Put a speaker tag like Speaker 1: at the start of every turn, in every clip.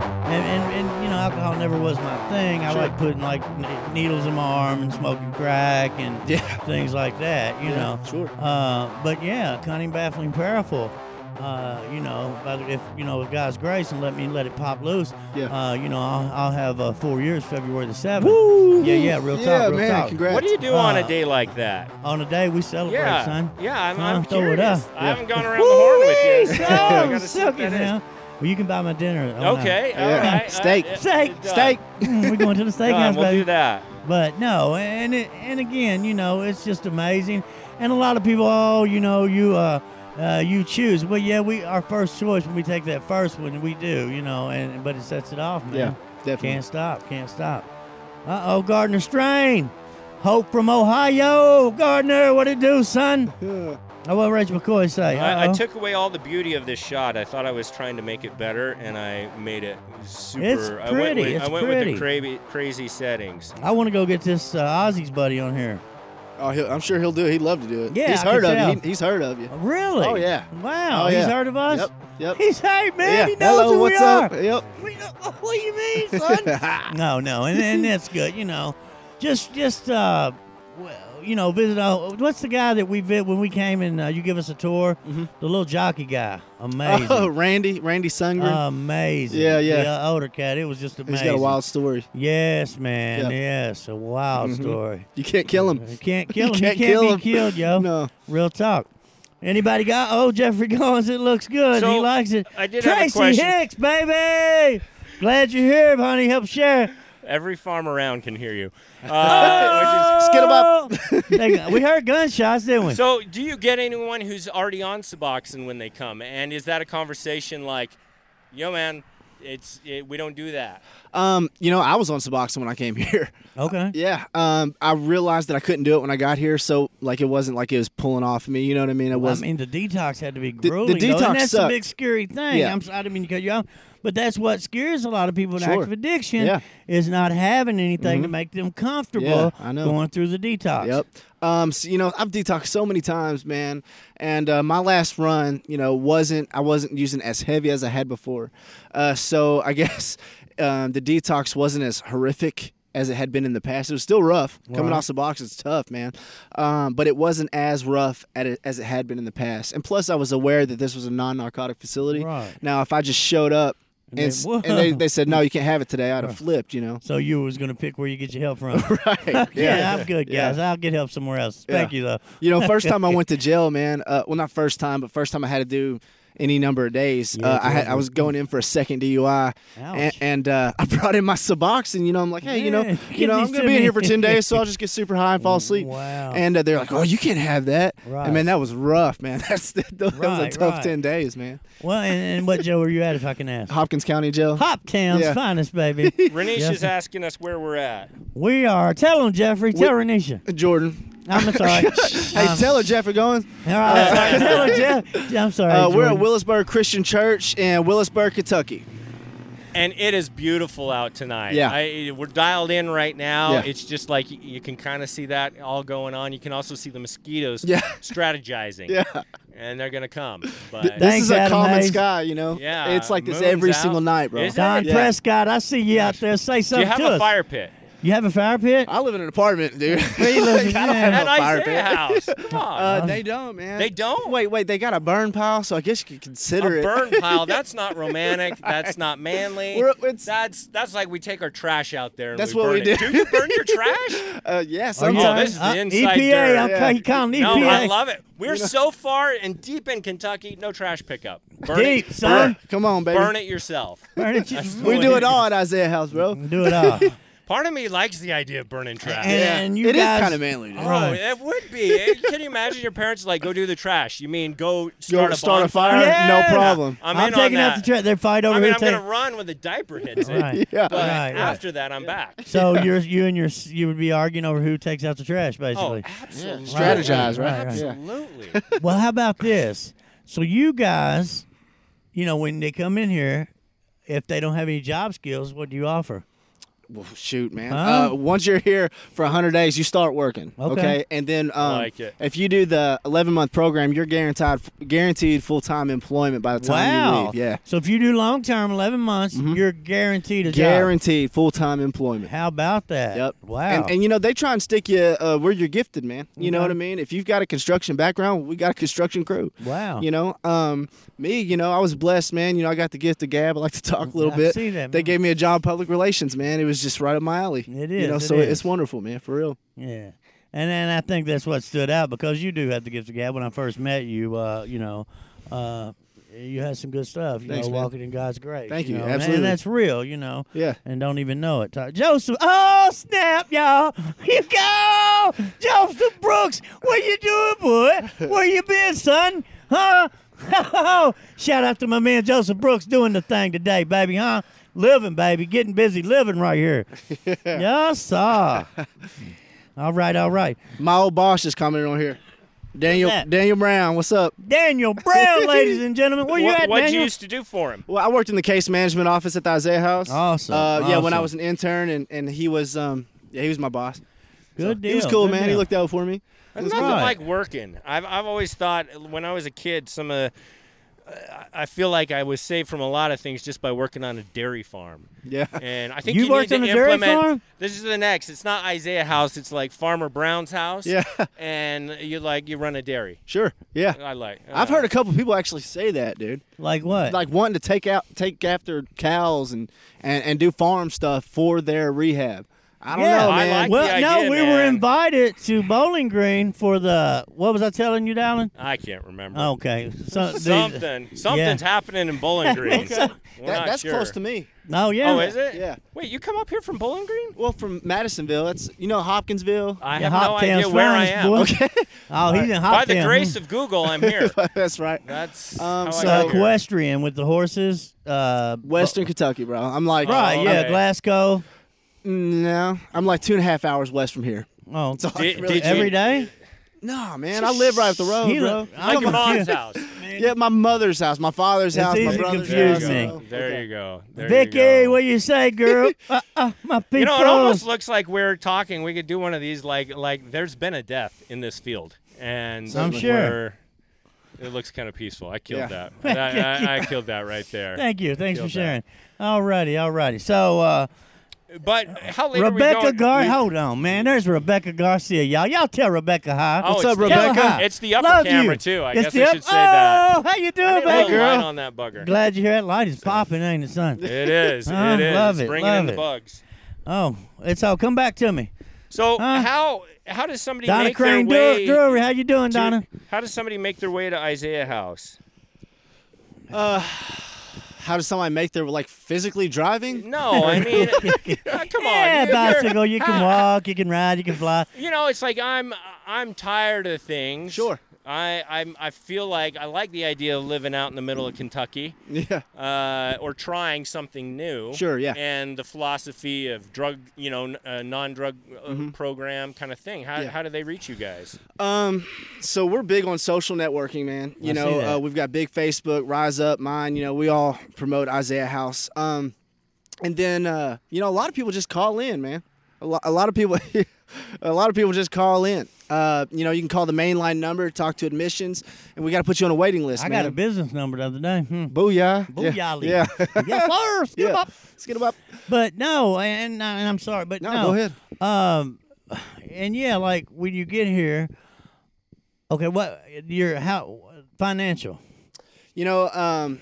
Speaker 1: and, and you know, alcohol never was my thing. I
Speaker 2: Sure.
Speaker 1: like putting like n- needles in my arm and smoking crack and
Speaker 2: Yeah.
Speaker 1: things like that. You
Speaker 2: Yeah,
Speaker 1: know.
Speaker 2: Sure.
Speaker 1: Uh, but yeah, cunning, baffling, powerful. Uh, you know, but if you know, with God's grace and let me let it pop loose.
Speaker 2: Yeah.
Speaker 1: Uh, you know, I'll, I'll have uh, four years, February the seventh.
Speaker 2: Woo!
Speaker 1: Yeah, yeah, real
Speaker 2: Yeah,
Speaker 1: talk, real
Speaker 2: man.
Speaker 1: talk.
Speaker 2: Congrats.
Speaker 3: What do you do on
Speaker 1: Uh,
Speaker 3: a day like that?
Speaker 1: On the day we celebrate,
Speaker 3: Yeah,
Speaker 1: son.
Speaker 3: yeah. I'm,
Speaker 1: Huh?
Speaker 3: I'm
Speaker 1: Throw it
Speaker 3: curious.
Speaker 1: up.
Speaker 3: I
Speaker 2: Yeah.
Speaker 3: haven't gone around the horn with you. so I
Speaker 1: Woo-wee,
Speaker 3: gotta see what
Speaker 1: silky
Speaker 3: that is.
Speaker 1: now. Well, you can buy my dinner. on that.
Speaker 3: Okay.
Speaker 2: Yeah.
Speaker 3: All right.
Speaker 2: Steak.
Speaker 3: Uh,
Speaker 1: Steak.
Speaker 3: done.
Speaker 2: Steak.
Speaker 1: Mm, we're going to the
Speaker 3: Done.
Speaker 1: steakhouse,
Speaker 3: We'll
Speaker 1: baby.
Speaker 3: do that.
Speaker 1: But no, and it, and again, you know, it's just amazing. And a lot of people, oh, you know, you uh, uh, you choose. Well, yeah, we our first choice when we take that first one, we do, you know. And but it sets it off, man.
Speaker 2: Yeah, definitely.
Speaker 1: Can't stop, can't stop. Uh oh, Gardner Strain, Hope from Ohio, Gardner, what it do, son?
Speaker 2: Yeah.
Speaker 1: Oh, what Reg McCoy say?
Speaker 3: I, I
Speaker 1: Uh-oh.
Speaker 3: took away all the beauty of this shot. I thought I was trying to make it better, and I made it super.
Speaker 1: It's
Speaker 3: I went
Speaker 1: pretty,
Speaker 3: with,
Speaker 1: it's
Speaker 3: I went
Speaker 1: pretty.
Speaker 3: with the crazy, crazy settings.
Speaker 1: I want to go get this uh, Ozzy's buddy on here.
Speaker 2: Oh, he'll, I'm sure he'll do it. He'd love to do it.
Speaker 1: Yeah,
Speaker 2: he's
Speaker 1: I
Speaker 2: heard
Speaker 1: could
Speaker 2: of
Speaker 1: tell.
Speaker 2: you. He, he's heard of you.
Speaker 1: Really?
Speaker 2: Oh, yeah.
Speaker 1: Wow,
Speaker 2: Oh,
Speaker 1: he's
Speaker 2: yeah.
Speaker 1: heard of us.
Speaker 2: Yep. Yep.
Speaker 1: He's hey man,
Speaker 2: yeah.
Speaker 1: he knows
Speaker 2: Hello.
Speaker 1: who
Speaker 2: what's
Speaker 1: we are.
Speaker 2: up? Yep.
Speaker 1: We don't- what do you mean, son? no, no, and, and that's good. You know, just just uh, well, you know, visit. Uh, what's the guy that we vi- when we came and uh, you give us a tour? The little jockey guy, amazing,
Speaker 2: Mm-hmm. Oh, Randy. Randy Sungren.
Speaker 1: amazing.
Speaker 2: Yeah, yeah.
Speaker 1: The uh, older cat, it was just amazing.
Speaker 2: he's got a wild story.
Speaker 1: Yes, man.
Speaker 2: Yeah.
Speaker 1: Yes, a wild story.
Speaker 2: You can't kill him.
Speaker 1: You can't kill him.
Speaker 2: You can't
Speaker 1: you can't
Speaker 2: kill
Speaker 1: be
Speaker 2: him.
Speaker 1: killed, yo.
Speaker 2: No.
Speaker 1: Real talk. Anybody got? Oh, Jeffrey Goins. It looks good. he
Speaker 3: So,
Speaker 1: likes it.
Speaker 3: I did have a
Speaker 1: Tracy
Speaker 3: question.
Speaker 1: Hicks, baby. Glad you're here, honey. Help share.
Speaker 3: Every farm around can hear you. Uh,
Speaker 2: Skid 'em up.
Speaker 1: Oh! They got- we heard gunshots, didn't we?
Speaker 3: which is- so, do you get anyone who's already on Suboxone when they come? And is that a conversation like, "Yo, man, it's it, we don't do that."
Speaker 2: Um, you know, I was on Suboxone when I came here.
Speaker 1: okay.
Speaker 2: Yeah. Um, I realized that I couldn't do it when I got here, so like it wasn't like it was pulling off me. You know what I mean? It
Speaker 1: Well, I
Speaker 2: wasn't.
Speaker 1: mean, the detox had to be
Speaker 2: the
Speaker 1: grueling. though,
Speaker 2: detox
Speaker 1: and that's the
Speaker 2: sucked.
Speaker 1: big scary thing.
Speaker 2: Yeah.
Speaker 1: I'm sorry, I didn't mean to cut you off, but that's what scares a lot of people in
Speaker 2: Sure.
Speaker 1: active addiction
Speaker 2: Yeah. Mm-hmm.
Speaker 1: is not having anything to make them comfortable
Speaker 2: Yeah, I know.
Speaker 1: going through the detox.
Speaker 2: Yep. Um, so, you know, I've detoxed so many times, man. And uh, my last run, you know, wasn't I wasn't using as heavy as I had before. Uh, so I guess um, the detox wasn't as horrific as it had been in the past. It was still rough. Coming off the box is tough, man. Um, but it wasn't as rough at it, as it had been in the past. And plus, I was aware that this was a non-narcotic facility.
Speaker 1: Right.
Speaker 2: Now, if I just showed up. And,
Speaker 1: they-
Speaker 2: s- and they,
Speaker 1: Whoa.
Speaker 2: they said no, you can't have it today. I'd have flipped, you know.
Speaker 1: So you was going to pick where you get your help from.
Speaker 2: right?
Speaker 1: yeah. I'm good,
Speaker 2: Yeah.
Speaker 1: guys. I'll get help somewhere else. Thank you, though.
Speaker 2: You know, first time I went to jail, man. Uh, well, not first time, but first time I had to do any number of days. uh, I, had, I was going in for a second DUI, and,
Speaker 1: Ouch.
Speaker 2: and uh, I brought in my Suboxone. You know, I'm like, hey, you know,
Speaker 1: Yeah,
Speaker 2: you
Speaker 1: give
Speaker 2: know, I'm
Speaker 1: these
Speaker 2: gonna
Speaker 1: to
Speaker 2: be in here
Speaker 1: me.
Speaker 2: for ten days, so I'll just get super high and fall asleep.
Speaker 1: Wow.
Speaker 2: And uh, they're like, oh, you can't have that.
Speaker 1: Right.
Speaker 2: And man, that was rough, man. That's that, that was a
Speaker 1: Right,
Speaker 2: tough
Speaker 1: right.
Speaker 2: ten days, man.
Speaker 1: Well, and, and what Joe were you at, if I can ask?
Speaker 2: Hopkins County Jail.
Speaker 1: Hoptown's
Speaker 2: Yeah.
Speaker 1: finest, baby.
Speaker 3: Renish
Speaker 1: Yes.
Speaker 3: is asking us where we're at.
Speaker 1: we are. Tell him, Jeffrey. Tell Renisha.
Speaker 2: Jordan.
Speaker 1: I'm sorry.
Speaker 2: Hey,
Speaker 1: Um,
Speaker 2: tell her, Jeffrey Goins.
Speaker 1: all right, tell her, Jeff. I'm sorry.
Speaker 2: Uh, we're at
Speaker 1: Jordan.
Speaker 2: Willisburg Christian Church in Willisburg, Kentucky.
Speaker 3: And it is beautiful out tonight.
Speaker 2: Yeah.
Speaker 3: I, we're dialed in right now.
Speaker 2: Yeah.
Speaker 3: It's just like y- you can kind of see that all going on. You can also see the mosquitoes
Speaker 2: Yeah.
Speaker 3: strategizing.
Speaker 2: Yeah.
Speaker 3: And they're going to come. But
Speaker 2: This
Speaker 1: Thanks,
Speaker 2: is a
Speaker 1: Adam
Speaker 2: common
Speaker 1: Hayes.
Speaker 2: sky, you know.
Speaker 3: yeah.
Speaker 2: it's like this
Speaker 3: moon's
Speaker 2: every
Speaker 3: out.
Speaker 2: single night, bro.
Speaker 3: Is it?
Speaker 1: Don
Speaker 2: Yeah.
Speaker 1: Prescott, I see you out there. Say
Speaker 3: Do
Speaker 1: something
Speaker 3: you have
Speaker 1: to
Speaker 3: a
Speaker 1: us.
Speaker 3: fire pit?
Speaker 1: You have a fire pit?
Speaker 2: I live in an apartment, dude.
Speaker 1: He lives in-
Speaker 2: I don't have
Speaker 3: At
Speaker 2: a fire
Speaker 3: Isaiah
Speaker 2: pit.
Speaker 3: House. Come on.
Speaker 2: Uh, they don't, man.
Speaker 3: They don't?
Speaker 2: Wait, wait. They got a burn pile, so I guess you could consider
Speaker 3: a
Speaker 2: it.
Speaker 3: burn pile. That's not romantic. That's not manly.
Speaker 2: We're- it's-
Speaker 3: that's that's like we take our trash out there. And
Speaker 2: That's
Speaker 3: we
Speaker 2: what we
Speaker 3: burn it.
Speaker 2: do.
Speaker 3: Do you burn your trash?
Speaker 2: Uh, yeah,
Speaker 1: Are you-
Speaker 3: Oh,
Speaker 2: sometimes.
Speaker 3: this is the
Speaker 1: uh,
Speaker 3: inside
Speaker 1: EPA.
Speaker 3: dirt.
Speaker 1: I'm ca-
Speaker 2: Yeah.
Speaker 1: you calling E
Speaker 3: No,
Speaker 1: EPA.
Speaker 3: I love it. We're so far and deep in Kentucky. No trash pickup. Burn
Speaker 1: Deep,
Speaker 3: it.
Speaker 1: son.
Speaker 2: Come on, baby.
Speaker 3: Burn it yourself.
Speaker 1: Burn it.
Speaker 2: We do it all at Isaiah House, bro.
Speaker 1: Do it all. And,
Speaker 3: Part of me likes the idea of burning trash.
Speaker 1: and you
Speaker 2: it is
Speaker 1: guys,
Speaker 2: kind of manly, dude.
Speaker 3: Oh,
Speaker 1: Right.
Speaker 3: it would be. Eh, Can you imagine your parents like go do the trash? You mean go
Speaker 2: Go
Speaker 3: start a
Speaker 2: start a
Speaker 3: bonfire?
Speaker 2: fire,
Speaker 1: Yes!
Speaker 2: no problem.
Speaker 3: I'm, in
Speaker 1: taking
Speaker 3: on
Speaker 1: out
Speaker 3: that.
Speaker 1: the trash. They fight over
Speaker 3: I mean,
Speaker 1: who
Speaker 3: I'm
Speaker 1: take-
Speaker 3: gonna run when the diaper hits it.
Speaker 1: Right.
Speaker 2: Yeah.
Speaker 3: But
Speaker 1: Right, right.
Speaker 3: after that, I'm back.
Speaker 1: So you're you and your you would be arguing over who takes out the trash,
Speaker 3: Oh,
Speaker 1: basically.
Speaker 3: absolutely.
Speaker 2: Strategize,
Speaker 1: Right,
Speaker 2: right?
Speaker 1: right.
Speaker 2: Yeah.
Speaker 3: Absolutely.
Speaker 1: well, how about this? So you guys, you know, when they come in here, if they don't have any job skills, what do you offer?
Speaker 2: Well, shoot, man.
Speaker 1: Huh?
Speaker 2: Uh, once you're here for 100 days, you start working.
Speaker 1: Okay.
Speaker 2: Okay. And then um,
Speaker 3: like it.
Speaker 2: if you do the 11 month program, you're guaranteed guaranteed full time employment by the time
Speaker 1: Wow.
Speaker 2: you leave. Yeah. Mm-hmm.
Speaker 1: So if you do long term, eleven months, you're guaranteed a job.
Speaker 2: Guaranteed full time employment.
Speaker 1: How about that?
Speaker 2: Yep.
Speaker 1: Wow.
Speaker 2: And, and you know they try and stick you uh, where you're gifted, man. You know
Speaker 1: Okay.
Speaker 2: what I mean? If you've got a construction background, we got a construction crew.
Speaker 1: wow.
Speaker 2: You know, um, me, you know, I was blessed, man. You know, I got the gift of gab. I like to talk a little
Speaker 1: I
Speaker 2: bit.
Speaker 1: see that,
Speaker 2: They
Speaker 1: man.
Speaker 2: gave me a job, in public relations, man. It was just right up my alley.
Speaker 1: It
Speaker 2: You know,
Speaker 1: is, it
Speaker 2: so
Speaker 1: is.
Speaker 2: it's wonderful, man, for real.
Speaker 1: Yeah. And then I think that's what stood out because you do have to give the gab. When I first met you, uh, you know, uh, you had some good stuff. You
Speaker 2: Thanks,
Speaker 1: know,
Speaker 2: man.
Speaker 1: walking in God's grace.
Speaker 2: Thank you,
Speaker 1: know, and-
Speaker 2: absolutely.
Speaker 1: And that's real, you know.
Speaker 2: Yeah.
Speaker 1: And don't even know it. Ty- Joseph, oh snap, y'all! You go, Joseph Brooks. What you doing, boy? Where you been, son? Huh? Shout out to my man Joseph Brooks doing the thing today, baby, huh? Living, baby, getting busy, living right here. yes, sir. All right, all right.
Speaker 2: My old boss is coming on here. Daniel
Speaker 1: that?
Speaker 2: Daniel Brown, what's up?
Speaker 1: Daniel Brown, ladies and gentlemen, where you
Speaker 3: what
Speaker 1: at,
Speaker 3: what'd
Speaker 1: Daniel?
Speaker 3: you used to do for him?
Speaker 2: Well, I worked in the case management office at the Isaiah House.
Speaker 1: Awesome,
Speaker 2: Uh, Yeah, when I
Speaker 1: awesome.
Speaker 2: was an intern, and, and he was um yeah he was my boss.
Speaker 1: good deal.
Speaker 2: he was cool,
Speaker 1: good
Speaker 2: man. He
Speaker 1: deal.
Speaker 2: looked out for me. It
Speaker 3: There's
Speaker 2: was
Speaker 3: nothing
Speaker 2: cool.
Speaker 1: Right.
Speaker 3: like working. I've I've always thought when I was a kid, some of I- I feel like I was saved from a lot of things just by working on a dairy farm.
Speaker 2: Yeah.
Speaker 3: And I think
Speaker 1: You
Speaker 3: you,
Speaker 1: worked
Speaker 3: need
Speaker 1: on
Speaker 3: to
Speaker 1: a dairy
Speaker 3: implement-
Speaker 1: farm?
Speaker 3: This is the next. It's not Isaiah House. It's like Farmer Brown's house.
Speaker 2: Yeah.
Speaker 3: And you like you run a dairy.
Speaker 2: Sure. Yeah.
Speaker 3: I like.
Speaker 2: I've heard a couple people actually say that, dude.
Speaker 1: like what?
Speaker 2: Like wanting to take out take after cows and and, and do farm stuff for their rehab. I don't
Speaker 1: Yeah.
Speaker 2: know,
Speaker 1: I
Speaker 2: man.
Speaker 3: like
Speaker 1: well,
Speaker 3: the
Speaker 1: no,
Speaker 3: idea,
Speaker 1: we were
Speaker 3: man.
Speaker 1: invited to Bowling Green for the what was I telling you, Dallin?
Speaker 3: I can't remember.
Speaker 2: Oh,
Speaker 1: Okay, so, the-
Speaker 3: Something. Something's happening in Bowling Green. We're
Speaker 2: That-
Speaker 3: not
Speaker 2: that's
Speaker 3: sure.
Speaker 2: close to me.
Speaker 1: Oh yeah.
Speaker 3: Oh, is it?
Speaker 2: Yeah.
Speaker 3: Wait, you come up here from Bowling Green?
Speaker 2: Well, from Madisonville, that's you know Hopkinsville.
Speaker 3: I
Speaker 1: Yeah,
Speaker 3: have no
Speaker 1: Hoptown's
Speaker 3: idea where I
Speaker 1: finest,
Speaker 3: am.
Speaker 1: boy.
Speaker 2: okay,
Speaker 1: Oh, he's in Hoptown.
Speaker 3: By the grace of Google, I'm here.
Speaker 2: that's right.
Speaker 3: That's
Speaker 2: Um,
Speaker 3: how I
Speaker 2: so
Speaker 1: so
Speaker 3: got here.
Speaker 1: equestrian with the horses. Uh,
Speaker 2: Western Kentucky, bro. I'm like
Speaker 1: bu- right?
Speaker 3: Oh,
Speaker 1: yeah,
Speaker 3: okay.
Speaker 1: Glasgow.
Speaker 2: no, I'm like two and a half hours west from here.
Speaker 1: Oh,
Speaker 3: Did-
Speaker 2: really-
Speaker 3: did you-
Speaker 1: every day.
Speaker 2: No, man, I live right up the road,
Speaker 1: He
Speaker 2: bro.
Speaker 1: look- I'm
Speaker 3: Like your mom's
Speaker 1: confused.
Speaker 3: house.
Speaker 2: yeah, my mother's house, my father's
Speaker 1: It's
Speaker 2: house, my
Speaker 1: easy to
Speaker 2: brother's
Speaker 3: There you
Speaker 1: confuse
Speaker 2: house.
Speaker 1: me.
Speaker 3: go. There you go. There you
Speaker 1: Vicky,
Speaker 3: go.
Speaker 1: what you say, girl? uh, uh, my people.
Speaker 3: You know, it almost looks like we're talking. We could do one of these. Like, like there's been a death in this field, and
Speaker 1: I'm sure.
Speaker 3: we're- It looks kind of peaceful. I killed
Speaker 2: Yeah.
Speaker 3: that. I, I, I killed that right there.
Speaker 1: Thank you. Thanks for
Speaker 3: Feel
Speaker 1: sharing. All righty, all righty. So, uh,
Speaker 3: But how late are
Speaker 1: Rebecca
Speaker 3: we going?
Speaker 1: Gar, hold on, man. There's Rebecca Garcia, y'all. Y'all tell Rebecca hi.
Speaker 3: Oh,
Speaker 2: What's
Speaker 3: it's
Speaker 2: up,
Speaker 3: the-
Speaker 1: Tell
Speaker 2: Rebecca?
Speaker 1: her hi.
Speaker 3: It's the upper
Speaker 1: Love
Speaker 3: camera
Speaker 1: you.
Speaker 3: too. I
Speaker 1: It's
Speaker 3: guess
Speaker 1: the
Speaker 3: I
Speaker 1: up-
Speaker 3: should say that.
Speaker 1: Oh, how you
Speaker 3: I
Speaker 1: doing,
Speaker 3: need a
Speaker 1: baby
Speaker 3: little light
Speaker 1: girl?
Speaker 3: on that bugger.
Speaker 1: Glad you're here. That light is popping, ain't it, son?
Speaker 3: It is.
Speaker 1: Oh,
Speaker 3: it is.
Speaker 1: love
Speaker 3: It's
Speaker 1: it,
Speaker 3: bringing
Speaker 1: love
Speaker 3: in the
Speaker 1: it.
Speaker 3: bugs.
Speaker 1: Oh, it's all. Come back to me,
Speaker 3: So
Speaker 1: Huh?
Speaker 3: how how does somebody
Speaker 1: Donna
Speaker 3: make
Speaker 1: Crane
Speaker 3: their way?
Speaker 1: Dru- Drury. How you doing,
Speaker 3: to-
Speaker 1: Donna?
Speaker 3: How does somebody make their way to Isaiah House?
Speaker 2: How does somebody make their like physically driving?
Speaker 3: No, I mean, uh, come on.
Speaker 1: yeah,
Speaker 3: you're-
Speaker 1: bicycle. You can
Speaker 3: how-
Speaker 1: walk. You can ride. You can fly.
Speaker 3: You know, it's like I'm I'm tired of things.
Speaker 2: Sure.
Speaker 3: I I'm, I feel like I like the idea of living out in the middle of Kentucky,
Speaker 1: Mm-hmm.
Speaker 2: Yeah,
Speaker 3: uh, or trying something new.
Speaker 2: Sure, yeah.
Speaker 3: And the philosophy of drug, you know, n- uh, non-drug uh,
Speaker 1: Mm-hmm.
Speaker 3: program kind of thing. How
Speaker 2: Yeah.
Speaker 3: how do they reach you guys?
Speaker 2: Um, so we're big on social networking, man. You
Speaker 1: I see
Speaker 2: know,
Speaker 1: that.
Speaker 2: uh, we've got big Facebook, Rise Up, mine. You know, we all promote Isaiah House. Um, and then uh, you know, a lot of people just call in, man. A, lo- a lot of people, a lot of people just call in. Uh, you know, you can call the mainline number, talk to admissions, and we got to put you on a waiting list,
Speaker 1: I
Speaker 2: man.
Speaker 1: got a business number the other day. Hmm.
Speaker 2: Booyah!
Speaker 1: Booyah.
Speaker 2: Yeah. Yeah.
Speaker 1: yes, sir. Skip
Speaker 2: yeah.
Speaker 1: up.
Speaker 2: Let's get 'em up.
Speaker 1: But no, and, and I'm sorry, but
Speaker 2: No,
Speaker 1: no,
Speaker 2: go ahead.
Speaker 1: Um, and yeah, like when you get here, okay, what your how financial?
Speaker 2: You know, um,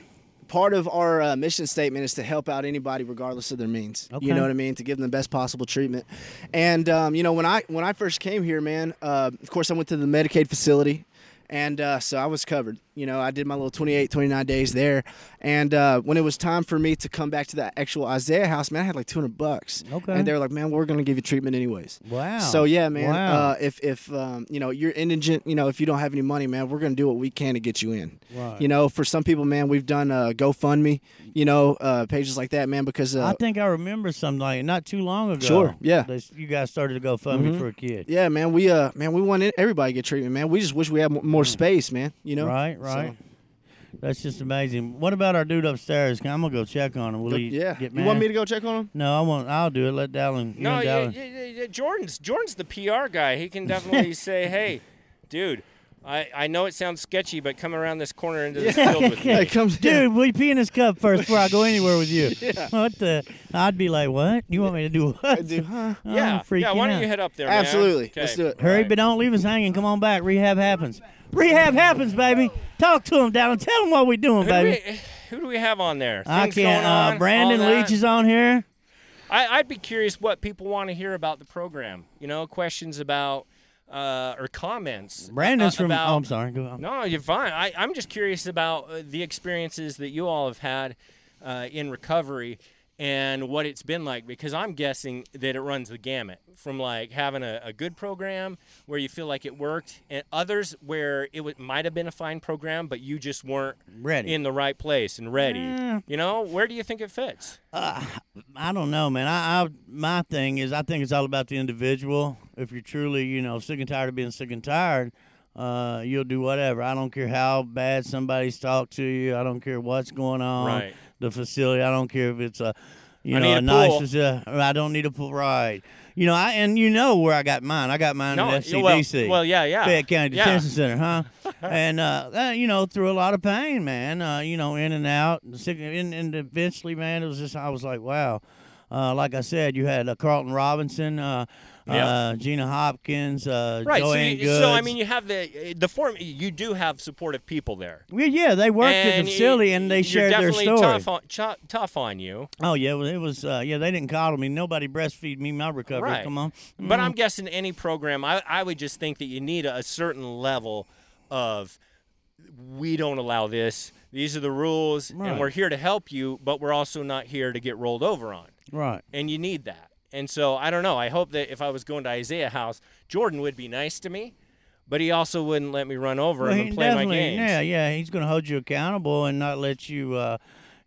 Speaker 2: part of our uh, mission statement is to help out anybody regardless of their means.
Speaker 1: Okay.
Speaker 2: You know what I mean? To give them the best possible treatment. And um, you know, when I when I first came here, man, uh, of course I went to the Medicaid facility. And uh, so I was covered. You know, I did my little 28, 29 days there. And uh, when it was time for me to come back to the actual Isaiah house, man, I had like 200 bucks.
Speaker 1: Okay.
Speaker 2: And they were like, man, we're going to give you treatment anyways.
Speaker 1: Wow.
Speaker 2: So, yeah, man,
Speaker 1: Wow.
Speaker 2: uh, if, if um, you know, you're indigent, you know, if you don't have any money, man, we're going to do what we can to get you in.
Speaker 1: Right.
Speaker 2: You know, for some people, man, we've done uh, GoFundMe, you know, uh, pages like that, man, because uh,
Speaker 1: I think I remember something like not too long ago.
Speaker 2: Sure, yeah. Mm-hmm.
Speaker 1: they, you guys started to go fund me for a kid.
Speaker 2: yeah, man, we uh, man, we want everybody to get treatment, man. We just wish we had m- more space, man. You know,
Speaker 1: Right, right.
Speaker 2: So,
Speaker 1: That's just amazing. What about our dude upstairs? I'm gonna go check on him. Will he
Speaker 2: yeah.
Speaker 1: get
Speaker 2: you
Speaker 1: mad?
Speaker 2: want me to go check on him?
Speaker 1: No, I won't. I'll do it. Let Dallin. you
Speaker 3: No,
Speaker 1: and
Speaker 3: yeah,
Speaker 1: Dallin-
Speaker 3: yeah, yeah, yeah, Jordan's Jordan's the PR guy. He can definitely say, "Hey, dude, I, I know it sounds sketchy, but come around this corner into this field with
Speaker 1: Yeah.
Speaker 2: Yeah,
Speaker 3: me."
Speaker 2: it comes.
Speaker 1: Dude, we pee in his cup first before I go anywhere with you. What the? I'd be like, what? You want me to do
Speaker 2: I
Speaker 1: what?
Speaker 2: do, huh?
Speaker 1: I'm
Speaker 3: Yeah, yeah.
Speaker 1: freaking
Speaker 3: Why don't
Speaker 1: out.
Speaker 3: you head up there? man?
Speaker 2: Absolutely.
Speaker 3: Okay.
Speaker 2: Let's do it.
Speaker 1: Hurry,
Speaker 3: All
Speaker 1: but don't leave us hanging. Come on back. Rehab happens. Rehab happens, baby. Talk to him, Dallin. Tell him what we doing,
Speaker 3: Who do,
Speaker 1: baby.
Speaker 3: we, who do we have on there?
Speaker 1: I
Speaker 3: Things
Speaker 1: can't.
Speaker 3: going on,
Speaker 1: Uh, Brandon
Speaker 3: all that? Uh,
Speaker 1: Leach is on here.
Speaker 3: I, I'd be curious what people want to hear about the program. You know, questions about uh, or comments.
Speaker 1: Brandon's
Speaker 3: a-
Speaker 1: from.
Speaker 3: uh, about-
Speaker 1: oh, I'm sorry. Go on.
Speaker 3: No, you're fine. I, I'm just curious about uh, the experiences that you all have had uh, in recovery and what it's been like because I'm guessing that it runs the gamut from like having a, a good program where you feel like it worked and others where it w- might have been a fine program but you just weren't
Speaker 1: Ready. Mm.
Speaker 3: in the right place and ready.
Speaker 1: Yeah.
Speaker 3: You know, where do you think it fits?
Speaker 1: I don't know, man. I, I my thing is, I think it's all about the individual. If you're truly, you know, sick and tired of being sick and tired, uh, you'll do whatever. I don't care how bad somebody's talked to you. I don't care what's going on.
Speaker 3: Right.
Speaker 1: The facility. I don't care if it's a, you
Speaker 3: I
Speaker 1: know,
Speaker 3: need
Speaker 1: a,
Speaker 3: a
Speaker 1: nice
Speaker 3: pool.
Speaker 1: facility. I don't need a pool. Right. You know, I and you know where I got mine. I got mine
Speaker 3: No,
Speaker 1: at
Speaker 3: yeah, well-
Speaker 1: FCDC.
Speaker 3: well, yeah, yeah.
Speaker 1: Fayette County
Speaker 3: Yeah.
Speaker 1: Detention Center, huh? and uh, uh, you know, through a lot of pain, man. Uh, you know, in and out, and sick- and, and eventually, man, it was just I was like, wow. Uh, like I said, you had uh, Carlton Robinson, uh, uh,
Speaker 3: Yeah.
Speaker 1: Gina Hopkins, uh,
Speaker 3: Right. So,
Speaker 1: Joanne
Speaker 3: you, so I
Speaker 1: Goods.
Speaker 3: mean, you have the the form. You do have supportive people there.
Speaker 1: Well, yeah, they worked at
Speaker 3: And
Speaker 1: the facility
Speaker 3: y-
Speaker 1: and they
Speaker 3: you're
Speaker 1: shared their
Speaker 3: definitely
Speaker 1: story.
Speaker 3: Tough on, cho- tough on you,
Speaker 1: Oh yeah, well, it was. Uh, yeah, they didn't coddle me. Nobody breastfeed me my recovery.
Speaker 3: right?
Speaker 1: Come on.
Speaker 3: But
Speaker 1: Mm.
Speaker 3: I'm guessing any program, I, I would just think that you need a, a certain level of we don't allow this. These are the rules,
Speaker 1: Right.
Speaker 3: and we're here to help you, but we're also not here to get rolled over on.
Speaker 1: Right.
Speaker 3: And you need that. And so I don't know. I hope that if I was going to Isaiah House, Jordan would be nice to me, but he also wouldn't let me run over
Speaker 1: Well,
Speaker 3: him
Speaker 1: he
Speaker 3: and play my
Speaker 1: definitely-
Speaker 3: games.
Speaker 1: Yeah, yeah, he's going to hold you accountable and not let you, uh,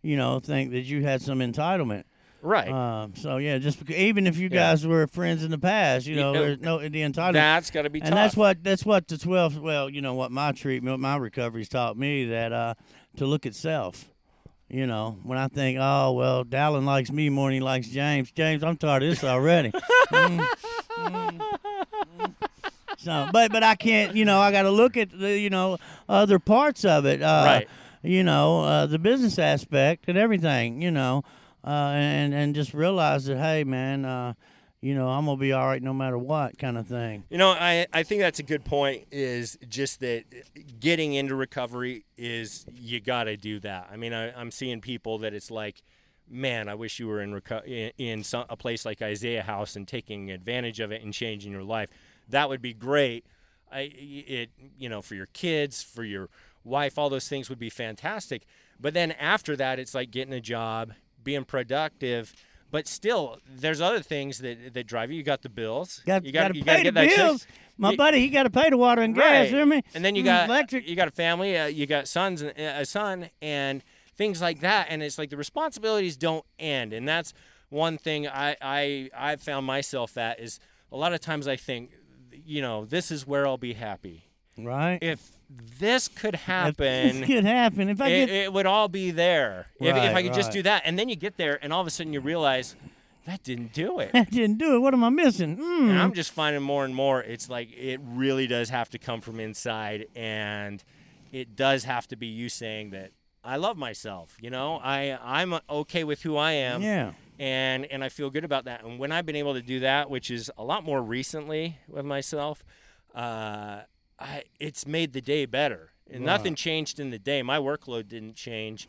Speaker 1: you know, think that you had some entitlement.
Speaker 3: Right.
Speaker 1: Um, so yeah, just because, even if you
Speaker 3: Yeah.
Speaker 1: guys were friends in the past, you
Speaker 3: You
Speaker 1: know,
Speaker 3: know,
Speaker 1: there's no the entitlement.
Speaker 3: That's got to be
Speaker 1: and
Speaker 3: tough.
Speaker 1: that's what that's what the twelve. Well, you know what my treatment, my recovery's taught me that uh, to look at self. You know, when I think, oh well, Dallin likes me more than he likes James. James, I'm tired of this already. Mm, mm, mm. So, but but I can't. You know, I got to look at the you know other parts of it. Uh,
Speaker 3: Right.
Speaker 1: You know, uh, the business aspect and everything. You know, uh, and and just realize that hey, man, uh, you know, I'm gonna be all right no matter what kind of thing.
Speaker 3: You know, I, I think that's a good point is just that getting into recovery is you got to do that. I mean, I, I'm seeing people that it's like, man, I wish you were in, reco- in, in some, a place like Isaiah House and taking advantage of it and changing your life. That would be great. I, it, you know, for your kids, for your wife, all those things would be fantastic. But then after that, it's like getting a job, being productive. But still, there's other things that, that drive you. You got the bills.
Speaker 1: Got
Speaker 3: you
Speaker 1: got
Speaker 3: gotta-
Speaker 1: to
Speaker 3: you
Speaker 1: pay the
Speaker 3: get that check.
Speaker 1: bills. My
Speaker 3: You-
Speaker 1: buddy, he got to pay the water and gas.
Speaker 3: Right.
Speaker 1: Hear me?
Speaker 3: And then you
Speaker 1: Mm,
Speaker 3: got
Speaker 1: electric.
Speaker 3: You got a family. Uh, you got sons and uh, a son and things like that. And it's like the responsibilities don't end. And that's one thing I I I found myself at is a lot of times I think, you know, this is where I'll be happy.
Speaker 1: Right.
Speaker 3: If this could
Speaker 1: If
Speaker 3: happen.
Speaker 1: This could happen. If I
Speaker 3: It,
Speaker 1: get
Speaker 3: it would all be there if, if I
Speaker 1: Right,
Speaker 3: could just
Speaker 1: right.
Speaker 3: do that. And then you get there, and all of a sudden you realize that didn't do it.
Speaker 1: I didn't do it, what am I missing? Mm.
Speaker 3: And I'm just finding more and more. It's like it really does have to come from inside, and it does have to be you saying that I love myself. You know, I I'm okay with who I am.
Speaker 1: Yeah.
Speaker 3: And and I feel good about that. And when I've been able to do that, which is a lot more recently with myself, uh, I it's made the day better. And nothing changed in the day. My workload didn't change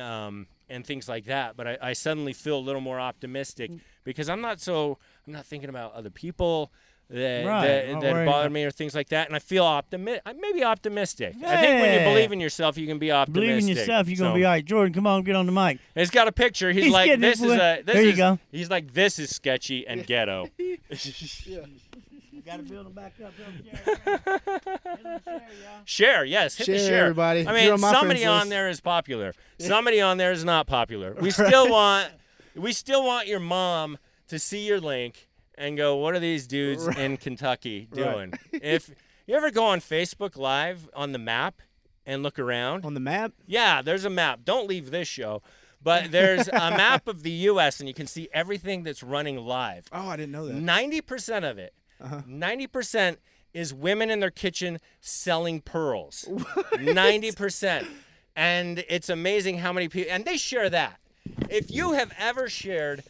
Speaker 3: um, and things like that. But I, I suddenly feel a little more optimistic
Speaker 1: Mm.
Speaker 3: because I'm not so I'm not thinking about other people that
Speaker 1: Right,
Speaker 3: that,
Speaker 1: not
Speaker 3: that
Speaker 1: worried
Speaker 3: bother
Speaker 1: about-
Speaker 3: me or things like that. And I feel optimistic. I may be optimistic. I think when you
Speaker 1: Yeah.
Speaker 3: believe in yourself, you can be optimistic.
Speaker 1: Believe in yourself, you're gonna be all right. Jordan, come on, get on the mic.
Speaker 3: He's got a picture. He's,
Speaker 1: He's
Speaker 3: like,
Speaker 1: getting it,
Speaker 3: this is
Speaker 1: boy.
Speaker 3: a. This
Speaker 1: There you
Speaker 3: is-
Speaker 1: go.
Speaker 3: He's like, this is sketchy and ghetto.
Speaker 1: Gotta build them back up.
Speaker 3: Share, yes, hit the
Speaker 2: Share,
Speaker 3: share.
Speaker 2: everybody.
Speaker 3: I
Speaker 2: If you're
Speaker 3: mean,
Speaker 2: on my
Speaker 3: somebody
Speaker 2: friends
Speaker 3: on
Speaker 2: list.
Speaker 3: there is popular. Somebody on there is not popular. We still want, we still want your mom to see your link and go, "What are these dudes in Kentucky doing?"
Speaker 2: Right.
Speaker 3: if you ever go on Facebook Live on the map and look around.
Speaker 2: on the map.
Speaker 3: Yeah, there's a map. Don't leave this show. But there's a map of the U.S., and you can see everything that's running live.
Speaker 2: Oh, I didn't know that.
Speaker 3: 90% of it,
Speaker 2: Uh-huh.
Speaker 3: 90% is women in their kitchen selling pearls. 90%. And it's amazing how many people, and they share that. If you have ever shared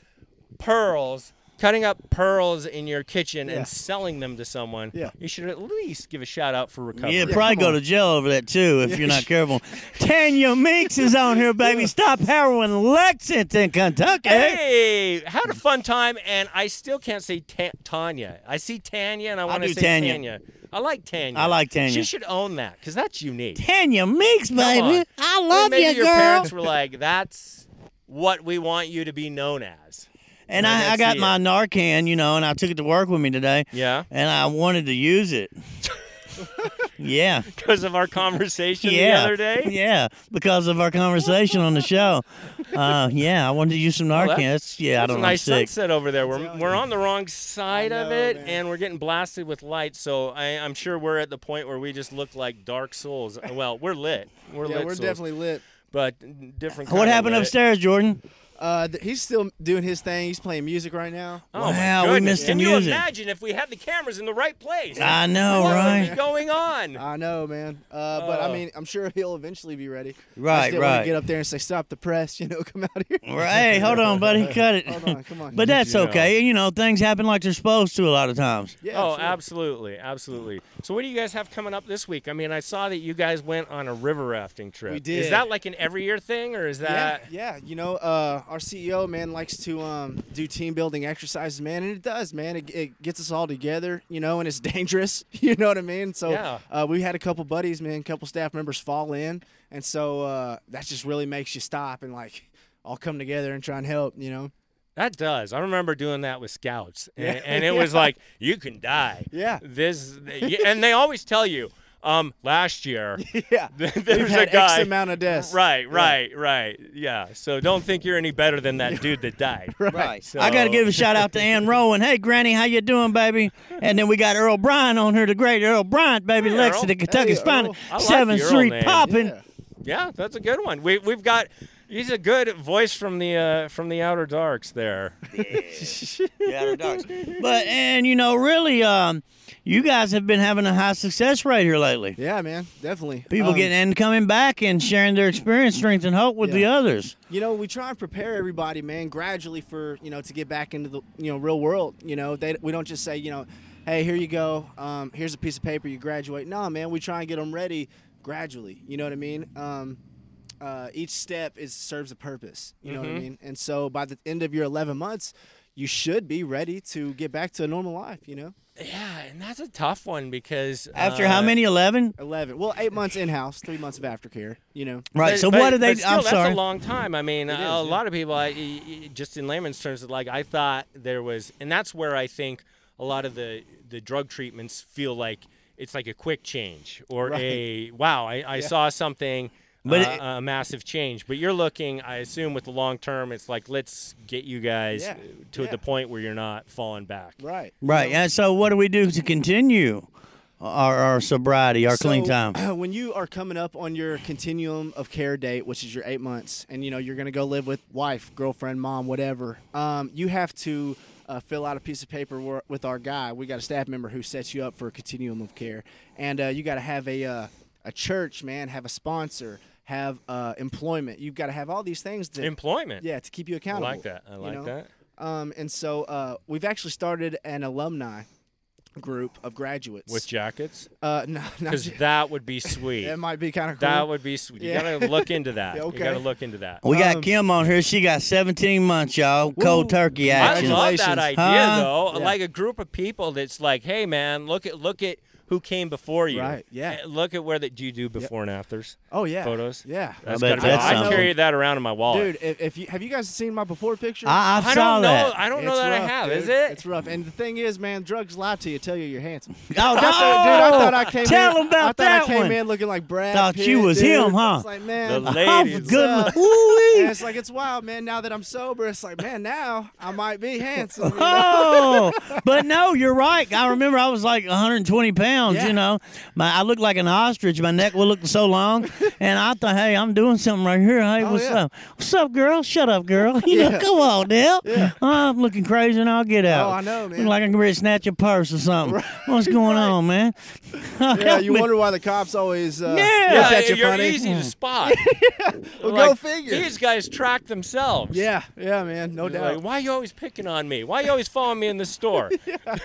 Speaker 3: pearls, cutting up pearls in your kitchen
Speaker 2: Yeah.
Speaker 3: and selling them to someone,
Speaker 2: Yeah.
Speaker 3: you should at least give a shout out for recovery.
Speaker 1: Yeah, probably
Speaker 2: come
Speaker 1: go
Speaker 2: on.
Speaker 1: to jail over that too if you're not careful. Tanya Meeks is on here, baby. Stop heroin, Lexington, Kentucky.
Speaker 3: Hey, had a fun time, and I still can't say ta- Tanya. I see Tanya, and I want to
Speaker 1: do
Speaker 3: say
Speaker 1: Tanya.
Speaker 3: Tanya. I like Tanya.
Speaker 1: I like Tanya.
Speaker 3: She should own that because that's unique.
Speaker 1: Tanya Meeks,
Speaker 3: Come
Speaker 1: baby.
Speaker 3: on.
Speaker 1: I
Speaker 3: Or
Speaker 1: love
Speaker 3: maybe
Speaker 1: you,
Speaker 3: your
Speaker 1: girl.
Speaker 3: parents were like, "That's what we want you to be known as."
Speaker 1: and
Speaker 3: Yeah,
Speaker 1: I, I
Speaker 3: that's
Speaker 1: got
Speaker 3: it.
Speaker 1: my Narcan, you know, and I took it to work with me today.
Speaker 3: Yeah,
Speaker 1: And I wanted to use it. yeah.
Speaker 3: because of our conversation
Speaker 1: Yeah.
Speaker 3: the other day.
Speaker 1: Yeah. Because of our conversation on the show. Uh, yeah, I wanted to use some Narcan.
Speaker 3: Oh, that's-
Speaker 1: That's- yeah, I
Speaker 3: It's
Speaker 1: don't
Speaker 3: a
Speaker 1: know. I'm
Speaker 3: nice
Speaker 1: sick.
Speaker 3: sunset over there. We're,
Speaker 2: telling
Speaker 3: we're
Speaker 2: you.
Speaker 3: on the wrong side of
Speaker 2: know,
Speaker 3: it,
Speaker 2: man.
Speaker 3: and we're getting blasted with lights. So I, I'm sure we're at the point where we just look like dark souls. Uh, Well, we're lit. We're
Speaker 2: Yeah,
Speaker 3: lit.
Speaker 2: we're
Speaker 3: souls,
Speaker 2: definitely lit.
Speaker 3: But different.
Speaker 1: What
Speaker 3: kinda
Speaker 1: happened
Speaker 3: lit.
Speaker 1: upstairs, Jordan?
Speaker 2: Uh, th- he's still doing his thing. He's playing music right now.
Speaker 3: Oh my
Speaker 1: Wow, we
Speaker 3: goodness.
Speaker 1: missed the
Speaker 3: Can
Speaker 1: music.
Speaker 3: you imagine if we had the cameras in the right place?
Speaker 1: I know,
Speaker 3: what would
Speaker 1: right?
Speaker 3: be going on?
Speaker 2: I know, man. Uh, but I
Speaker 3: Oh.
Speaker 2: mean, I'm sure he'll eventually be ready. I
Speaker 1: Right,
Speaker 2: just didn't wanna
Speaker 1: right.
Speaker 2: Get up there and say, "Stop the press!" You know, come out here.
Speaker 1: Hey, hold on, buddy. Cut it.
Speaker 2: Hold on, come on.
Speaker 1: But that's
Speaker 3: you know?
Speaker 1: okay. You know, things happen like they're supposed to a lot of times.
Speaker 2: yeah,
Speaker 3: oh,
Speaker 2: sure.
Speaker 3: absolutely, absolutely. So, what do you guys have coming up this week? I mean, I saw that you guys went on a river rafting trip.
Speaker 2: We did.
Speaker 3: Is that like an every year thing, or is that?
Speaker 2: yeah, yeah, you know, uh, our CEO man likes to um, do team building exercises, man, and it does, man. It, it gets us all together, you know, and it's dangerous. You know what I mean? So
Speaker 3: Yeah.
Speaker 2: uh, we had a couple buddies, man, couple staff members fall in, and so uh, that just really makes you stop and like all come together and try and help, you know?
Speaker 3: That does. I remember doing that with scouts, and,
Speaker 2: Yeah.
Speaker 3: and it was like you can die.
Speaker 2: Yeah.
Speaker 3: This, and they always tell you. Um, last year,
Speaker 2: yeah,
Speaker 3: there
Speaker 2: we've
Speaker 3: was
Speaker 2: had
Speaker 3: a guy.
Speaker 2: X amount of deaths.
Speaker 3: Right, right, right. Yeah. So don't think you're any better than that dude that died.
Speaker 1: Right.
Speaker 3: So-
Speaker 1: I got to give a shout out to Ann Rowan. Hey, Granny, how you doing, baby? And then we got Earl Bryant on here, the great Earl Bryant, baby.
Speaker 3: Hey, Earl.
Speaker 1: Lexington, Kentucky's
Speaker 2: Hey,
Speaker 1: finest.
Speaker 2: Earl.
Speaker 3: I like the
Speaker 1: Seven
Speaker 3: Earl
Speaker 1: Street
Speaker 3: name.
Speaker 1: popping.
Speaker 2: Yeah.
Speaker 3: Yeah, that's a good one. We we've got he's a good voice from the uh, from the outer darks there.
Speaker 1: Yeah, they're dogs. But and you know, really, um, you guys have been having a high success rate here lately.
Speaker 2: Yeah, man, definitely.
Speaker 1: People
Speaker 2: Um,
Speaker 1: getting and coming back and sharing their experience, strength, and hope with the
Speaker 2: Yeah.
Speaker 1: others.
Speaker 2: you know we try and prepare everybody man gradually for you know to get back into the you know real world you know they, we don't just say you know hey here you go um, here's a piece of paper you graduate no man we try and get them ready gradually you know what i mean um, uh, each step is serves a purpose you know what
Speaker 1: Mm-hmm.
Speaker 2: i mean and so by the end of your 11 months you should be ready to get back to a normal life you know
Speaker 3: Yeah, and that's a tough one because
Speaker 1: After
Speaker 3: uh,
Speaker 1: how many? Eleven.
Speaker 2: 11 well eight months in-house three months of aftercare you know
Speaker 1: Right.
Speaker 3: but-
Speaker 1: so
Speaker 3: but-
Speaker 1: what did they?
Speaker 3: but still,
Speaker 1: I'm
Speaker 3: that's
Speaker 1: sorry.
Speaker 3: a long time. I mean, a
Speaker 2: yeah.
Speaker 3: lot of people, I, y- y- just in layman's terms, like I thought there was, and that's where I think a lot of the the drug treatments feel like it's like a quick change or a wow, I, I saw something.
Speaker 1: But
Speaker 3: uh,
Speaker 1: it-
Speaker 3: a massive change, but you're looking. I assume with the long term, it's like let's get you guys
Speaker 2: Yeah,
Speaker 3: to
Speaker 2: yeah.
Speaker 3: the point where you're not falling back.
Speaker 2: right
Speaker 1: Right. And so what do we do to continue our, our sobriety, our clean
Speaker 2: So,
Speaker 1: time?
Speaker 2: When you are coming up on your continuum of care date, which is your eight months, and you know you're going to go live with wife, girlfriend, mom, whatever, um, you have to uh, fill out a piece of paper wor- with our guy. We got a staff member who sets you up for a continuum of care, and uh, you got to have a uh, a church, man, have a sponsor, have uh, employment. You've got to have all these things to
Speaker 3: Employment.
Speaker 2: yeah to keep you
Speaker 3: I
Speaker 2: accountable.
Speaker 3: like that. I
Speaker 2: you
Speaker 3: like
Speaker 2: know?
Speaker 3: that.
Speaker 2: Um, and so uh, we've actually started an alumni group of graduates.
Speaker 3: With jackets,
Speaker 2: uh, no, not
Speaker 3: because
Speaker 2: ju-
Speaker 3: that would be sweet.
Speaker 2: it might be kind of cool.
Speaker 3: That would be sweet. You
Speaker 2: Yeah.
Speaker 3: gotta look into that.
Speaker 2: Yeah,
Speaker 3: You
Speaker 2: okay.
Speaker 3: gotta look into that.
Speaker 1: we got
Speaker 2: um,
Speaker 1: Kim on here. She got 17 months, y'all. Cold
Speaker 2: Woo.
Speaker 1: turkey
Speaker 3: I
Speaker 1: action.
Speaker 3: love
Speaker 2: Congratulations.
Speaker 3: that idea
Speaker 1: Huh?
Speaker 3: though.
Speaker 2: Yeah.
Speaker 3: Like a group of people that's like, hey man, look at look at who came before you.
Speaker 2: Right, yeah.
Speaker 3: Eh, Look at where that do you do before and afters
Speaker 2: Oh yeah.
Speaker 3: photos.
Speaker 2: Yeah.
Speaker 3: That's
Speaker 1: bet
Speaker 3: gotta be-
Speaker 1: that's
Speaker 3: I,
Speaker 1: something.
Speaker 3: carry that around in my wallet.
Speaker 2: Dude, if, if you have you guys seen my before picture?
Speaker 1: I, I, saw
Speaker 3: I don't know.
Speaker 1: that.
Speaker 3: I don't know
Speaker 2: It's
Speaker 3: that I
Speaker 2: rough,
Speaker 3: have.
Speaker 2: dude.
Speaker 3: Is it?
Speaker 2: It's rough. And the thing is, man, drugs lie to you. Tell you you're handsome.
Speaker 1: oh, no.
Speaker 2: I thought, dude, I thought I came
Speaker 1: Tell
Speaker 2: in,
Speaker 1: him about
Speaker 2: I thought
Speaker 1: that
Speaker 2: I came
Speaker 1: one.
Speaker 2: in looking like Brad
Speaker 1: Thought
Speaker 2: Pitt,
Speaker 1: you was
Speaker 2: dude.
Speaker 1: him, huh?
Speaker 2: It's like, man.
Speaker 3: The
Speaker 1: Oh,
Speaker 3: ladies.
Speaker 1: good.
Speaker 2: up? and
Speaker 1: Ooh-wee.
Speaker 2: it's like it's wild, man. Now that I'm sober, it's like, man, now I might be handsome. you know?
Speaker 1: Oh, but no, you're right. I remember I was like 120 pounds.
Speaker 2: Yeah.
Speaker 1: You know, my I looked like an ostrich. My neck was looking so long, and I thought, hey, I'm doing something right here. Hey,
Speaker 2: Oh,
Speaker 1: what's
Speaker 2: yeah.
Speaker 1: up? What's up, girl? Shut up, girl. You know, come on, Dale. Oh, I'm looking crazy, and I'll get out.
Speaker 2: Oh, I know, man.
Speaker 1: Look like I'm ready to snatch a purse or something. What's going on, man?
Speaker 2: Yeah, you wonder why the cops always uh,
Speaker 1: Yeah.
Speaker 2: look
Speaker 1: Yeah,
Speaker 2: at you
Speaker 3: you're
Speaker 2: funny.
Speaker 3: easy to spot.
Speaker 2: Well,
Speaker 3: Like,
Speaker 2: go figure.
Speaker 3: These guys track themselves.
Speaker 2: Yeah, yeah, man, no
Speaker 3: They're
Speaker 2: doubt.
Speaker 3: Like, Why you always picking on me? Why you always following me in the store?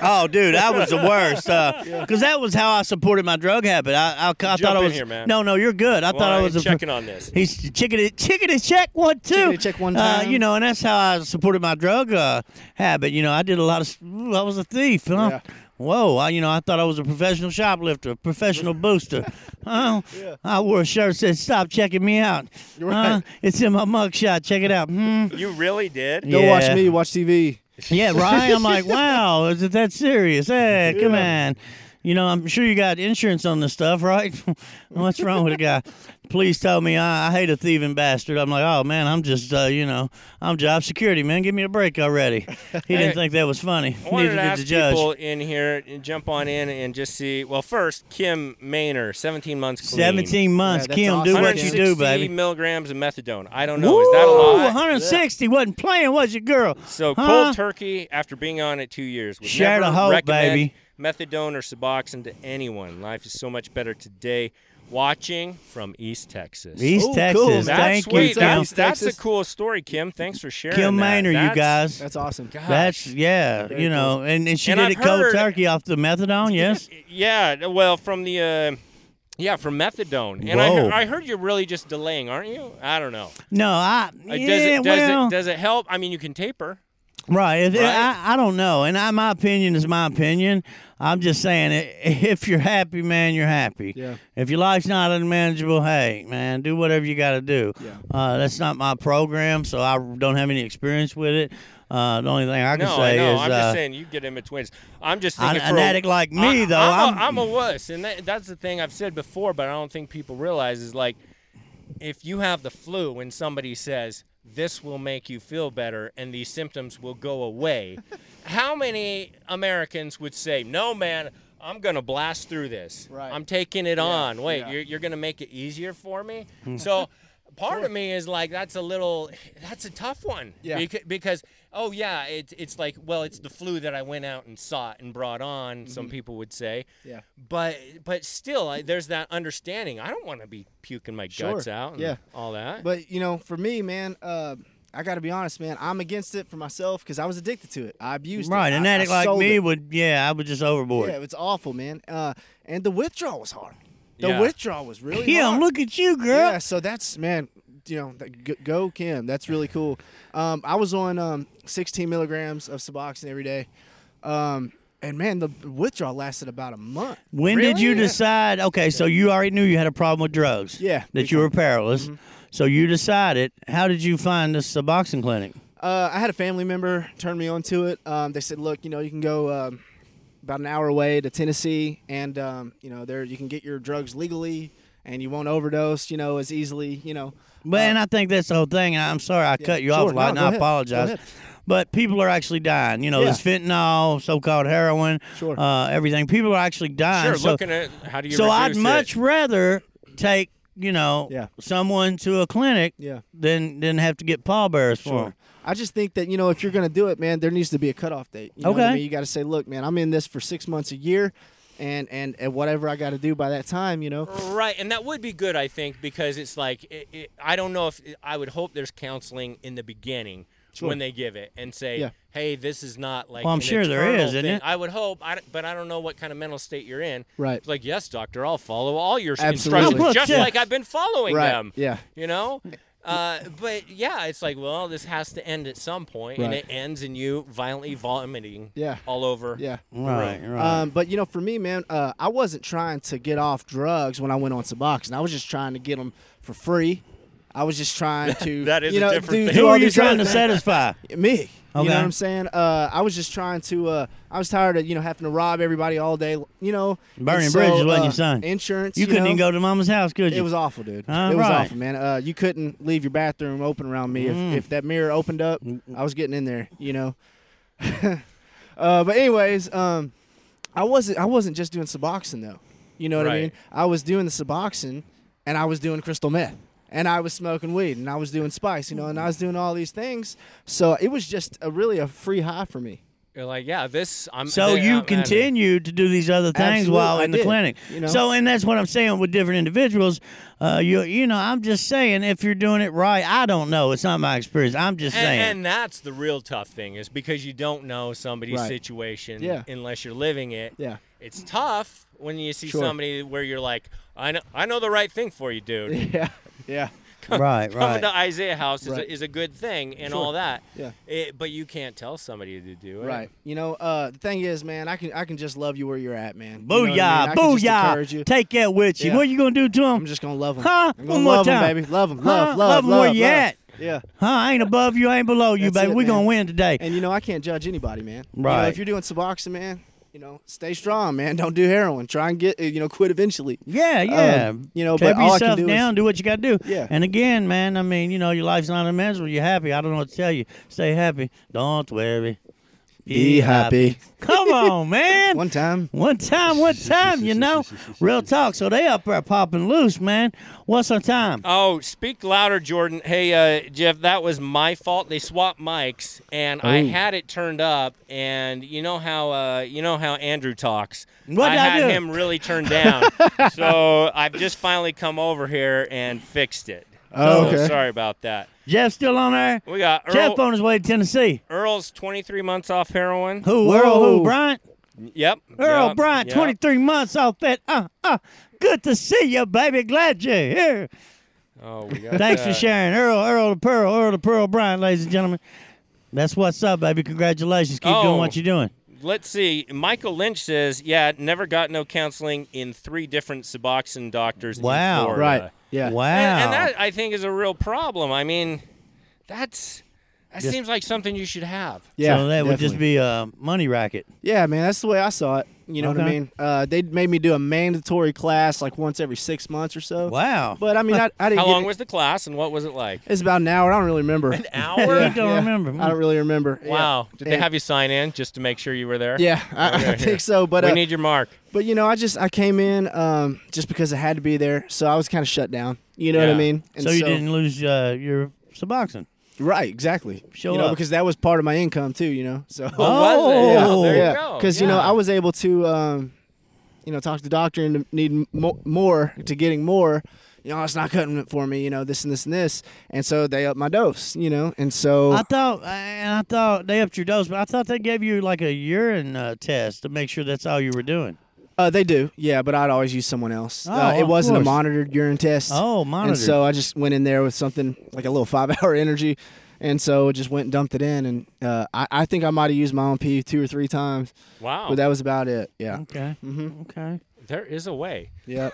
Speaker 1: Oh, dude, I was the worst. Because that was how I supported my drug habit. I, I, I thought I
Speaker 3: in
Speaker 1: was.
Speaker 3: here, man.
Speaker 1: No, no, you're good. I
Speaker 3: Well,
Speaker 1: thought I
Speaker 3: I'm
Speaker 1: was a-
Speaker 3: checking on this.
Speaker 1: He's chickity chickity check one two.
Speaker 2: Chickity check one
Speaker 1: Uh,
Speaker 2: time.
Speaker 1: you know, and that's how I supported my drug uh, habit. You know, I did a lot of. s- Ooh, I was a thief. Huh?
Speaker 2: Yeah.
Speaker 1: Whoa! I, you know, I thought I was a professional shoplifter, professional booster. Oh, I wore a shirt that said "Stop checking me out." Uh,
Speaker 2: Right.
Speaker 1: it's in my mugshot. Check it out. Hmm.
Speaker 3: You really did?
Speaker 2: Don't
Speaker 1: Yeah.
Speaker 2: watch me, watch TV.
Speaker 1: Yeah, right. I'm like, wow, is it that serious? Hey, come on. You know, I'm sure you got insurance on this stuff, right? What's wrong with a guy? Please tell me I, I hate a thieving bastard. I'm like, oh man, I'm just, uh, you know, I'm job security, man. Give me a break already. He didn't
Speaker 3: Hey,
Speaker 1: think that was funny.
Speaker 3: I
Speaker 1: Neither did
Speaker 3: wanted to
Speaker 1: the
Speaker 3: ask
Speaker 1: judge.
Speaker 3: people in here and jump on in and just see. Well, first, Kim Maynor, 17 months clean.
Speaker 1: 17 months,
Speaker 2: Yeah, that's
Speaker 1: Kim, do
Speaker 2: awesome.
Speaker 1: what you do,
Speaker 3: 160
Speaker 1: baby.
Speaker 3: milligrams of methadone. I don't know. Is that a
Speaker 1: Woo,
Speaker 3: lot?
Speaker 1: 160 wasn't playing, was your girl?
Speaker 3: So
Speaker 1: Huh?
Speaker 3: cold turkey after being on it two years. Would
Speaker 1: Share
Speaker 3: never
Speaker 1: the hope,
Speaker 3: recommend
Speaker 1: baby.
Speaker 3: Methadone or Suboxone to anyone. Life is so much better today. Watching from East Texas.
Speaker 1: East
Speaker 2: Ooh,
Speaker 1: Texas,
Speaker 2: cool, man.
Speaker 3: That's
Speaker 1: thank
Speaker 3: sweet.
Speaker 1: you, Kim.
Speaker 3: That's, that's a
Speaker 2: Texas.
Speaker 3: cool story, Kim. Thanks for sharing.
Speaker 1: Kim
Speaker 3: that.
Speaker 1: Maynor, you
Speaker 3: That's-
Speaker 1: guys.
Speaker 2: That's awesome.
Speaker 3: gosh.
Speaker 1: That's yeah,
Speaker 2: Very
Speaker 1: you know, and, and she
Speaker 3: And
Speaker 1: did
Speaker 3: I've
Speaker 1: it cold
Speaker 3: heard-
Speaker 1: turkey off the methadone. Yes,
Speaker 3: yeah. Well, from the uh, yeah from methadone, and I,
Speaker 1: Whoa.
Speaker 3: heard, I heard you're really just delaying, aren't you? I don't know.
Speaker 1: no, I
Speaker 3: Uh,
Speaker 1: yeah,
Speaker 3: does it does
Speaker 1: well,
Speaker 3: it does it help? I mean, you can taper.
Speaker 1: right. If-
Speaker 3: Right?
Speaker 1: I, I don't know, and I, my opinion is my opinion. I'm just saying, i- if you're happy, man, you're happy.
Speaker 2: Yeah.
Speaker 1: If your life's not unmanageable, hey, man, do whatever you got to do.
Speaker 2: Yeah.
Speaker 1: Uh, that's not my program, so I don't have any experience with it. Uh, the only thing I can
Speaker 3: No, I
Speaker 1: say
Speaker 3: know.
Speaker 1: is,
Speaker 3: I'm
Speaker 1: uh,
Speaker 3: just saying you get in between. I'm just
Speaker 1: an,
Speaker 3: thinking for
Speaker 1: an
Speaker 3: a-
Speaker 1: addict like me,
Speaker 3: I,
Speaker 1: though,
Speaker 3: I'm,
Speaker 1: I'm-
Speaker 3: a, I'm a wuss, and that, that's the thing I've said before, but I don't think people realize is like, if you have the flu and somebody says this will make you feel better and these symptoms will go away, how many Americans would say, "No, man, I'm gonna blast through this.
Speaker 2: Right.
Speaker 3: I'm taking it on. Wait,
Speaker 2: yeah.
Speaker 3: you're, you're gonna make it easier for me." so. Part of me is like that's a little, that's a tough one.
Speaker 2: Yeah.
Speaker 3: Beca- because oh yeah, it's it's like well, it's the flu that I went out and sought and brought on. Some people would say.
Speaker 2: Yeah.
Speaker 3: But but still, I, there's that understanding. I don't want to be puking my
Speaker 2: Sure,
Speaker 3: guts out. And
Speaker 2: yeah.
Speaker 3: All that.
Speaker 2: But you know, for me, man, uh, I got to be honest, man. I'm against it for myself because I was addicted to it. I abused it.
Speaker 1: right,
Speaker 2: I-
Speaker 1: an
Speaker 2: I
Speaker 1: addict like
Speaker 2: sold
Speaker 1: me
Speaker 2: it.
Speaker 1: would, yeah, I would just overboard.
Speaker 2: Yeah, it's awful, man. Uh, and the withdrawal was hard. The
Speaker 3: Yeah.
Speaker 2: withdrawal was really
Speaker 1: Kim,
Speaker 2: hard.
Speaker 1: look at you, girl.
Speaker 2: Yeah, so that's man, you know, that, g- go Kim. That's really cool. Um, I was on um, 16 milligrams of Suboxone every day, um, and man, the withdrawal lasted about a month.
Speaker 1: When did
Speaker 3: Really?
Speaker 1: you
Speaker 3: Yeah.
Speaker 1: decide? Okay, so you already knew you had a problem with drugs.
Speaker 2: Yeah,
Speaker 1: That
Speaker 2: big Mm-hmm.
Speaker 1: you were powerless. So you decided. How did you find this Suboxone clinic?
Speaker 2: Uh, I had a family member turn me on to it. Um, they said, look, you know, you can go um, about an hour away to Tennessee, and um, you know, there you can get your drugs legally, and you won't overdose, you know, as easily, you know.
Speaker 1: But and I think that's the whole thing. And I'm sorry I cut you
Speaker 2: Uh, sure.
Speaker 1: off a lot,
Speaker 2: No,
Speaker 1: and I
Speaker 2: go ahead. Go
Speaker 1: apologize.
Speaker 2: ahead.
Speaker 1: But people are actually dying. You know,
Speaker 2: Yeah.
Speaker 1: this fentanyl, so-called heroin,
Speaker 2: Sure.
Speaker 1: uh, everything. People are actually dying.
Speaker 3: sure.
Speaker 1: so
Speaker 3: looking at how do you?
Speaker 1: so I'd
Speaker 3: reduce
Speaker 1: much
Speaker 3: It?
Speaker 1: rather take you know
Speaker 2: Yeah.
Speaker 1: someone to a clinic
Speaker 2: Yeah.
Speaker 1: than than have to get pallbearers for them.
Speaker 2: I just think that you know if you're going to do it, man, there needs to be a cutoff date. You know what I
Speaker 1: Okay.
Speaker 2: mean? you got to say, look, man, I'm in this for six months a year, and and, and whatever I got to do by that time, you know.
Speaker 3: Right, and that would be good, I think, because it's like it, it, I don't know if I would hope there's counseling in the beginning when they give it and say,
Speaker 2: Yeah.
Speaker 3: "Hey, this is not like."
Speaker 1: Well, I'm
Speaker 3: an
Speaker 1: sure there
Speaker 3: eternal
Speaker 1: is, isn't
Speaker 3: thing."
Speaker 1: it?
Speaker 3: I would hope, I, don't- but I don't know what kind of mental state you're in.
Speaker 2: Right.
Speaker 3: It's like, yes, doctor, I'll follow all your
Speaker 2: Absolutely.
Speaker 3: instructions,
Speaker 1: Oh, look,
Speaker 3: just
Speaker 1: yeah.
Speaker 3: like I've been following
Speaker 2: Right,
Speaker 3: them.
Speaker 2: yeah.
Speaker 3: you know. Uh, but yeah, it's like, well, this has to end at some point, and
Speaker 2: Right.
Speaker 3: it ends in you violently vomiting
Speaker 2: Yeah.
Speaker 3: all over.
Speaker 2: Yeah.
Speaker 1: Right, right.
Speaker 2: Um, but you know, for me, man, uh, I wasn't trying to get off drugs when I went on Suboxone. I was just trying to get them for free. I was just trying to
Speaker 3: That is
Speaker 2: you
Speaker 3: a
Speaker 2: know,
Speaker 3: different
Speaker 2: do,
Speaker 3: thing.
Speaker 2: do
Speaker 1: Who
Speaker 2: all
Speaker 1: are you
Speaker 2: these
Speaker 1: trying to
Speaker 2: other-
Speaker 1: satisfy?
Speaker 2: Me. You
Speaker 1: Okay.
Speaker 2: know what I'm saying? Uh, I was just trying to. Uh, I was tired of you know having to rob everybody all day. You know,
Speaker 1: Burning
Speaker 2: And so,
Speaker 1: bridges wasn't
Speaker 2: uh,
Speaker 1: your son.
Speaker 2: Insurance.
Speaker 1: You,
Speaker 2: You,
Speaker 1: couldn't
Speaker 2: know?
Speaker 1: even go to mama's house, could you?
Speaker 2: It was awful, dude.
Speaker 1: All
Speaker 2: it was
Speaker 1: right.
Speaker 2: awful, man. Uh, you couldn't leave your bathroom open around me. If, if that mirror opened up, I was getting in there, you know. uh, but anyways, um, I wasn't I wasn't just doing Suboxone though. You know what I
Speaker 3: Right.
Speaker 2: mean? I was doing the Suboxone and I was doing crystal meth. And I was smoking weed and I was doing spice, you know, and I was doing all these things. So it was just a really a free high for me.
Speaker 3: You're like, yeah, this. I'm
Speaker 1: So
Speaker 3: I'm-
Speaker 1: you
Speaker 3: I'm-
Speaker 1: continued to do these other things
Speaker 2: Absolutely,
Speaker 1: while
Speaker 2: I
Speaker 1: in the
Speaker 2: did,
Speaker 1: clinic.
Speaker 2: you know?
Speaker 1: So, and that's what I'm saying with different individuals. Uh, you you know, I'm just saying if you're doing it right, I don't know. It's not my experience. I'm just
Speaker 3: And,
Speaker 1: saying.
Speaker 3: and that's the real tough thing is because you don't know somebody's
Speaker 2: Right.
Speaker 3: situation
Speaker 2: Yeah.
Speaker 3: unless you're living it.
Speaker 2: Yeah.
Speaker 3: It's tough when you see
Speaker 2: Sure.
Speaker 3: somebody where you're like, I know, I know the right thing for you, dude.
Speaker 2: Yeah. Yeah.
Speaker 1: right,
Speaker 3: Coming
Speaker 1: right.
Speaker 3: to Isaiah House is,
Speaker 2: Right.
Speaker 3: a, is a good thing and
Speaker 2: Sure.
Speaker 3: all that.
Speaker 2: Yeah.
Speaker 3: It, but you can't tell somebody to do it.
Speaker 2: Right. You know, uh, the thing is, man, I can I can just love you where you're at, man. You know what I mean?
Speaker 1: Booyah,
Speaker 2: I can just
Speaker 1: booyah.
Speaker 2: encourage you.
Speaker 1: Take that with you.
Speaker 2: Yeah.
Speaker 1: What you going to do to him?
Speaker 2: I'm just gonna love them.
Speaker 1: Huh?
Speaker 2: I'm
Speaker 1: One
Speaker 2: gonna
Speaker 1: more
Speaker 2: love 'em,
Speaker 1: time.
Speaker 2: baby. Love them.
Speaker 1: Huh?
Speaker 2: Love, love,
Speaker 1: Love 'em
Speaker 2: love,
Speaker 1: where
Speaker 2: love.
Speaker 1: you at.
Speaker 2: Yeah.
Speaker 1: Huh? I ain't above you. I ain't below you,
Speaker 2: That's
Speaker 1: baby.
Speaker 2: it,
Speaker 1: We're going
Speaker 2: man.
Speaker 1: to win today.
Speaker 2: And you know, I can't judge anybody, man. You know,
Speaker 1: Right.
Speaker 2: if you're doing Suboxone, man, you know, stay strong, man. Don't do heroin. Try and get, uh, you know, quit eventually.
Speaker 1: Yeah, yeah.
Speaker 2: Um, you know,
Speaker 1: Taper
Speaker 2: but all I can
Speaker 1: Oh, yourself
Speaker 2: do is-
Speaker 1: down, do what you got to do.
Speaker 2: Yeah.
Speaker 1: And again, man, I mean, you know, your life's not immeasurable. You're happy. I don't know what to tell you. Stay happy. Don't worry.
Speaker 2: Be happy.
Speaker 1: Come on, man.
Speaker 2: One time.
Speaker 1: One time, one time, you know? Real talk. So they up there popping loose, man. What's our time?
Speaker 3: Oh, speak louder, Jordan. Hey, uh, Jeff, that was my fault. They swapped mics, and I
Speaker 1: Oh.
Speaker 2: Ooh.
Speaker 3: had it turned up. And you know how uh, you know how Andrew talks.
Speaker 1: What'd
Speaker 3: I
Speaker 1: I do?
Speaker 3: had him really turned down, so I've just finally come over here and fixed it.
Speaker 2: Oh,
Speaker 3: So
Speaker 2: okay.
Speaker 3: sorry about that.
Speaker 1: Jeff still on there?
Speaker 3: We got
Speaker 1: Jeff
Speaker 3: Earl,
Speaker 1: on his way to Tennessee.
Speaker 3: Earl's 23 months off heroin.
Speaker 1: Who? Earl who?
Speaker 2: Whoa.
Speaker 1: Bryant?
Speaker 3: Yep.
Speaker 1: Earl
Speaker 3: yep,
Speaker 1: Bryant,
Speaker 3: yep.
Speaker 1: 23 months off that. Uh, uh. Good to see you, baby. Glad you're here.
Speaker 3: Oh, we got
Speaker 1: Thanks for
Speaker 3: that.
Speaker 1: sharing. Earl, Earl the Pearl, Earl the Pearl Bryant, ladies and gentlemen. That's what's up, baby. Congratulations. Keep doing
Speaker 3: Oh.
Speaker 1: what you're doing.
Speaker 3: Let's see. Michael Lynch says, "Yeah, never got no counseling in three different Suboxone doctors." in
Speaker 1: Wow.
Speaker 3: Florida."
Speaker 2: Right. Yeah.
Speaker 1: Wow.
Speaker 3: And, and that I think is a real problem. I mean, that's that
Speaker 1: Yes.
Speaker 3: seems like something you should have.
Speaker 2: Yeah.
Speaker 1: so that would just
Speaker 2: definitely.
Speaker 1: be a money racket.
Speaker 2: Yeah, man, that's the way I saw it. You know what I
Speaker 1: Okay.
Speaker 2: mean? Uh, they made me do a mandatory class like once every six months or so.
Speaker 1: Wow.
Speaker 2: But I mean, I, I didn't.
Speaker 3: How
Speaker 2: get
Speaker 3: long
Speaker 2: it.
Speaker 3: was the class and what was it like?
Speaker 2: It's about an hour. I don't really remember. An
Speaker 3: hour?
Speaker 1: You don't remember.
Speaker 2: I don't really remember. Yeah.
Speaker 3: Wow. Did they
Speaker 2: And-
Speaker 3: have you sign in just to make sure you were there?
Speaker 2: Yeah, I, I think so. But
Speaker 3: we
Speaker 2: uh,
Speaker 3: need your mark.
Speaker 2: But you know, I just I came in um, just because I had to be there, so I was kind of shut down. You know what
Speaker 3: Yeah.
Speaker 2: I mean? And
Speaker 1: so you didn't lose uh, your Suboxone.
Speaker 2: right? Exactly.
Speaker 1: Show
Speaker 2: you know,
Speaker 1: up.
Speaker 2: because that was part of my income too. You know, so
Speaker 3: Oh, was
Speaker 1: Oh,
Speaker 3: it? Yeah, there
Speaker 2: yeah,
Speaker 3: you go.
Speaker 2: because you know
Speaker 3: Yeah.
Speaker 2: I was able to um, you know talk to the doctor and need mo- more to getting more. You know, it's not cutting it for me. You know, this and this and this, and so they up my dose. You know, and so
Speaker 1: I thought, uh, and I thought they upped your dose, but I thought they gave you like a urine uh, test to make sure that's all you were doing.
Speaker 2: uh, they do, yeah. But I'd always use someone else.
Speaker 1: Oh,
Speaker 2: uh, it
Speaker 1: of
Speaker 2: wasn't
Speaker 1: course.
Speaker 2: a monitored urine test.
Speaker 1: Oh, monitor.
Speaker 2: And so I just went in there with something like a little five hour energy. And so just went and dumped it in. And uh, I, I think I might have used my own pee two or three times,
Speaker 3: Wow.
Speaker 2: but that was about it. Yeah.
Speaker 1: okay. Okay.
Speaker 3: there is a way.
Speaker 2: Yep.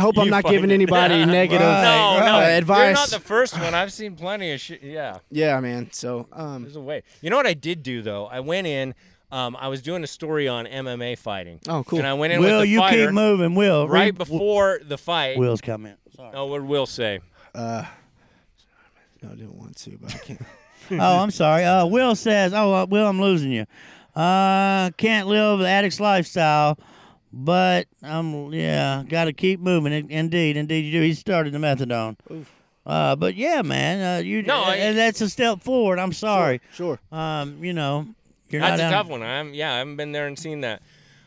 Speaker 2: hope
Speaker 3: You
Speaker 2: I'm not
Speaker 3: find
Speaker 2: giving
Speaker 3: it.
Speaker 2: anybody negative
Speaker 1: Right,
Speaker 3: no,
Speaker 1: right.
Speaker 3: no.
Speaker 2: uh,
Speaker 3: You're not
Speaker 2: advice.
Speaker 3: the first one. I've seen plenty of shit. Yeah.
Speaker 2: yeah, man. So, um,
Speaker 3: There's a way. You know what I did do though? I went in. Um, I was doing a story on MMA fighting.
Speaker 2: Oh, cool.
Speaker 3: And I went in
Speaker 1: Will,
Speaker 3: with the
Speaker 1: you
Speaker 3: fighter
Speaker 1: keep moving. Will.
Speaker 3: right
Speaker 1: read
Speaker 3: before the fight.
Speaker 1: Will's comment. Sorry.
Speaker 3: Oh, what Will say?
Speaker 2: no, I didn't want to, but I can't.
Speaker 1: oh, I'm sorry. Uh, Will says, "Oh, uh, Will, I'm losing you. Uh, can't live the addict's lifestyle, but I'm yeah, got to keep moving. In- Indeed, indeed, you do. He started the methadone. Uh, but yeah, man, uh, you
Speaker 3: No, I-
Speaker 1: and that's a step forward. I'm sorry.
Speaker 2: Sure.
Speaker 1: Um, you know, you're
Speaker 3: That's
Speaker 1: not
Speaker 3: a
Speaker 1: out-
Speaker 3: tough one. I haven't, yeah, I haven't been there and seen that.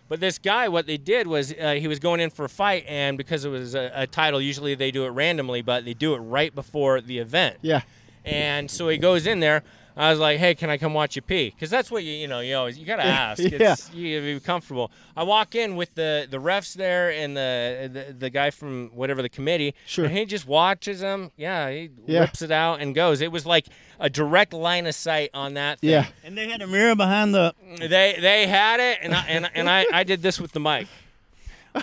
Speaker 3: But this guy, what they did was uh, he was going in for a fight, and because it was a, a title, usually they do it randomly, but they do it right before the event.
Speaker 2: Yeah.
Speaker 3: And so he goes in there. I was like, "Hey, can I come watch you pee?" Because that's what you you know you always you gotta ask.
Speaker 2: Yeah.
Speaker 3: It's, you gotta be comfortable. I walk in with the the refs there and the the, the guy from whatever the committee.
Speaker 2: Sure.
Speaker 3: And he just watches them. Yeah. He
Speaker 2: Yeah.
Speaker 3: whips it out and goes. It was like a direct line of sight on that. Thing.
Speaker 2: Yeah.
Speaker 1: And they had a mirror behind the
Speaker 3: They they had it, and I, and and I, I did this with the mic.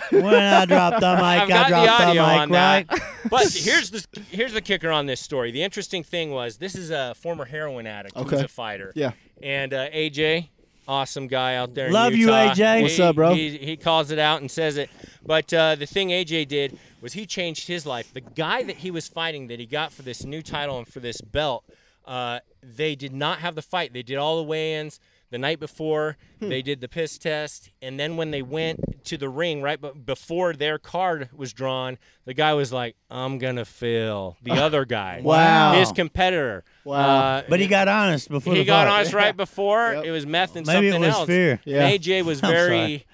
Speaker 1: when I dropped the mic.
Speaker 3: I've got
Speaker 1: I dropped
Speaker 3: the audio
Speaker 1: mic,
Speaker 3: on
Speaker 1: right?
Speaker 3: that. But here's the here's the kicker on this story. The interesting thing was this is a former heroin addict who was
Speaker 2: Okay.
Speaker 3: a fighter.
Speaker 2: Yeah.
Speaker 3: And uh, AJ, awesome guy out there. in
Speaker 1: Love you,
Speaker 3: Utah.
Speaker 1: AJ.
Speaker 2: What's up, bro?
Speaker 3: He, he calls it out and says it. But uh, the thing AJ did was he changed his life. The guy that he was fighting that he got for this new title and for this belt. Uh, they did not have the fight. They did all the weigh-ins the night before. They did the piss test, and then when they went to the ring, right, but before their card was drawn, the guy was like, "I'm gonna fill the other guy,
Speaker 1: Wow.
Speaker 3: his competitor."
Speaker 2: Wow.
Speaker 3: Uh,
Speaker 1: But he got honest before
Speaker 3: he
Speaker 1: the
Speaker 3: got
Speaker 1: fight.
Speaker 3: honest right before.
Speaker 2: Yep.
Speaker 3: It was meth and
Speaker 1: Maybe it
Speaker 3: something
Speaker 1: was
Speaker 3: else.
Speaker 1: fear.
Speaker 2: Yeah.
Speaker 3: And AJ was
Speaker 1: I'm
Speaker 3: very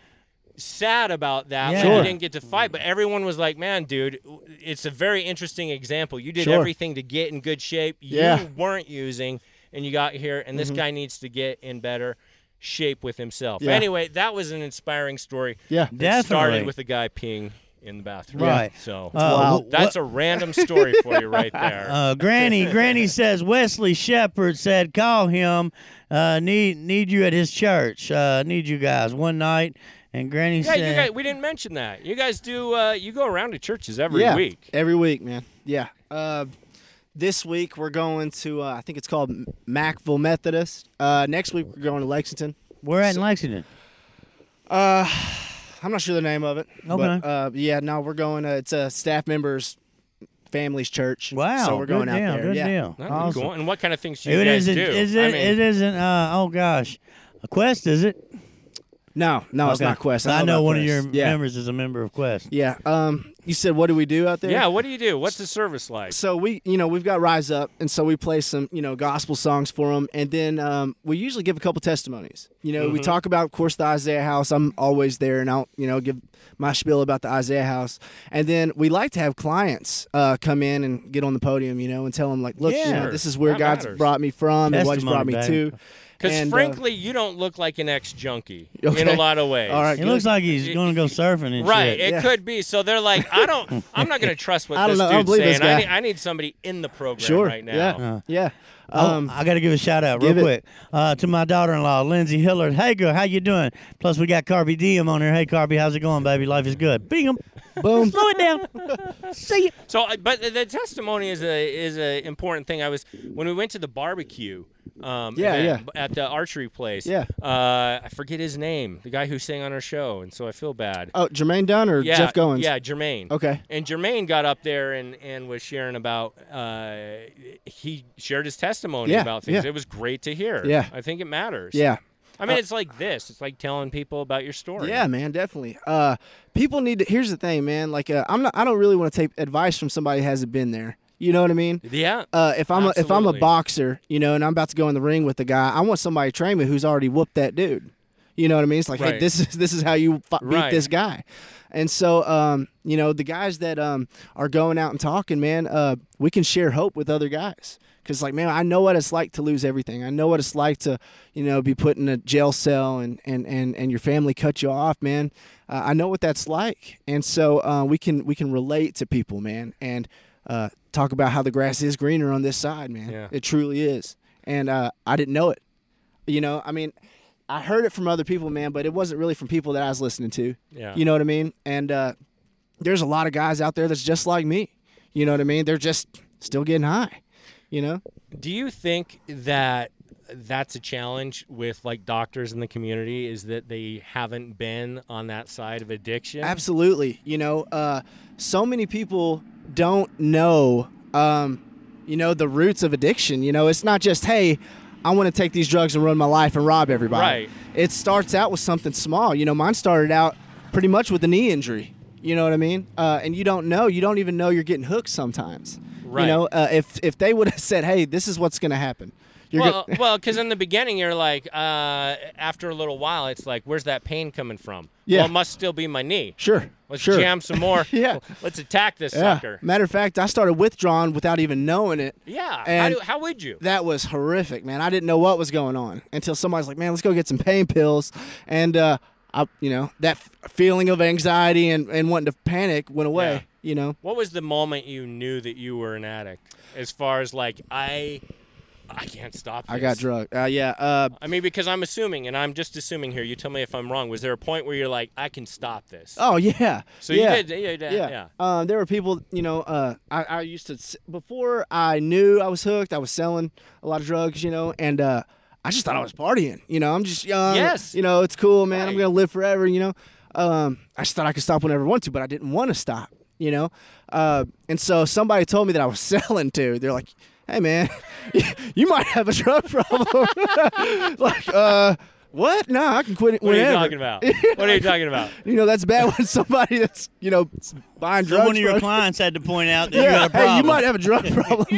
Speaker 3: sad about that.
Speaker 1: Yeah.
Speaker 3: when
Speaker 1: Sure.
Speaker 3: He didn't get to fight, but everyone was like, "Man, dude, it's a very interesting example. You did
Speaker 2: Sure.
Speaker 3: everything to get in good shape. You
Speaker 2: Yeah. Mm-hmm.
Speaker 3: weren't using, and you got here. And this guy needs to get in better." Shape with himself.
Speaker 2: Yeah.
Speaker 3: Anyway, that was an inspiring story.
Speaker 2: Yeah.
Speaker 3: that
Speaker 1: Definitely.
Speaker 3: started with a guy peeing in the bathroom.
Speaker 1: Right.
Speaker 3: So
Speaker 1: Uh,
Speaker 2: Wow.
Speaker 1: wh-
Speaker 3: that's a random story for you right there.
Speaker 1: Uh, Granny, Granny says Wesley Shepherd said call him. Uh, need need you at his church. Uh, need you guys one night. And Granny
Speaker 3: Yeah,
Speaker 1: said,
Speaker 3: you guys, we didn't mention that. You guys do. Uh, you go around to churches every
Speaker 2: yeah,
Speaker 3: week.
Speaker 2: Every week, man. Yeah. Uh, this week we're going to uh, I think it's called M- Mackville Methodist. Uh, next week we're going to Lexington.
Speaker 1: "We're at in Lexington."
Speaker 2: Uh, I'm not sure the name of it. But,
Speaker 1: Okay.
Speaker 2: uh, yeah, no, we're going. To, it's a staff members' families church.
Speaker 1: Wow,
Speaker 2: So we're going
Speaker 1: good
Speaker 2: out
Speaker 1: deal,
Speaker 2: there.
Speaker 1: Good
Speaker 2: yeah.
Speaker 1: deal.
Speaker 3: That'd be
Speaker 1: Awesome.
Speaker 3: cool. And what kind of things do you
Speaker 1: It
Speaker 3: guys
Speaker 1: isn't.
Speaker 3: do?
Speaker 1: Is it?
Speaker 3: I mean,
Speaker 1: it isn't. Uh, oh gosh, a Quest is it?
Speaker 2: No, no, it's
Speaker 1: Okay.
Speaker 2: not Quest.
Speaker 1: I, know
Speaker 2: about
Speaker 1: one
Speaker 2: Quest.
Speaker 1: of your
Speaker 2: yeah.
Speaker 1: members is a member of Quest.
Speaker 2: Yeah. Um, you said what do we do out there?
Speaker 3: yeah. What do you do? What's the service like?
Speaker 2: So we, you know, we've got Rise Up, and so we play some, you know, gospel songs for them, and then um, we usually give a couple testimonies. You know,
Speaker 3: Mm-hmm.
Speaker 2: we talk about, of course, the Isaiah House. I'm always there, and I'll, you know, give my spiel about the Isaiah House, and then we like to have clients uh, come in and get on the podium, you know, and tell them like, look, you know,
Speaker 1: Yeah.
Speaker 2: this is where
Speaker 3: That
Speaker 2: God's
Speaker 3: matters.
Speaker 2: brought me from, and what He's brought
Speaker 1: Testimony,
Speaker 2: me
Speaker 1: baby.
Speaker 2: to.
Speaker 3: Because
Speaker 2: And, uh,
Speaker 3: frankly, you don't look like an ex junkie in
Speaker 2: Okay.
Speaker 3: a lot of ways.
Speaker 2: all right,
Speaker 1: It
Speaker 2: good.
Speaker 1: looks like he's
Speaker 3: It-
Speaker 1: going to go surfing and
Speaker 3: Right,
Speaker 1: shit.
Speaker 3: it
Speaker 2: Yeah.
Speaker 3: could be. So they're like, I don't, I'm not going to trust what
Speaker 2: I don't
Speaker 3: this
Speaker 2: know, I don't
Speaker 3: dude's
Speaker 2: believe
Speaker 3: saying.
Speaker 2: this
Speaker 3: I,
Speaker 2: guy.
Speaker 3: need, I need somebody in the program
Speaker 2: sure,
Speaker 3: right now.
Speaker 2: yeah, yeah.
Speaker 1: Oh,
Speaker 2: Um,
Speaker 1: I got to give a shout out real
Speaker 2: give
Speaker 1: quick
Speaker 2: it-
Speaker 1: uh, to my daughter-in-law, Lindsay Hillard. Hey, girl, how you doing? Plus, we got Carby Diem on here. Hey, Carby, how's it going, baby? Life is good. Bingham,
Speaker 2: boom.
Speaker 1: slow it down. See you.
Speaker 3: So, I- but the- the testimony is a is a important thing. I was when we went to the barbecue. Um,
Speaker 2: Yeah,
Speaker 3: event At the archery place.
Speaker 2: Yeah.
Speaker 3: Uh, I forget his name, the guy who sang on our show, and so I feel bad.
Speaker 2: Oh, Jermaine Dunn or
Speaker 3: yeah,
Speaker 2: Jeff Goins?
Speaker 3: Yeah, Jermaine.
Speaker 2: Okay.
Speaker 3: And Jermaine got up there and, and was sharing about uh, he shared his testimony
Speaker 2: Yeah,
Speaker 3: about things.
Speaker 2: yeah.
Speaker 3: It was great to hear.
Speaker 2: Yeah.
Speaker 3: I think it matters.
Speaker 2: Yeah. Uh,
Speaker 3: I mean, it's like this. It's like telling people about your story.
Speaker 2: Yeah, man, definitely. Uh, people need to. Here's the thing, man. Like, uh, I'm not. I don't really want to take advice from somebody who hasn't been there. You know what I mean?
Speaker 3: Yeah.
Speaker 2: Uh, if I'm a, if I'm a
Speaker 3: Absolutely.
Speaker 2: boxer, you know, and I'm about to go in the ring with the guy, I want somebody to train me who's already whooped that dude. You know what I mean? It's like, hey,
Speaker 3: Right.
Speaker 2: this is this is how you f- beat
Speaker 3: Right.
Speaker 2: this guy. And so, um, you know, the guys that um, are going out and talking, man, uh, we can share hope with other guys. Cause like, man, I know what it's like to lose everything. I know what it's like to, you know, be put in a jail cell and and and, and your family cut you off, man. Uh, I know what that's like. And so uh, we can we can relate to people, man, and uh, talk about how the grass is greener on this side, man.
Speaker 3: Yeah.
Speaker 2: It truly is. And uh, I didn't know it. You know, I mean, I heard it from other people, man, but it wasn't really from people that I was listening to.
Speaker 3: Yeah.
Speaker 2: You know what I mean? And uh, there's a lot of guys out there that's just like me. You know what I mean? They're just still getting high. You know?
Speaker 3: Do you think that that's a challenge with like doctors in the community is that they haven't been on that side of addiction?
Speaker 2: Absolutely. You know, uh, so many people don't know, um, you know, the roots of addiction. You know, it's not just, hey, I want to take these drugs and ruin my life and rob everybody.
Speaker 3: Right.
Speaker 2: It starts out with something small. You know, mine started out pretty much with a knee injury. You know what I mean? Uh, and you don't know. You don't even know you're getting hooked sometimes.
Speaker 3: Right.
Speaker 2: You know, uh, if if they would have said, hey, this is what's going to happen. You're
Speaker 3: well,
Speaker 2: go-
Speaker 3: well, because in the beginning you're like, uh, after a little while, it's like, where's that pain coming from?
Speaker 2: Yeah.
Speaker 3: Well, it must still be my knee.
Speaker 2: sure.
Speaker 3: Let's
Speaker 2: sure.
Speaker 3: jam some more.
Speaker 2: Yeah.
Speaker 3: Let's attack this
Speaker 2: Yeah.
Speaker 3: sucker.
Speaker 2: Matter of fact, I started withdrawing without even knowing it.
Speaker 3: Yeah. how,
Speaker 2: And-
Speaker 3: do, how would you?
Speaker 2: That was horrific, man. I didn't know what was going on until somebody's like, "Man, let's go get some pain pills," and uh, I, you know, that f- feeling of anxiety and, and wanting to panic went away.
Speaker 3: Yeah.
Speaker 2: You know,
Speaker 3: What was the moment you knew that you were an addict? As far as like, I, I can't stop. This.
Speaker 2: I got drugged. Uh, yeah, uh,
Speaker 3: I mean, because I'm assuming, and I'm just assuming here. You tell me if I'm wrong. Was there a point where you're like, I can stop this?
Speaker 2: Oh yeah.
Speaker 3: So you
Speaker 2: yeah.
Speaker 3: did- yeah, you did- yeah.
Speaker 2: Um, there were people, you know. Uh, I, I used to s- before I knew I was hooked. I was selling a lot of drugs, you know, and uh, I just thought I was partying. You know, I'm just young.
Speaker 3: Yes.
Speaker 2: You know, it's cool, man. I'm
Speaker 3: Right.
Speaker 2: gonna live forever. You know, um, I just thought I could stop whenever I want to, but I didn't want to stop. You know, uh, and so somebody told me that I was selling to. They're like, hey man, you might have a drug problem. like, uh, what? No, I can quit it
Speaker 3: What are you
Speaker 2: whenever.
Speaker 3: talking about? What are you talking about?
Speaker 2: You know that's bad when somebody that's you know buying
Speaker 1: So
Speaker 2: drugs.
Speaker 1: one of your
Speaker 2: from-
Speaker 1: clients had to point out that you
Speaker 2: yeah,
Speaker 1: had a problem.
Speaker 2: hey, you might have a drug problem,
Speaker 1: Yeah.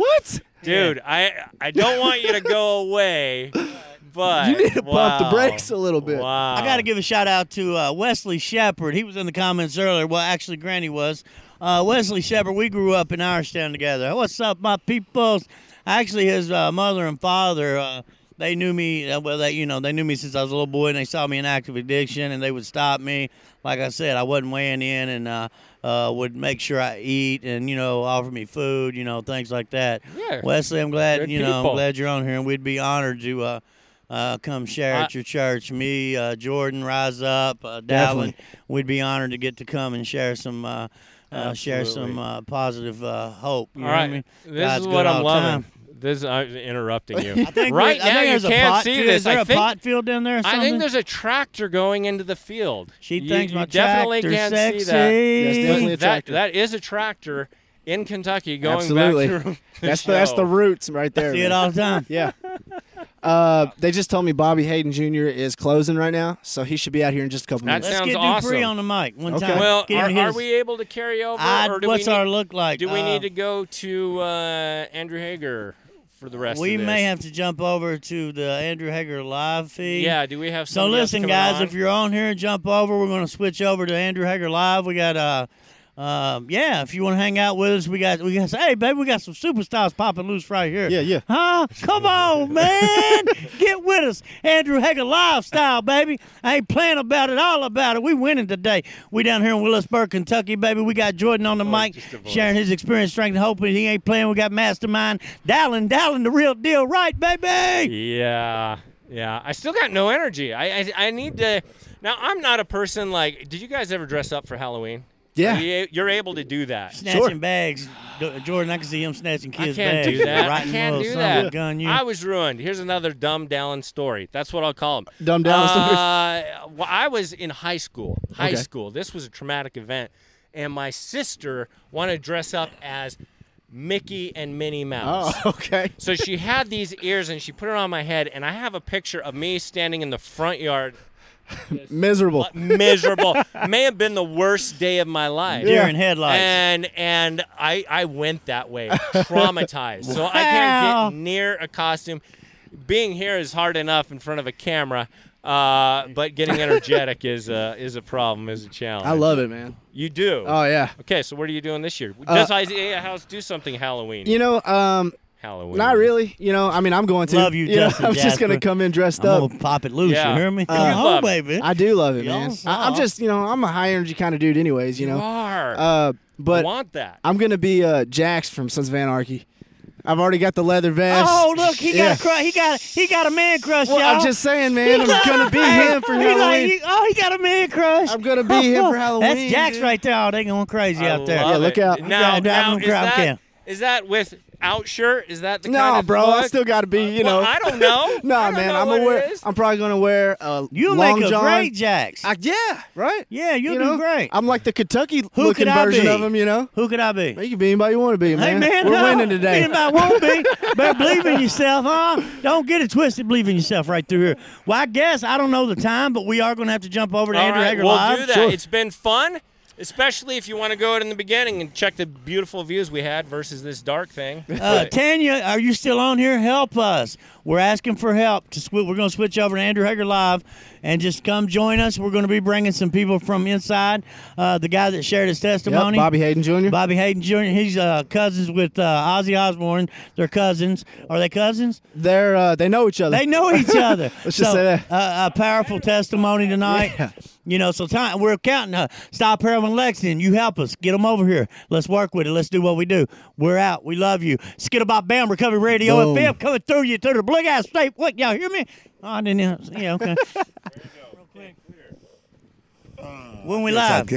Speaker 2: What?
Speaker 3: Dude, I I don't want you to go away, but
Speaker 2: You need to
Speaker 3: wow.
Speaker 2: pump the brakes a little bit.
Speaker 3: Wow.
Speaker 1: I got to give a shout out to uh, Wesley Shepard. He was in the comments earlier. Well, actually, Granny was. Uh, Wesley Shepard, we grew up in Irishtown together. What's up, my peoples? Actually, his uh, mother and father, uh, they knew me. Uh, well, they you know they knew me since I was a little boy, and they saw me in active addiction, and they would stop me. Like I said, I wasn't weighing in, and uh, uh, would make sure I eat, and you know offer me food, you know things like that.
Speaker 3: Yeah.
Speaker 1: Wesley, I'm glad
Speaker 3: Good
Speaker 1: you know.
Speaker 3: people.
Speaker 1: I'm glad you're on here, and we'd be honored to uh, uh, come share
Speaker 3: I-
Speaker 1: at your church. Me, uh, Jordan, rise up, uh, Dalvin.
Speaker 2: Definitely.
Speaker 1: We'd be honored to get to come and share some. Uh, uh, share some
Speaker 3: Absolutely.
Speaker 1: uh, positive uh, hope. You
Speaker 3: All
Speaker 1: know
Speaker 3: right.
Speaker 1: what I mean?
Speaker 3: This
Speaker 1: God's
Speaker 3: is
Speaker 1: good
Speaker 3: what
Speaker 1: all
Speaker 3: I'm
Speaker 1: the
Speaker 3: loving.
Speaker 1: time.
Speaker 3: This is, I'm interrupting you.
Speaker 1: I think
Speaker 3: right
Speaker 1: there's- I
Speaker 3: now
Speaker 1: think
Speaker 3: you
Speaker 1: there's a
Speaker 3: can't
Speaker 1: pot
Speaker 3: see
Speaker 1: field.
Speaker 3: this.
Speaker 1: Is there
Speaker 3: I
Speaker 1: a
Speaker 3: think
Speaker 1: pot field down there or
Speaker 3: I
Speaker 1: something?
Speaker 3: think there's a tractor going into the field.
Speaker 1: she
Speaker 3: You-
Speaker 1: thinks
Speaker 3: you,
Speaker 1: my
Speaker 3: definitely
Speaker 1: tractor's
Speaker 3: can't
Speaker 1: sexy.
Speaker 3: see that.
Speaker 2: That's definitely a
Speaker 3: But that
Speaker 2: tractor.
Speaker 3: that is a tractor in Kentucky going
Speaker 2: Absolutely.
Speaker 3: back through. the
Speaker 2: That's the, that's
Speaker 3: show.
Speaker 2: the roots right there.
Speaker 1: see
Speaker 2: man.
Speaker 1: it all the time.
Speaker 2: Yeah. Uh, they just told me Bobby Hayden Jr. is closing right now, so he should be out here in just a couple
Speaker 3: That's-
Speaker 2: minutes.
Speaker 1: Let's
Speaker 3: Sounds
Speaker 1: get Dupree
Speaker 3: awesome.
Speaker 1: on the mic one
Speaker 2: Okay.
Speaker 1: time.
Speaker 3: Well,
Speaker 1: Get
Speaker 3: are,
Speaker 1: him
Speaker 3: are
Speaker 1: his-
Speaker 3: we able to carry over,
Speaker 1: I-
Speaker 3: or do
Speaker 1: what's
Speaker 3: we need,
Speaker 1: our look like?
Speaker 3: do we
Speaker 1: Uh,
Speaker 3: need to go to uh, Andrew Hager for the rest?
Speaker 1: We
Speaker 3: of
Speaker 1: may
Speaker 3: this?
Speaker 1: have to jump over to the Andrew Hager live feed.
Speaker 3: Yeah. Do we have?
Speaker 1: So
Speaker 3: somebody else
Speaker 1: listen,
Speaker 3: coming
Speaker 1: guys,
Speaker 3: on?
Speaker 1: if you're on here, jump over. We're going to switch over to Andrew Hager live. We got uh. Uh, yeah, if you want to hang out with us, we got we got hey baby, we got some superstars popping loose right here.
Speaker 2: Yeah, yeah.
Speaker 1: Huh? Come on, man, get with us, Andrew Hager lifestyle, baby. I ain't playing about it, all about it. We winning today. We down here in Willisburg, Kentucky, baby. We got Jordan on the mic
Speaker 3: Oh, just a voice.
Speaker 1: sharing his experience, strength, and hope. and He ain't playing. We got Mastermind, Dallin, Dallin, the real deal, right, baby?
Speaker 3: Yeah, yeah. I still got no energy. I, I I need to. Now I'm not a person like. Did you guys ever dress up for Halloween?
Speaker 2: Yeah.
Speaker 3: Are you- You're able to do that.
Speaker 1: snatching
Speaker 2: Sure.
Speaker 1: bags. Go- Jordan, I can see him snatching
Speaker 3: I
Speaker 1: kids'
Speaker 3: can't
Speaker 1: bags.
Speaker 3: do that. I
Speaker 1: Right
Speaker 3: can't do
Speaker 1: Of
Speaker 3: that.
Speaker 1: a gun you.
Speaker 3: I was ruined. Here's another dumb Dallin story. That's what I'll call him.
Speaker 2: Dumb Dallin stories.
Speaker 3: Uh, well, I was in high school. High
Speaker 2: Okay.
Speaker 3: school. This was a traumatic event, and my sister wanted to dress up as Mickey and Minnie Mouse.
Speaker 2: Oh, okay.
Speaker 3: So she had these ears and she put it on my head, and I have a picture of me standing in the front yard,
Speaker 2: Miserable.
Speaker 3: miserable. May have been the worst day of my life.
Speaker 1: Deer in headlights.
Speaker 3: And and I I went that way, traumatized. So I can't
Speaker 1: Wow.
Speaker 3: get near a costume. Being here is hard enough in front of a camera, uh, but getting energetic is a is a problem, is a challenge.
Speaker 2: I love it, man.
Speaker 3: you do.
Speaker 2: Oh yeah. Uh,
Speaker 3: okay, so what are you doing this year? Does Isaiah House do something Halloween?
Speaker 2: You know, um,
Speaker 3: Halloween.
Speaker 2: not really. You know, I mean, I'm going to.
Speaker 1: Love you,
Speaker 2: know,
Speaker 1: Justin
Speaker 2: I'm just
Speaker 1: Jasper.
Speaker 2: gonna come in dressed
Speaker 1: I'm
Speaker 2: up.
Speaker 1: gonna pop it loose.
Speaker 3: Yeah.
Speaker 1: You hear me?
Speaker 2: Uh,
Speaker 1: Come
Speaker 2: You
Speaker 1: on,
Speaker 3: love it.
Speaker 1: baby.
Speaker 2: I do love it,
Speaker 1: Y'all
Speaker 2: man.
Speaker 1: saw.
Speaker 2: I, I'm just, you know, I'm a high energy kind of dude, anyways. You
Speaker 3: You
Speaker 2: know.
Speaker 3: are.
Speaker 2: Uh, but
Speaker 3: want that.
Speaker 2: I'm gonna be uh, Jax from Sons of Anarchy. I've already got the leather vest.
Speaker 1: oh look, he
Speaker 2: Yeah.
Speaker 1: got a crush. He got he got a man crush,
Speaker 2: Well,
Speaker 1: y'all.
Speaker 2: I'm just saying, man. I'm gonna be
Speaker 1: Hey,
Speaker 2: him for
Speaker 1: he
Speaker 2: Halloween.
Speaker 1: like, he- oh, he got a man crush.
Speaker 2: I'm gonna be him for Halloween.
Speaker 1: That's Jax
Speaker 2: dude.
Speaker 1: right there. Oh, they going crazy
Speaker 3: I
Speaker 1: out there.
Speaker 3: love
Speaker 2: Yeah, look
Speaker 3: it.
Speaker 2: out.
Speaker 3: Now,
Speaker 1: Yeah,
Speaker 3: now
Speaker 1: I'm
Speaker 3: is,
Speaker 1: crowd
Speaker 3: that,
Speaker 1: cam.
Speaker 3: is that without shirt? Is that the
Speaker 2: No,
Speaker 3: kind of
Speaker 2: bro,
Speaker 3: look?
Speaker 2: I still got to be, you
Speaker 3: Well,
Speaker 2: know.
Speaker 3: I don't know. I
Speaker 2: nah,
Speaker 3: don't
Speaker 2: man,
Speaker 3: know
Speaker 2: I'm
Speaker 3: what it
Speaker 2: gonna wear.
Speaker 3: is.
Speaker 2: I'm probably gonna wear a
Speaker 1: You
Speaker 2: long
Speaker 1: make a
Speaker 2: john.
Speaker 1: great Jax.
Speaker 2: I, yeah, right.
Speaker 1: yeah, you'll
Speaker 2: you know,
Speaker 1: do great.
Speaker 2: I'm like the Kentucky
Speaker 1: Who
Speaker 2: looking
Speaker 1: could I
Speaker 2: version
Speaker 1: be?
Speaker 2: of him, you know.
Speaker 1: Who could I be?
Speaker 2: You can be anybody you want to be, man.
Speaker 1: Hey man,
Speaker 2: We're
Speaker 1: no,
Speaker 2: winning today.
Speaker 1: Anybody won't be. Better believe in yourself, huh? Don't get it twisted. Believe in yourself right through here. Well, I guess I don't know the time, but we are going to have to jump over to
Speaker 3: All
Speaker 1: Andrew
Speaker 3: right,
Speaker 1: Hager
Speaker 3: we'll
Speaker 1: Live.
Speaker 3: do that.
Speaker 2: Sure.
Speaker 3: It's been fun, especially if you want to go out in the beginning and check the beautiful views we had versus this dark thing.
Speaker 1: Uh,
Speaker 3: But-
Speaker 1: Tanya, are you still on here? Help us. We're asking for help. To swi- we're going to switch over to Andrew Hager Live and just come join us. We're going to be bringing some people from inside. Uh, the guy that shared his
Speaker 2: Yep,
Speaker 1: testimony.
Speaker 2: Bobby Hayden Jr.
Speaker 1: Bobby Hayden Jr. He's uh, cousins with uh, Ozzy Osbourne. They're cousins. Are they cousins?
Speaker 2: They're uh, they know each other.
Speaker 1: They know each other.
Speaker 2: Let's
Speaker 1: so,
Speaker 2: just say that.
Speaker 1: Uh, a powerful testimony tonight.
Speaker 2: Yeah.
Speaker 1: You know, so time we're counting. Uh, Stop heroin, Lexington. You help us get them over here. Let's work with it. Let's do what we do. We're out. We love you. Skittlebop Bam Recovery Radio
Speaker 2: Boom.
Speaker 1: FM coming through you through the big ass state. What y'all hear me? Oh, I didn't. hear- Yeah, okay. When we live.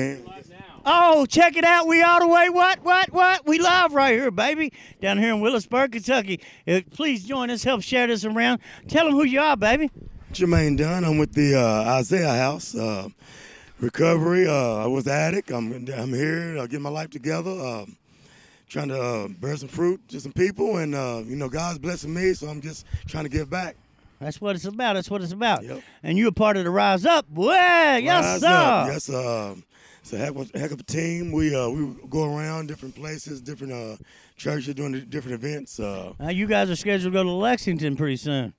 Speaker 1: Oh, check it out. We all the way. What, what, what? We live right here, baby. Down here in Willisburg, Kentucky. Uh, please join us. Help share this around. Tell them who you are, baby.
Speaker 4: Jermaine Dunn. I'm with the uh, Isaiah House uh, Recovery. Uh, I was an addict. I'm I'm here. I get my life together. Um, trying to uh, bear some fruit to some people, and uh, you know, God's blessing me, so I'm just trying to give back.
Speaker 1: That's what it's about. That's what it's about.
Speaker 4: Yep.
Speaker 1: And you're a part of the Rise Up. Boy, yes,
Speaker 4: Rise
Speaker 1: sir.
Speaker 4: up. Yes, uh, it's a heck of, heck of a team. We uh, we go around different places, different uh, churches, doing the different events. Uh,
Speaker 1: Now, you guys are scheduled to go to Lexington pretty soon.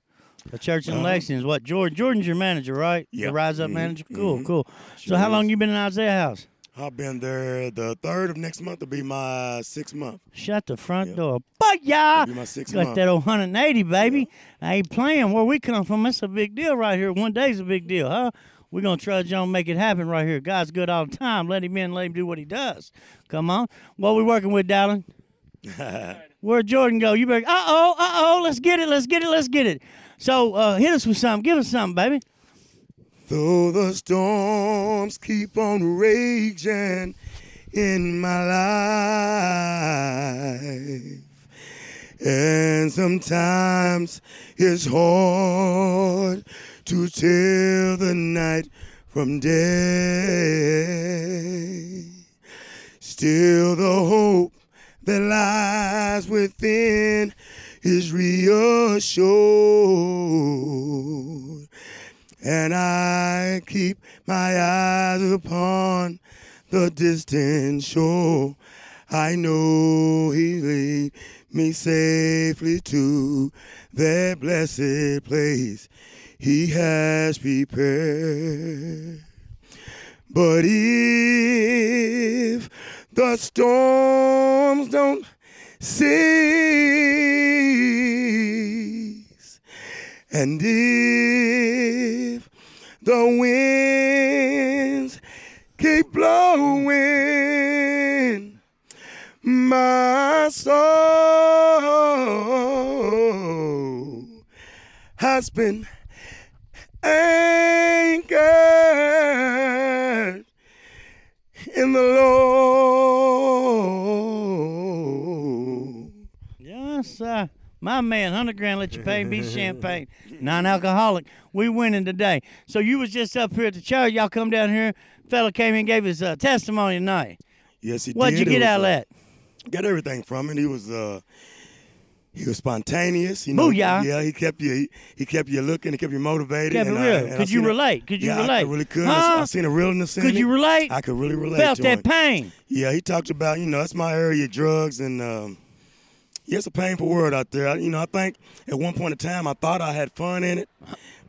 Speaker 1: The church in Lexington is what? Jordan, Jordan's your manager, right? The
Speaker 4: Uh-huh. Yep.
Speaker 1: Rise Up
Speaker 4: Mhm,
Speaker 1: manager? Cool,
Speaker 4: mhm.
Speaker 1: cool. So,
Speaker 4: Sure
Speaker 1: how long
Speaker 4: is.
Speaker 1: you been in Isaiah House?
Speaker 4: I've been there. The third of next month will be my sixth month.
Speaker 1: Shut the front
Speaker 4: Yep.
Speaker 1: door. But ya
Speaker 4: It'll be my sixth
Speaker 1: got
Speaker 4: month.
Speaker 1: that old 180, baby. I ain't playing. Where we come from, it's a big deal right here. One day's a big deal, huh? We're going to trudge on, make it happen right here. God's good all the time. Let him in, let him do what he does. Come on. What we working with, Dallin? Where Jordan go? You better, uh oh, uh oh, let's get it, let's get it, let's get it. So uh, hit us with something. Give us something, baby.
Speaker 4: Though the storms keep on raging in my life, and sometimes it's hard to tell the night from day. Still, the hope that lies within is reassured and I keep my eyes upon the distant shore. I know he lead me safely to that blessed place he has prepared. But if the storms don't cease, and if the winds keep blowing, my soul has been anchored in the Lord.
Speaker 1: Yes, sir. My man, hundred grand. Let your pain be champagne, non-alcoholic. We winning today. So you was just up here at the church. Y'all come down here. Fella came in, gave his uh, testimony tonight.
Speaker 4: Yes, he
Speaker 1: What'd
Speaker 4: did.
Speaker 1: you
Speaker 4: It
Speaker 1: get
Speaker 4: was,
Speaker 1: out of
Speaker 4: uh,
Speaker 1: that?
Speaker 4: got everything from it. He was uh he was spontaneous. You know,
Speaker 1: Booyah.
Speaker 4: yeah, he kept you he, he kept you looking, he kept you motivated.
Speaker 1: Kept it
Speaker 4: and I-
Speaker 1: real.
Speaker 4: and I
Speaker 1: Could you
Speaker 4: seen a-
Speaker 1: relate? Could you
Speaker 4: yeah, I
Speaker 1: relate?
Speaker 4: really could.
Speaker 1: Huh?
Speaker 4: I, I seen a realness in
Speaker 1: Could
Speaker 4: it.
Speaker 1: you relate?
Speaker 4: I could really relate
Speaker 1: Felt
Speaker 4: to
Speaker 1: that
Speaker 4: him.
Speaker 1: pain.
Speaker 4: Yeah, he talked about, you know, that's my area of drugs and um yeah, it's a painful word out there. I, you know, I think at one point in time I thought I had fun in it,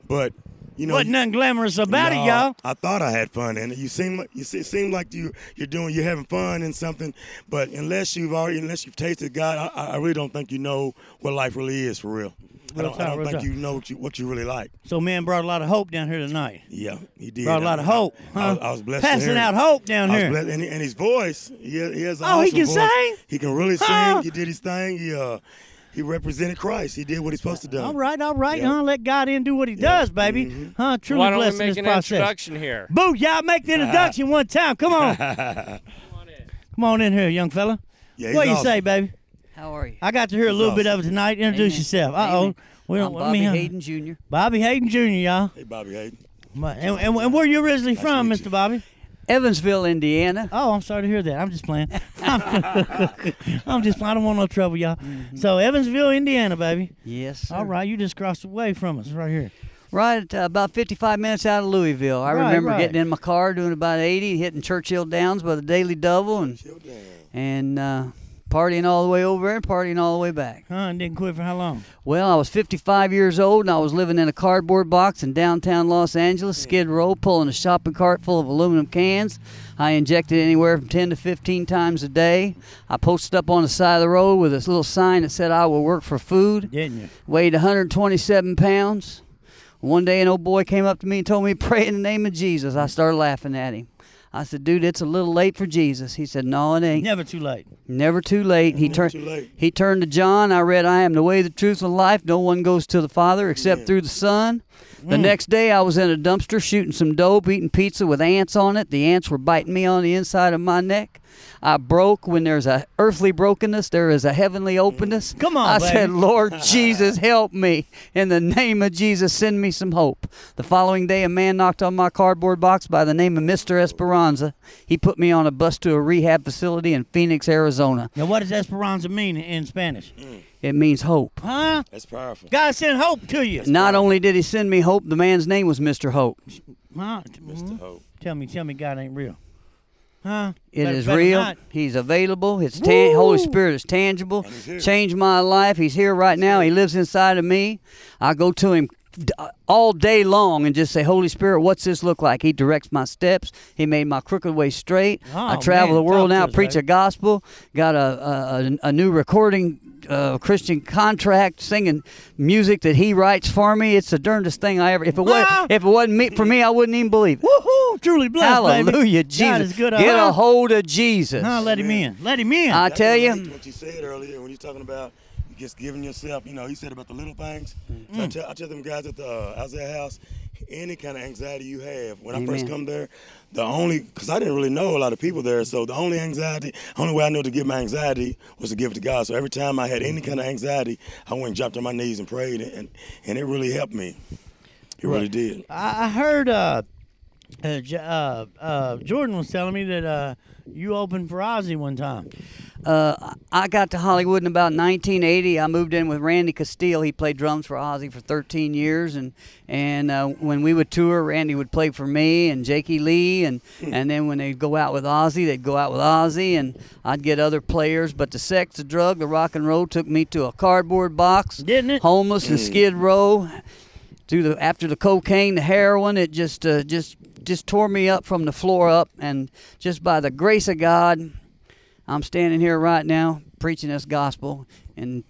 Speaker 4: but you know,
Speaker 1: Wasn't nothing glamorous about
Speaker 4: no,
Speaker 1: it, y'all.
Speaker 4: I thought I had fun, and you seem like you see, seem like you you're doing you're having fun in something, but unless you've already unless you've tasted God, I- I, I really don't think you know what life really is for real. I
Speaker 1: Real
Speaker 4: don't,
Speaker 1: talk,
Speaker 4: I don't
Speaker 1: real
Speaker 4: think
Speaker 1: talk.
Speaker 4: you know what you what you really like.
Speaker 1: So man brought a lot of hope down here tonight.
Speaker 4: Yeah, he did.
Speaker 1: Brought a lot of hope. Huh?
Speaker 4: I, was, I was blessed. to
Speaker 1: Passing
Speaker 4: hear it.
Speaker 1: out hope down
Speaker 4: I was
Speaker 1: here.
Speaker 4: blessed- and, and his voice, he, has- he has an
Speaker 1: Oh, he
Speaker 4: awesome
Speaker 1: can
Speaker 4: voice.
Speaker 1: sing?
Speaker 4: He can really sing.
Speaker 1: Huh?
Speaker 4: He did his thing. He uh, he represented Christ. He did what he's supposed to do.
Speaker 1: All right, all right,
Speaker 4: Yeah. Mm-hmm.
Speaker 1: huh? Let God in do what He does, baby. Huh? Truly
Speaker 3: Why don't we
Speaker 1: blessed in
Speaker 3: make
Speaker 1: this
Speaker 3: an
Speaker 1: process.
Speaker 3: introduction here?
Speaker 1: Boo! Y'all make the introduction one time. Come on, come on in here, young fella.
Speaker 4: Yeah, he's
Speaker 1: what you
Speaker 4: awesome.
Speaker 1: say, baby?
Speaker 5: How are you?
Speaker 1: I got to hear a little bit of it tonight. Introduce
Speaker 5: Amen.
Speaker 1: yourself. Uh oh,
Speaker 5: Amen.
Speaker 1: we
Speaker 5: I'm
Speaker 1: don't. let
Speaker 5: Bobby
Speaker 1: me-
Speaker 5: Hayden Jr.
Speaker 1: Bobby Hayden Jr. Y'all.
Speaker 4: Hey, Bobby Hayden.
Speaker 1: But- And, and, and where you originally from,
Speaker 4: meet
Speaker 1: Mr. Bobby?
Speaker 5: Evansville, Indiana.
Speaker 1: Oh, I'm sorry to hear that. I'm just playing. I'm just. I don't want no trouble, y'all. So Evansville, Indiana, baby.
Speaker 5: Mm-hmm. Yes. Sir.
Speaker 1: All right, you just crossed away from us, right here.
Speaker 5: Right, uh, about 55 minutes out of Louisville. I
Speaker 1: Right,
Speaker 5: remember
Speaker 1: right.
Speaker 5: getting in my car, doing about 80, hitting Churchill Downs by the Daily Double, and and uh, partying all the way over there and partying all the way back.
Speaker 1: Huh? And didn't quit for how long?
Speaker 5: Well, I was 55 years old, and I was living in a cardboard box in downtown Los Angeles,
Speaker 1: Hmm.
Speaker 5: Skid Row, pulling a shopping cart full of aluminum cans. I injected anywhere from 10 to 15 times a day. I posted up on the side of the road with this little sign that said, "I will work for food."
Speaker 1: Didn't you?
Speaker 5: weighed 127 pounds. One day, an old boy came up to me and told me, Pray in the name of Jesus. I started laughing at him. I said, Dude, it's a little late for Jesus. He said, No, it ain't.
Speaker 1: Never too late.
Speaker 5: Never too late. He turned.
Speaker 4: too late.
Speaker 5: He turned to John. I read, "I am the way, the truth, and the life. No one goes to the Father except through the Son." The
Speaker 4: Mm.
Speaker 5: next day, I was in a dumpster shooting some dope, eating pizza with ants on it. The ants were biting me on the inside of my neck. I broke when there's a earthly brokenness, there is a heavenly openness.
Speaker 1: Come on,
Speaker 5: I
Speaker 1: baby.
Speaker 5: said, Lord Jesus, help me. In the name of Jesus, send me some hope. The following day, a man knocked on my cardboard box by the name of Mr. Esperanza. He put me on a bus to a rehab facility in Phoenix, Arizona.
Speaker 1: Now, what does Esperanza mean in Spanish?
Speaker 5: Mm. It means hope.
Speaker 1: Huh?
Speaker 4: That's powerful.
Speaker 1: God sent hope to you.
Speaker 5: Not only did he send me hope, the man's name was Mr. Hope.
Speaker 1: Huh?
Speaker 4: Mr. Hope.
Speaker 1: Tell me, tell me, God ain't real. Huh?
Speaker 5: It
Speaker 1: Better-
Speaker 5: is
Speaker 1: better
Speaker 5: real.
Speaker 1: not.
Speaker 5: He's available. His tan- Holy Spirit is tangible. Changed my life. He's here right now. He lives inside of me. I go to him d- uh, all day long and just say, Holy Spirit, what's this look like? He directs my steps. He made my crooked way straight. I
Speaker 1: Oh,
Speaker 5: travel
Speaker 1: man.
Speaker 5: the world
Speaker 1: Talk to
Speaker 5: now,
Speaker 1: us,
Speaker 5: preach
Speaker 1: baby.
Speaker 5: a gospel. Got a a, a, a new recording. Uh, Christian contract, singing music that he writes for me. It's the darndest thing I ever. If it
Speaker 1: Wow.
Speaker 5: wasn't, if it wasn't me for me, I wouldn't even believe it.
Speaker 1: Woohoo! Truly blessed, baby.
Speaker 5: Hallelujah, Jesus!
Speaker 1: God is good.
Speaker 5: Get
Speaker 1: huh?
Speaker 5: a hold of Jesus.
Speaker 1: Huh? Let him in. Let him in.
Speaker 5: I
Speaker 4: That's
Speaker 5: tell
Speaker 4: what
Speaker 5: you,
Speaker 4: like What you said earlier when you're talking about just giving yourself, you know, he said about the little things. So I,
Speaker 5: Mm.
Speaker 4: tell, I tell them guys at the uh, Isaiah house, any kind of anxiety you have. When I first
Speaker 5: Amen.
Speaker 4: come there, the only because I didn't really know a lot of people there, so the only anxiety, only way I knew to give my anxiety was to give it to God. So every time I had any kind of anxiety, I went and jumped on my knees and prayed, and and it really helped me. It really did.
Speaker 1: I I heard uh, uh, J- uh, uh, Jordan was telling me that uh, you opened for Ozzy one time.
Speaker 5: uh, I got to Hollywood in about 1980. I moved in with Randy Castile. He played drums for Ozzy for 13 years, and and uh, when we would tour, Randy would play for me and Jakey Lee, and
Speaker 1: Hmm.
Speaker 5: and then when they'd go out with Ozzy, they'd go out with Ozzy, and I'd get other players. But the sex, the drug, the rock and roll took me to a cardboard box,
Speaker 1: Didn't it? Hmm.
Speaker 5: Homeless and Skid Row. through the after the cocaine, the heroin, it just uh, just just tore me up from the floor up, and just by the grace of God, I'm standing here right now preaching this gospel in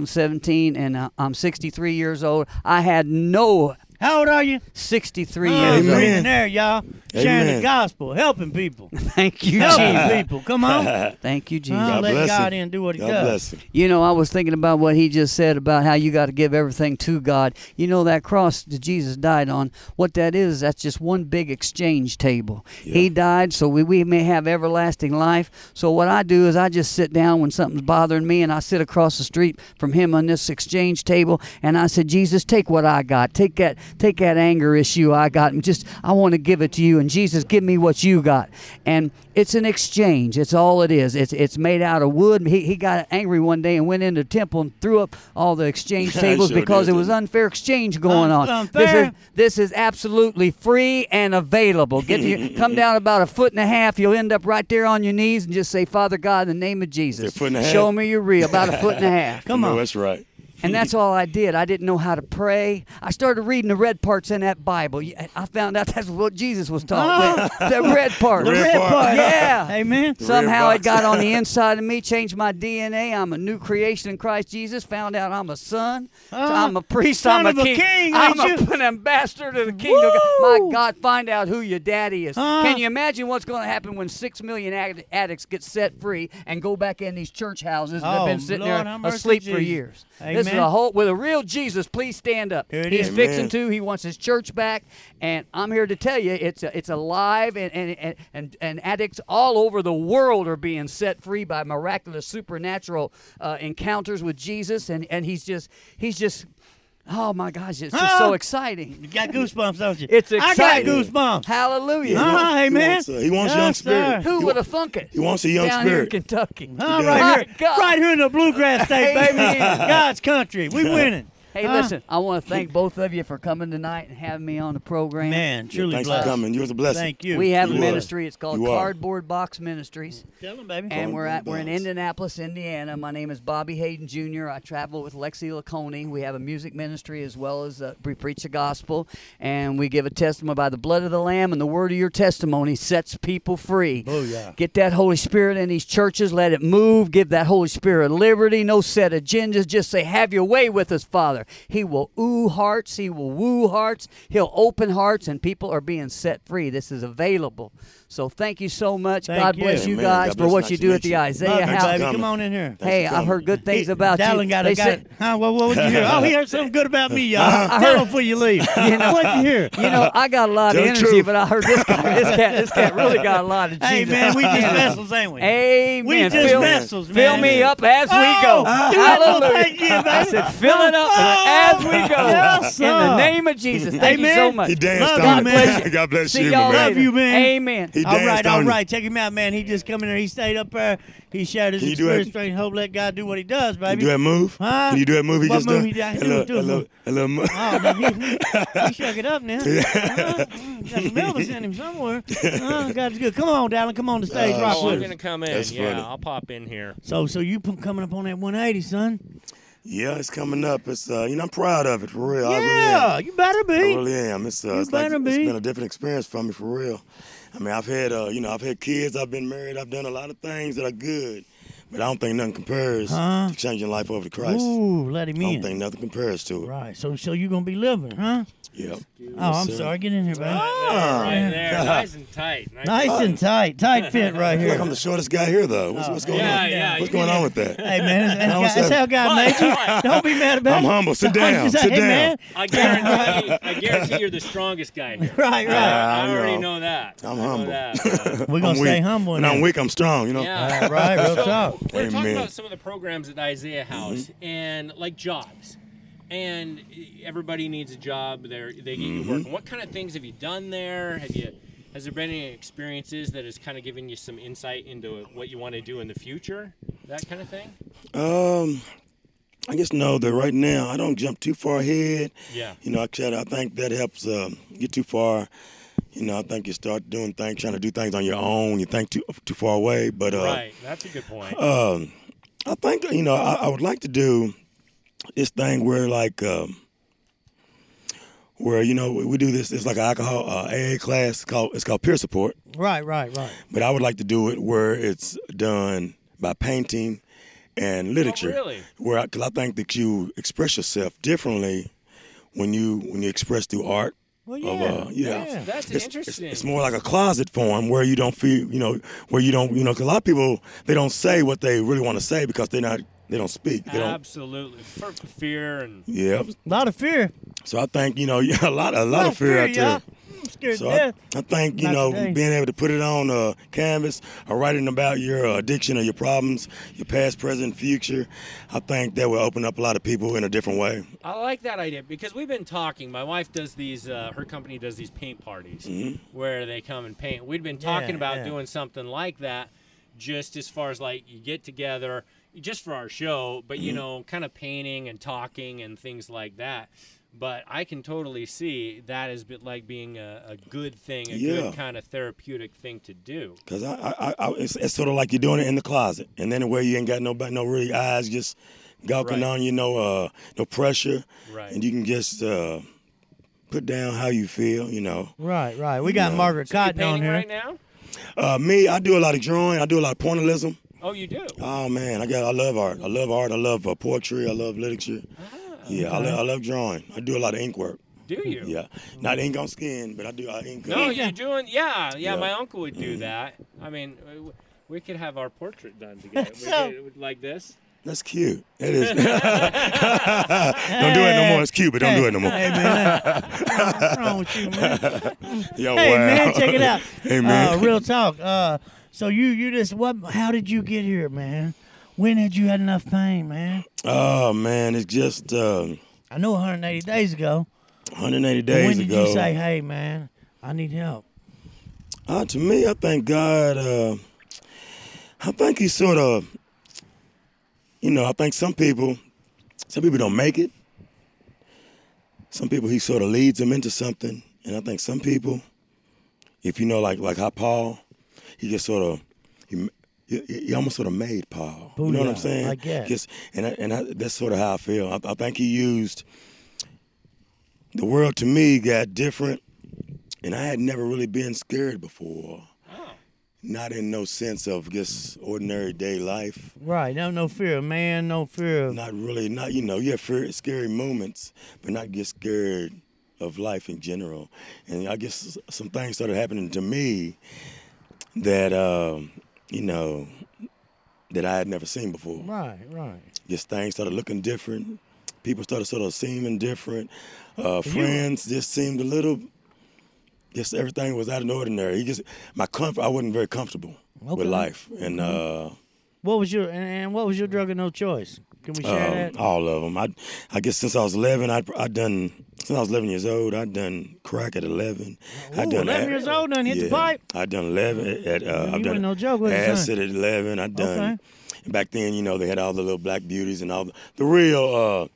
Speaker 5: 2017, and uh, I'm 63 years old. I had no
Speaker 1: How old are you?
Speaker 5: 63
Speaker 1: Oh,
Speaker 5: years
Speaker 1: been
Speaker 4: Amen.
Speaker 1: there, y'all. Sharing the
Speaker 4: Amen.
Speaker 1: gospel, helping people,
Speaker 5: old. Thank you,
Speaker 1: helping
Speaker 5: Jesus.
Speaker 1: people. Come on, Huh?
Speaker 5: Thank you, Jesus.
Speaker 4: God
Speaker 1: let
Speaker 4: bless
Speaker 1: God
Speaker 4: him.
Speaker 1: in, do what He
Speaker 4: God
Speaker 1: does.
Speaker 4: bless him.
Speaker 5: You know, I was thinking about what he just said about how you got to give everything to God. You know, that cross that Jesus died on, what that is, that's just one big exchange table. He died so we, we may have everlasting life. So, what I do is I just sit down when something's bothering me and I sit across the street from him on this exchange table and I said, Jesus, take what I got. Take that, take that anger issue I got and just, I want to give it to you. And Jesus, give me what you got. And it's an exchange. It's all it is. It's it's made out of wood. He, he got angry one day and went into the temple and threw up all the exchange
Speaker 4: I
Speaker 5: tables
Speaker 4: sure
Speaker 5: because
Speaker 4: did,
Speaker 5: it was
Speaker 4: didn't
Speaker 5: unfair exchange going on.
Speaker 1: unfair.
Speaker 5: This is this is absolutely free and available. Get your, come down about a foot and a half. You'll end up right there on your knees and just say, Father God, in the name of Jesus,
Speaker 4: foot and a half?
Speaker 5: show me your real. About a foot and a half.
Speaker 1: Come
Speaker 4: no,
Speaker 1: on.
Speaker 4: that's right.
Speaker 5: And that's all I did. I didn't know how to pray. I started reading the red parts in that Bible. Yeah, I found out that's what Jesus was taught. the red part.
Speaker 1: The red
Speaker 4: part.
Speaker 1: part.
Speaker 5: Yeah.
Speaker 1: Amen.
Speaker 5: Somehow
Speaker 4: red
Speaker 5: it got on the inside of me, changed my DNA. I'm a new creation in Christ Jesus. Found out I'm a son. I'm a priest.
Speaker 1: Uh, son of
Speaker 5: I'm
Speaker 1: a
Speaker 5: king.
Speaker 1: king,
Speaker 5: I'm
Speaker 1: ain't
Speaker 5: a- an ambassador to the kingdom. of God. My
Speaker 1: Woo!
Speaker 5: God, find out who your daddy is.
Speaker 1: Uh.
Speaker 5: Can you imagine what's going to happen when six million add- addicts get set free and go back in these church houses that
Speaker 1: Oh,
Speaker 5: have been sitting
Speaker 1: Lord,
Speaker 5: there
Speaker 1: have mercy,
Speaker 5: asleep for
Speaker 1: Jesus.
Speaker 5: years? This is
Speaker 1: Amen.
Speaker 5: a whole with a real Jesus. Please stand up.
Speaker 1: Here it
Speaker 5: He's
Speaker 1: is.
Speaker 5: fixing
Speaker 4: Amen.
Speaker 5: to. He wants his church back, and I'm here to tell you, it's a, it's alive, and and, and and and addicts all over the world are being set free by miraculous supernatural uh, encounters with Jesus, and and he's just he's just. Oh my gosh, it's just so
Speaker 1: Huh?
Speaker 5: exciting.
Speaker 1: You got goosebumps, don't you?
Speaker 5: It's
Speaker 1: I got
Speaker 5: exciting.
Speaker 1: goosebumps.
Speaker 5: Hallelujah.
Speaker 1: Huh? Ah,
Speaker 4: He
Speaker 1: amen.
Speaker 4: wants, uh, He wants,
Speaker 1: Yes,
Speaker 4: young
Speaker 1: sir.
Speaker 4: spirit.
Speaker 5: Who would have thunk it?
Speaker 4: He wants a young
Speaker 5: Down here in
Speaker 4: spirit.
Speaker 5: Kentucky.
Speaker 1: Huh,
Speaker 4: does.
Speaker 5: My
Speaker 1: right here,
Speaker 5: God.
Speaker 1: right here in the bluegrass state, baby.
Speaker 5: Amen.
Speaker 1: God's country. We winning.
Speaker 5: Hey,
Speaker 1: Huh?
Speaker 5: listen, I want to thank both of you for coming tonight and having me on the program.
Speaker 1: man, truly
Speaker 4: Thanks for
Speaker 1: blessed.
Speaker 4: coming. You was a blessing.
Speaker 1: Thank you.
Speaker 5: We have a
Speaker 4: You are.
Speaker 5: ministry. It's called
Speaker 4: You are.
Speaker 5: Cardboard Box Ministries.
Speaker 1: Tell him, baby.
Speaker 5: And we're at we're in
Speaker 4: Box.
Speaker 5: Indianapolis, Indiana. My name is Bobby Hayden Jr. I travel with Lexi Laconi. We have a music ministry as well as uh, we preach the gospel, and we give a testimony by the blood of the Lamb and the word of your testimony sets people free.
Speaker 1: Booyah.
Speaker 5: Get that Holy Spirit in these churches. Let it move. Give that Holy Spirit liberty. No set agendas. Just say, "Have your way with us, Father." He will ooh hearts. He will woo hearts. He'll open hearts, and people are being set free. This is available. So thank you so much.
Speaker 1: Thank
Speaker 5: God
Speaker 1: you.
Speaker 5: bless you
Speaker 4: Amen.
Speaker 5: guys
Speaker 4: God
Speaker 5: for
Speaker 4: bless.
Speaker 5: what
Speaker 4: Nice
Speaker 5: you
Speaker 4: to
Speaker 5: do at
Speaker 4: meet
Speaker 5: the
Speaker 4: you.
Speaker 5: Isaiah
Speaker 1: Love you,
Speaker 5: House.
Speaker 1: baby. Come on in here.
Speaker 4: Thanks
Speaker 5: Hey,
Speaker 4: for
Speaker 5: I've
Speaker 4: coming.
Speaker 5: heard good things
Speaker 1: Hey,
Speaker 5: about
Speaker 1: Dallin
Speaker 5: you.
Speaker 1: got
Speaker 5: They
Speaker 1: it. Got
Speaker 5: said- Uh-huh.
Speaker 1: it. Huh? Well, what would you hear? Oh, he heard something good about me, y'all. Tell him before you leave. What you hear?
Speaker 5: You know, I got a lot of
Speaker 4: Tell the
Speaker 5: energy,
Speaker 4: truth.
Speaker 5: but I heard this guy, this cat, this cat really got a lot of Jesus.
Speaker 1: Hey, man, we just vessels, ain't we?
Speaker 5: Amen.
Speaker 1: We just
Speaker 5: fill,
Speaker 1: vessels,
Speaker 5: Fill
Speaker 1: man.
Speaker 5: me up as we go.
Speaker 1: Oh, dude, I don't thank you,
Speaker 5: Hallelujah.
Speaker 1: man.
Speaker 5: I said, fill it up as we go.
Speaker 1: Yes,
Speaker 5: In
Speaker 1: sir.
Speaker 5: the name of Jesus. Thank you so
Speaker 1: Amen.
Speaker 5: much.
Speaker 4: He danced
Speaker 1: Love
Speaker 4: on
Speaker 1: you,
Speaker 4: it.
Speaker 1: man.
Speaker 4: God bless
Speaker 5: See
Speaker 4: you, man.
Speaker 5: y'all
Speaker 1: Love
Speaker 5: later.
Speaker 1: you, man.
Speaker 5: Amen.
Speaker 4: He
Speaker 1: All
Speaker 4: danced
Speaker 1: right, all
Speaker 4: on you.
Speaker 1: right. Check him out, man. He just come in there. He stayed up there. He shared his
Speaker 4: Can you do
Speaker 1: experience.
Speaker 4: it?
Speaker 1: straight. Hope let God do what he does,
Speaker 4: You do
Speaker 1: baby.
Speaker 4: that move?
Speaker 1: Huh?
Speaker 4: Can you do that move he
Speaker 1: What
Speaker 4: just
Speaker 1: move
Speaker 4: done?
Speaker 1: he done?
Speaker 4: A little,
Speaker 1: Do a
Speaker 4: a little,
Speaker 1: move.
Speaker 4: a little move.
Speaker 1: Oh, man, he, he, he shook it up now. Uh, mm, got some Elvis in him somewhere. Uh, God's good. Come on, Dallin. Come on the stage.
Speaker 4: Oh,
Speaker 1: rock
Speaker 4: shoot.
Speaker 3: Oh,
Speaker 1: with
Speaker 3: I'm
Speaker 1: us.
Speaker 3: gonna come in.
Speaker 4: That's
Speaker 3: yeah,
Speaker 4: funny.
Speaker 3: I'll pop in here.
Speaker 1: So, so you p- coming up on that 180, son?
Speaker 4: Yeah, it's coming up. It's uh, you know, I'm proud of it for real. I really am.
Speaker 1: yeah, you better be.
Speaker 4: I really am. It's, uh,
Speaker 1: You
Speaker 4: it's, like,
Speaker 1: better
Speaker 4: it's
Speaker 1: be.
Speaker 4: been a different experience for me, for real. I mean, I've had, uh, you know, I've had kids. I've been married. I've done a lot of things that are good, but I don't think nothing compares
Speaker 1: Huh?
Speaker 4: to changing life over to Christ.
Speaker 1: Ooh, let him
Speaker 4: I
Speaker 1: in.
Speaker 4: don't think nothing compares to it.
Speaker 1: Right. So, so you gonna be living, huh?
Speaker 4: Yep.
Speaker 1: Oh, I'm sorry. Get in here, baby.
Speaker 4: Ah!
Speaker 3: Right there, nice and tight. Nice.
Speaker 1: Nice and tight, tight fit right
Speaker 4: Look, I'm
Speaker 1: here. Oh,
Speaker 4: the shortest guy here, though. What's, what's going
Speaker 3: Yeah,
Speaker 4: on?
Speaker 3: yeah,
Speaker 4: What's
Speaker 3: you
Speaker 4: going
Speaker 3: can-
Speaker 4: on with that?
Speaker 1: Hey man, that's,
Speaker 4: I was
Speaker 1: that's, that's
Speaker 4: up.
Speaker 1: how God made you. Don't be mad about
Speaker 4: I'm
Speaker 1: it.
Speaker 4: humble. Sit down.
Speaker 1: Just say,
Speaker 4: Sit
Speaker 1: hey,
Speaker 4: down.
Speaker 1: Man.
Speaker 3: I guarantee, I guarantee you're the strongest guy here.
Speaker 1: Right, right.
Speaker 3: I
Speaker 4: I
Speaker 3: already
Speaker 4: know.
Speaker 3: know that.
Speaker 4: I'm
Speaker 3: I know
Speaker 4: humble.
Speaker 3: that, uh,
Speaker 1: We're gonna
Speaker 4: Ah, I'm weak.
Speaker 1: stay humble. in
Speaker 4: When I'm
Speaker 1: here.
Speaker 4: weak, I'm strong. You know.
Speaker 3: yeah.
Speaker 1: All right, real
Speaker 3: So
Speaker 1: talk.
Speaker 3: we we're talking
Speaker 4: Amen. Mm-hmm.
Speaker 3: about some of the programs at Isaiah House and like jobs, and everybody needs a job. They they get
Speaker 4: Mm-hmm.
Speaker 3: you working. What kind of things have you done there? Have you has there been any experiences that has kind of given you some insight into what you want to do in the future? That kind of thing.
Speaker 4: Um, I just know that right now I don't jump too far ahead.
Speaker 3: Yeah.
Speaker 4: You know, I try to, I think that helps uh, get too far. You know, I think you start doing things, trying to do things on your own. You think too too far away, but uh,
Speaker 3: Right. That's a good point.
Speaker 4: I think you know I, I would like to do this thing where like um, where you know we, we do this. It's like an alcohol uh, AA class. It's called it's called peer support.
Speaker 1: Right, right, right.
Speaker 4: But I would like to do it where it's done by painting and literature.
Speaker 3: really?
Speaker 4: Where because I, think that you express yourself differently when you when you express through art.
Speaker 1: Well,
Speaker 4: of,
Speaker 1: yeah,
Speaker 4: uh, yeah.
Speaker 1: yeah.
Speaker 3: That's
Speaker 4: It's, it's,
Speaker 3: interesting.
Speaker 4: it's more like a closet form where you don't feel, you know, where you don't, you know, 'cause a lot of people they don't say what they really want to say because they're not, they don't speak. They don't.
Speaker 3: Absolutely. For fear and
Speaker 4: Yeah.
Speaker 1: A lot of fear.
Speaker 4: So I think you know a lot, a lot of fear out there.
Speaker 1: y'all. I'm scared
Speaker 4: So
Speaker 1: to
Speaker 4: I,
Speaker 1: death.
Speaker 4: I think you
Speaker 1: Not
Speaker 4: know
Speaker 1: today.
Speaker 4: being able to put it on uh, canvas or writing about your uh, addiction or your problems, your past, present, future. I think that will open up a lot of people in a different way.
Speaker 3: I like that idea because we've been talking. My wife does these. Uh, her company does these paint parties where they come and paint. We'd been
Speaker 1: Mm-hmm.
Speaker 3: talking
Speaker 1: Yeah,
Speaker 3: about
Speaker 1: yeah.
Speaker 3: doing something like that, just as far as like you get together just for our show, but
Speaker 1: Mm-hmm.
Speaker 3: you know, kind of painting and talking and things like that. But I can totally see that as bit like being a, a good thing, a
Speaker 4: Yeah.
Speaker 3: good kind of therapeutic thing to do.
Speaker 4: Cause I, I, I, I it's, it's sort of like you're doing it in the closet, and then where you ain't got nobody, no really eyes, just
Speaker 3: Right.
Speaker 4: gawking on you, no, uh, no pressure,
Speaker 3: Right.
Speaker 4: and you can just uh, put down how you feel, you know.
Speaker 1: Right, right. We got Margaret
Speaker 3: You
Speaker 1: Cotton on
Speaker 3: painting
Speaker 1: here.
Speaker 3: right now?
Speaker 4: Uh, me, I do a lot of drawing, I do a lot of pointillism.
Speaker 3: Oh, you do.
Speaker 4: Oh man, I got I love art. I love art. I love uh, poetry. I love literature.
Speaker 1: Ah,
Speaker 4: yeah, I, lo- I love drawing. I do a lot of ink work.
Speaker 3: Do you?
Speaker 4: Yeah, not ink on skin, but I do uh, ink.
Speaker 3: No,
Speaker 4: uh,
Speaker 3: you're doing. Yeah, yeah.
Speaker 4: Yeah. Mm-hmm.
Speaker 3: My uncle would do that. I mean, w- we could have our portrait done together. We
Speaker 1: So-
Speaker 3: could- like this.
Speaker 4: that's cute. It is. don't do it no more. It's cute, but don't do it no more.
Speaker 1: Hey man, what's wrong with you, man?
Speaker 4: Yo,
Speaker 1: Hey
Speaker 4: wow.
Speaker 1: man, check it out.
Speaker 4: hey man,
Speaker 1: Uh, real talk. Uh, so you, you just what? How did you get here, man? When had you had enough pain, man?
Speaker 4: oh man, it's just uh,
Speaker 1: I know 180 days ago.
Speaker 4: 180
Speaker 1: But
Speaker 4: days
Speaker 1: when did
Speaker 4: ago.
Speaker 1: you say, "Hey, man, I need help"?
Speaker 4: Uh, to me, I thank God. Uh, I think he sort of, you know, I think some people, some people don't make it. Some people he sort of leads them into something, and I think some people, if you know, like like how Paul, he just sort of, he, he, he almost sort of made Paul. you know what I'm
Speaker 1: Booyah,
Speaker 4: saying?
Speaker 1: I guess.
Speaker 4: Just, and I, and I, that's sort of how I feel. I, I think he used the world to me got different and I had never really been scared before. not in no sense of just ordinary day life.
Speaker 1: Right. No, no fear of man. No fear of.
Speaker 4: Not really, not you know, you have fear, scary moments, but not get scared of life in general. And I guess some things started happening to me that um, you know that I had never seen before.
Speaker 1: Right. Right.
Speaker 4: Just things started looking different. People started sort of seeming different. Uh, friends just seemed a little. Just everything was out of the ordinary. He just my comfort. I wasn't very comfortable
Speaker 1: Okay.
Speaker 4: with life, and uh,
Speaker 1: What was your and, and what was your drug of no choice? Can we share
Speaker 4: um,
Speaker 1: that?
Speaker 4: all of them. I, I guess since I was eleven, I I done since I was eleven years old. I done crack at eleven. I
Speaker 1: Ooh,
Speaker 4: done
Speaker 1: 11 years old, done hit the pipe.
Speaker 4: I done eleven at, at uh, I
Speaker 1: you
Speaker 4: done
Speaker 1: ain't no joke, was you, son?
Speaker 4: acid at eleven. I done. and Back then, you know, they had all the little black beauties and all the, the real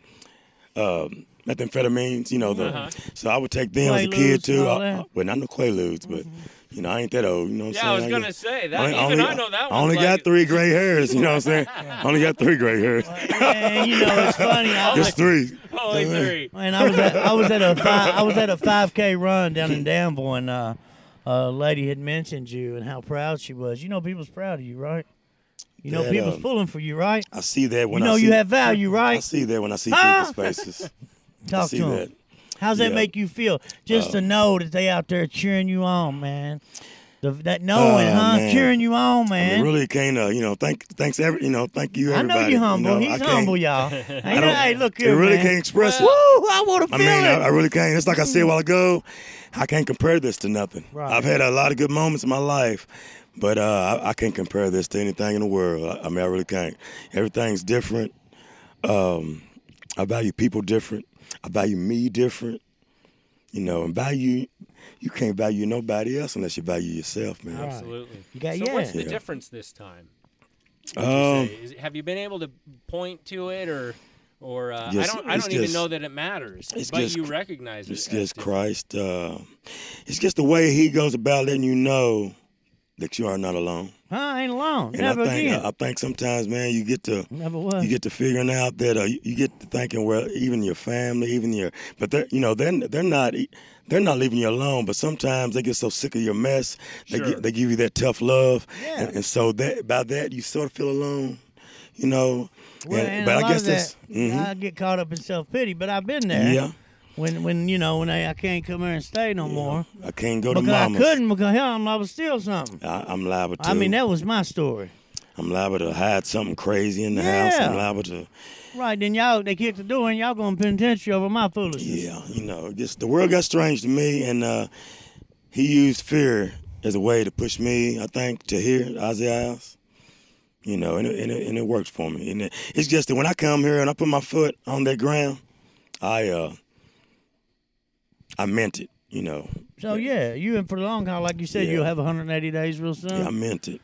Speaker 4: uh, uh, methamphetamines. You know, the so I would take them as a
Speaker 1: Uh-huh.
Speaker 4: kid
Speaker 1: Quaaludes and
Speaker 4: too.
Speaker 1: all
Speaker 4: I-
Speaker 1: that. Mm-hmm.
Speaker 4: well, not no quaaludes, but. You know, I ain't that old. You know what
Speaker 3: Yeah, I
Speaker 4: I'm
Speaker 3: was
Speaker 4: saying?
Speaker 3: gonna
Speaker 4: get-
Speaker 3: say, that-
Speaker 4: only-
Speaker 3: even
Speaker 4: only-
Speaker 3: I know that
Speaker 4: I only
Speaker 3: one's
Speaker 4: got
Speaker 3: like-
Speaker 4: three gray hairs. You know what I'm saying? I only got three gray hairs.
Speaker 1: and you know it's funny. I was,
Speaker 4: Just three.
Speaker 3: Only three.
Speaker 1: man, I was at I was at a five, I was at a five k run down in Danville, and uh, a lady had mentioned you and how proud she was. You know, people's proud of you, right? You know,
Speaker 4: That,
Speaker 1: people's
Speaker 4: um,
Speaker 1: pulling for you, right?
Speaker 4: I see that when
Speaker 1: you know,
Speaker 4: I see,
Speaker 1: you have value,
Speaker 4: I
Speaker 1: right?
Speaker 4: see that when I see
Speaker 1: Ah!
Speaker 4: people's faces. I
Speaker 1: Talk
Speaker 4: see
Speaker 1: to 'em.
Speaker 4: that.
Speaker 1: How's that
Speaker 4: Yeah. Um,
Speaker 1: make you feel? Just to know that they out there cheering you on, man. The, that knowing,
Speaker 4: Oh,
Speaker 1: huh?
Speaker 4: man.
Speaker 1: Cheering you on,
Speaker 4: I mean,
Speaker 1: man.
Speaker 4: really can't. Uh, you know, thank thanks every. You know, thank you
Speaker 1: I
Speaker 4: everybody.
Speaker 1: know you humble.
Speaker 4: know, I
Speaker 1: He's
Speaker 4: can't-
Speaker 1: humble, y'all. Ain't
Speaker 4: I don't.
Speaker 1: no- hey, look
Speaker 4: I
Speaker 1: here,
Speaker 4: really
Speaker 1: man.
Speaker 4: can't express
Speaker 1: Woo!
Speaker 4: it.
Speaker 1: I want to
Speaker 4: I
Speaker 1: feel
Speaker 4: mean, I,
Speaker 1: it.
Speaker 4: I really can't. It's like I said a while ago. I can't compare this to nothing.
Speaker 1: Right.
Speaker 4: I've had a lot of good moments in my life, but uh, I, I can't compare this to anything in the world. I, I mean, I really can't. Everything's different. Um, I value people different. I value me different. You know, and value you can't value nobody else unless you value yourself, man.
Speaker 3: Absolutely.
Speaker 1: You got-
Speaker 3: so
Speaker 1: yeah.
Speaker 3: what's the
Speaker 4: Yeah.
Speaker 3: difference this time?
Speaker 4: Um,
Speaker 3: Say, is- have you been able to point to it, or, or uh,
Speaker 4: Yes,
Speaker 3: I don't, I
Speaker 4: it's
Speaker 3: don't even
Speaker 4: just-
Speaker 3: know that it matters,
Speaker 4: it's
Speaker 3: but
Speaker 4: just
Speaker 3: you
Speaker 4: cr-
Speaker 3: recognize it.
Speaker 4: It's
Speaker 3: as
Speaker 4: just
Speaker 3: different.
Speaker 4: Christ. Uh, it's just the way He goes about letting you know that you are not alone.
Speaker 1: Huh? I ain't alone.
Speaker 4: And
Speaker 1: Never
Speaker 4: I think uh,
Speaker 1: again.
Speaker 4: I think sometimes, man, you get to
Speaker 1: Never was.
Speaker 4: you get to figuring out that uh, you get to thinking where even your family, even your but they're you know they're they're not they're not leaving you alone. But sometimes they get so sick of your mess, they gi-
Speaker 3: Sure.
Speaker 4: they give you that tough love, and, and so that by that you sort of feel alone, you know.
Speaker 1: Well,
Speaker 4: And-
Speaker 1: and
Speaker 4: but
Speaker 1: a
Speaker 4: I
Speaker 1: lot
Speaker 4: guess
Speaker 1: of
Speaker 4: that's
Speaker 1: that,
Speaker 4: mhm.
Speaker 1: I get caught up in self pity, but I've been there.
Speaker 4: yeah.
Speaker 1: When when you know when I, I can't come here and stay no more
Speaker 4: I can't go to
Speaker 1: because I
Speaker 4: mama's.
Speaker 1: couldn't because hell I'm- I was still something.
Speaker 4: I, I'm liable to.
Speaker 1: I mean that was my story.
Speaker 4: I'm liable to hide something crazy in the house.
Speaker 1: Yeah.
Speaker 4: I'm liable to,
Speaker 1: Right then y'all they kicked the door and y'all going to penitentiary over my foolishness.
Speaker 4: yeah, you know, just the world got strange to me, and uh, he used fear as a way to push me. I think to hear Isaiah, you know, and it, and it, and it works for me. And it, it's just that when I come here and I put my foot on that ground, I uh, I meant it, you know.
Speaker 1: So yeah, you in for the long haul, like you said,
Speaker 4: Yeah.
Speaker 1: you'll have 180 days real soon.
Speaker 4: Yeah, I meant it.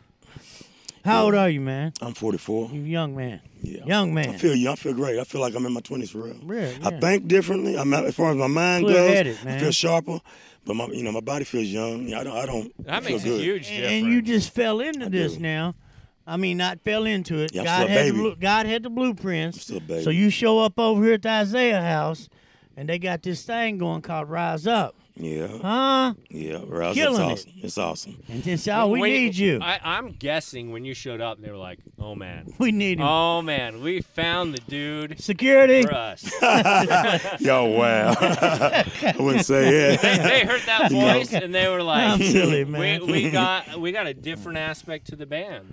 Speaker 1: How old are you, man?
Speaker 4: I'm 44.
Speaker 1: You young man.
Speaker 4: Yeah.
Speaker 1: Young
Speaker 4: I
Speaker 1: man.
Speaker 4: feel young. I feel great. I feel like I'm in my twenties for real.
Speaker 1: Yeah,
Speaker 4: I
Speaker 1: yeah.
Speaker 4: think differently. I'm as far as my mind
Speaker 1: Clear-headed,
Speaker 4: goes.
Speaker 1: man.
Speaker 4: I feel sharper, but my you know my body feels young. Yeah, I don't. I don't.
Speaker 3: That
Speaker 4: feel
Speaker 3: makes a
Speaker 4: good.
Speaker 3: huge
Speaker 1: and,
Speaker 3: difference.
Speaker 1: and you just fell into this
Speaker 4: do.
Speaker 1: now. I mean, not fell into it.
Speaker 4: Yeah, I'm
Speaker 1: God
Speaker 4: still a
Speaker 1: had the
Speaker 4: baby.
Speaker 1: blu- God had the blueprints.
Speaker 4: still a baby.
Speaker 1: So you show up over here at the Isaiah house, and they got this thing going called Rise Up,
Speaker 4: Yeah,
Speaker 1: huh?
Speaker 4: yeah. Rouse,
Speaker 1: Killing it.
Speaker 4: it's awesome. It's awesome.
Speaker 1: And then say, "Oh, we
Speaker 3: When-
Speaker 1: need you.
Speaker 3: I, I'm guessing when you showed up, they were like, "Oh man,
Speaker 1: we need him.
Speaker 3: oh man, we found the dude
Speaker 1: Security."
Speaker 3: for us."
Speaker 4: Yo, wow. I wouldn't say
Speaker 3: they,
Speaker 4: yeah.
Speaker 3: they heard that voice and they were like,
Speaker 1: I'm silly,
Speaker 3: we,
Speaker 1: man.
Speaker 3: we got we got a different aspect to the band.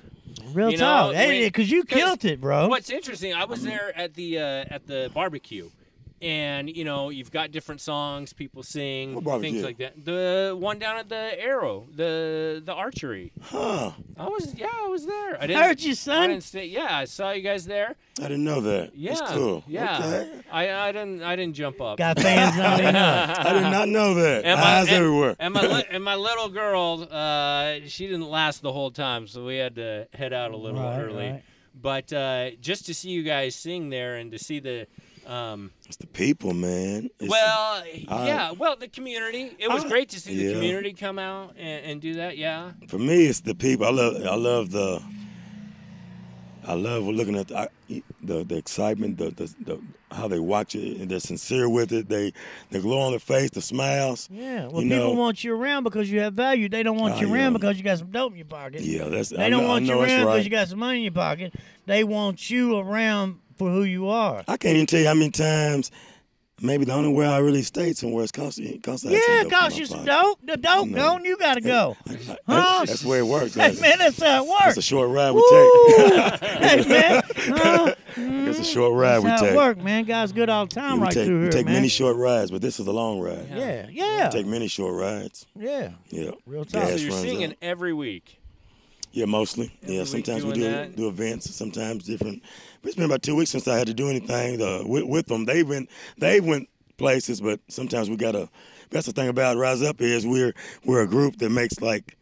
Speaker 1: Real
Speaker 3: you know,
Speaker 1: talk, hey,
Speaker 3: when-
Speaker 1: because you
Speaker 3: 'cause
Speaker 1: killed it, bro.
Speaker 3: What's interesting, I was there at the uh, at the barbecue, and you know you've got different songs people sing,
Speaker 4: What barbecue?
Speaker 3: things like that. The one down at the Arrow, the the archery.
Speaker 4: Huh?
Speaker 3: I was yeah, I was there. I didn't
Speaker 1: Heard you,
Speaker 3: I
Speaker 1: son.
Speaker 3: didn't stay. Yeah, I saw you guys there.
Speaker 4: I didn't know that.
Speaker 3: Yeah,
Speaker 4: That's cool.
Speaker 3: yeah.
Speaker 4: Okay.
Speaker 3: I, I didn't I didn't jump up.
Speaker 1: Got fans on it. huh?
Speaker 4: I did not know that.
Speaker 3: And my-
Speaker 4: Eyes
Speaker 3: and-
Speaker 4: everywhere.
Speaker 3: And my li- and my little girl, uh, she didn't last the whole time, so we had to head out a little
Speaker 1: Right,
Speaker 3: early.
Speaker 1: right.
Speaker 3: But uh, just to see you guys sing there and to see the, um,
Speaker 4: It's the people, man. It's-
Speaker 3: well, yeah, well, the community. It was great to see the
Speaker 4: uh, Yeah.
Speaker 3: community come out and, and do that. Yeah,
Speaker 4: For me, it's the people. I love. I love the I love looking at the I- the, the excitement, the, the the how they watch it, and they're sincere with it. They the glow on their face, the smiles.
Speaker 1: Yeah. Well,
Speaker 4: you
Speaker 1: people
Speaker 4: know.
Speaker 1: want you around because you have value. They don't want
Speaker 4: Ah,
Speaker 1: you around
Speaker 4: yeah.
Speaker 1: because you got some dope in your pocket.
Speaker 4: Yeah, that's
Speaker 1: They
Speaker 4: I
Speaker 1: don't
Speaker 4: know,
Speaker 1: want
Speaker 4: I
Speaker 1: you
Speaker 4: know
Speaker 1: around
Speaker 4: it's
Speaker 1: because
Speaker 4: right.
Speaker 1: you got some money in your pocket. They want you around for who you are.
Speaker 4: I can't even tell you how many times. Maybe the only way I really stayed somewhere is cost you cost
Speaker 1: yeah, cause you some dope. The dope
Speaker 4: No.
Speaker 1: gone, you gotta go.
Speaker 4: That's,
Speaker 1: Huh?
Speaker 4: that's where it works.
Speaker 1: Hey man, that's how it
Speaker 4: It's a
Speaker 1: works.
Speaker 4: short ride we
Speaker 1: Woo!
Speaker 4: take.
Speaker 1: hey man, huh?
Speaker 4: it's a short
Speaker 1: that's
Speaker 4: ride we
Speaker 1: how
Speaker 4: take.
Speaker 1: it works, man. Guys, good all the
Speaker 4: Yeah,
Speaker 1: time
Speaker 4: we
Speaker 1: right
Speaker 4: take,
Speaker 1: through
Speaker 4: we
Speaker 1: here,
Speaker 4: take
Speaker 1: man.
Speaker 4: many short rides, but this is a long ride.
Speaker 1: yeah, yeah,
Speaker 4: Take many short rides.
Speaker 1: yeah.
Speaker 4: Yeah.
Speaker 1: Real talk.
Speaker 4: Gas
Speaker 1: So
Speaker 3: So you're
Speaker 4: runs
Speaker 3: singing
Speaker 4: out.
Speaker 3: every week.
Speaker 4: Yeah, mostly. yeah,
Speaker 3: week
Speaker 4: sometimes we
Speaker 3: doing
Speaker 4: do
Speaker 3: that.
Speaker 4: do events. Sometimes different. But it's been about two weeks since I had to do anything uh, with, with them. They've been they went places, but sometimes we gotta. That's the thing about Rise Up is we're we're a group that makes like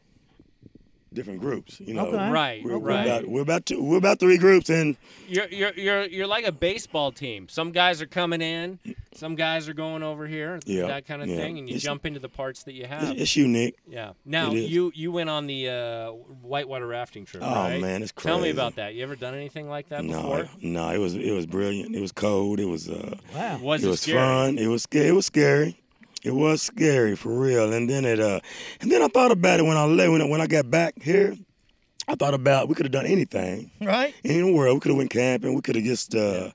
Speaker 4: different groups. You know,
Speaker 1: Okay.
Speaker 3: Right,
Speaker 4: We're, we're
Speaker 3: right.
Speaker 4: about we're about two we're about three groups and
Speaker 3: You're, you're you're you're like a baseball team. Some guys are coming in, some guys are going over here,
Speaker 4: Yeah,
Speaker 3: that kind of
Speaker 4: yeah.
Speaker 3: thing, and you
Speaker 4: It's-
Speaker 3: jump into the parts that you have.
Speaker 4: it's, it's you, Nick.
Speaker 3: yeah. Now
Speaker 4: it is.
Speaker 3: you you went on the uh, whitewater rafting trip.
Speaker 4: Oh,
Speaker 3: right?
Speaker 4: man, it's
Speaker 3: Tell me
Speaker 4: crazy.
Speaker 3: about that. You ever done anything like that
Speaker 4: No,
Speaker 3: before?
Speaker 4: no, it was it was brilliant. It was cold. It was uh,
Speaker 1: Wow.
Speaker 3: Was
Speaker 4: it was
Speaker 3: scary?
Speaker 4: fun. It was scary. It was scary. It was scary for real. And then it uh, and then I thought about it when I lay when I, when I got back here. I thought about we could have done anything,
Speaker 1: Right?
Speaker 4: in the world. We could have went camping. We could have just uh,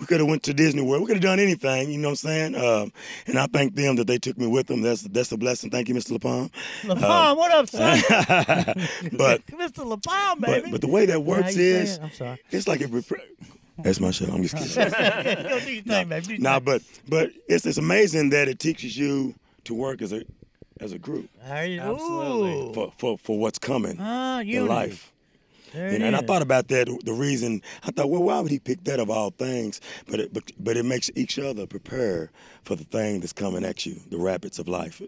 Speaker 4: we could have went to Disney World. We could have done anything. You know what I'm saying? Um, and I thank them that they took me with them. That's that's a blessing. Thank you, Mr. LaPalm.
Speaker 1: LaPalm, what up, son?
Speaker 4: But
Speaker 1: Mr. LaPalm,
Speaker 4: but
Speaker 1: baby.
Speaker 4: but the way that
Speaker 1: How
Speaker 4: works
Speaker 1: you saying?
Speaker 4: is
Speaker 1: I'm sorry.
Speaker 4: it's like it. repre- That's my show. I'm just kidding.
Speaker 1: Go do your thing, baby. Do your
Speaker 4: Nah,
Speaker 1: thing.
Speaker 4: but but it's it's amazing that it teaches you to work as a as a group
Speaker 1: How you-
Speaker 3: Absolutely.
Speaker 1: Ooh.
Speaker 4: for for, for what's coming
Speaker 1: Ah,
Speaker 4: in
Speaker 1: unity.
Speaker 4: life.
Speaker 1: There
Speaker 4: And,
Speaker 1: it
Speaker 4: and I
Speaker 1: is.
Speaker 4: thought about that. The reason I thought, well, why would he pick that of all things? But it, but but it makes each other prepare for the thing that's coming at you, the rapids of life.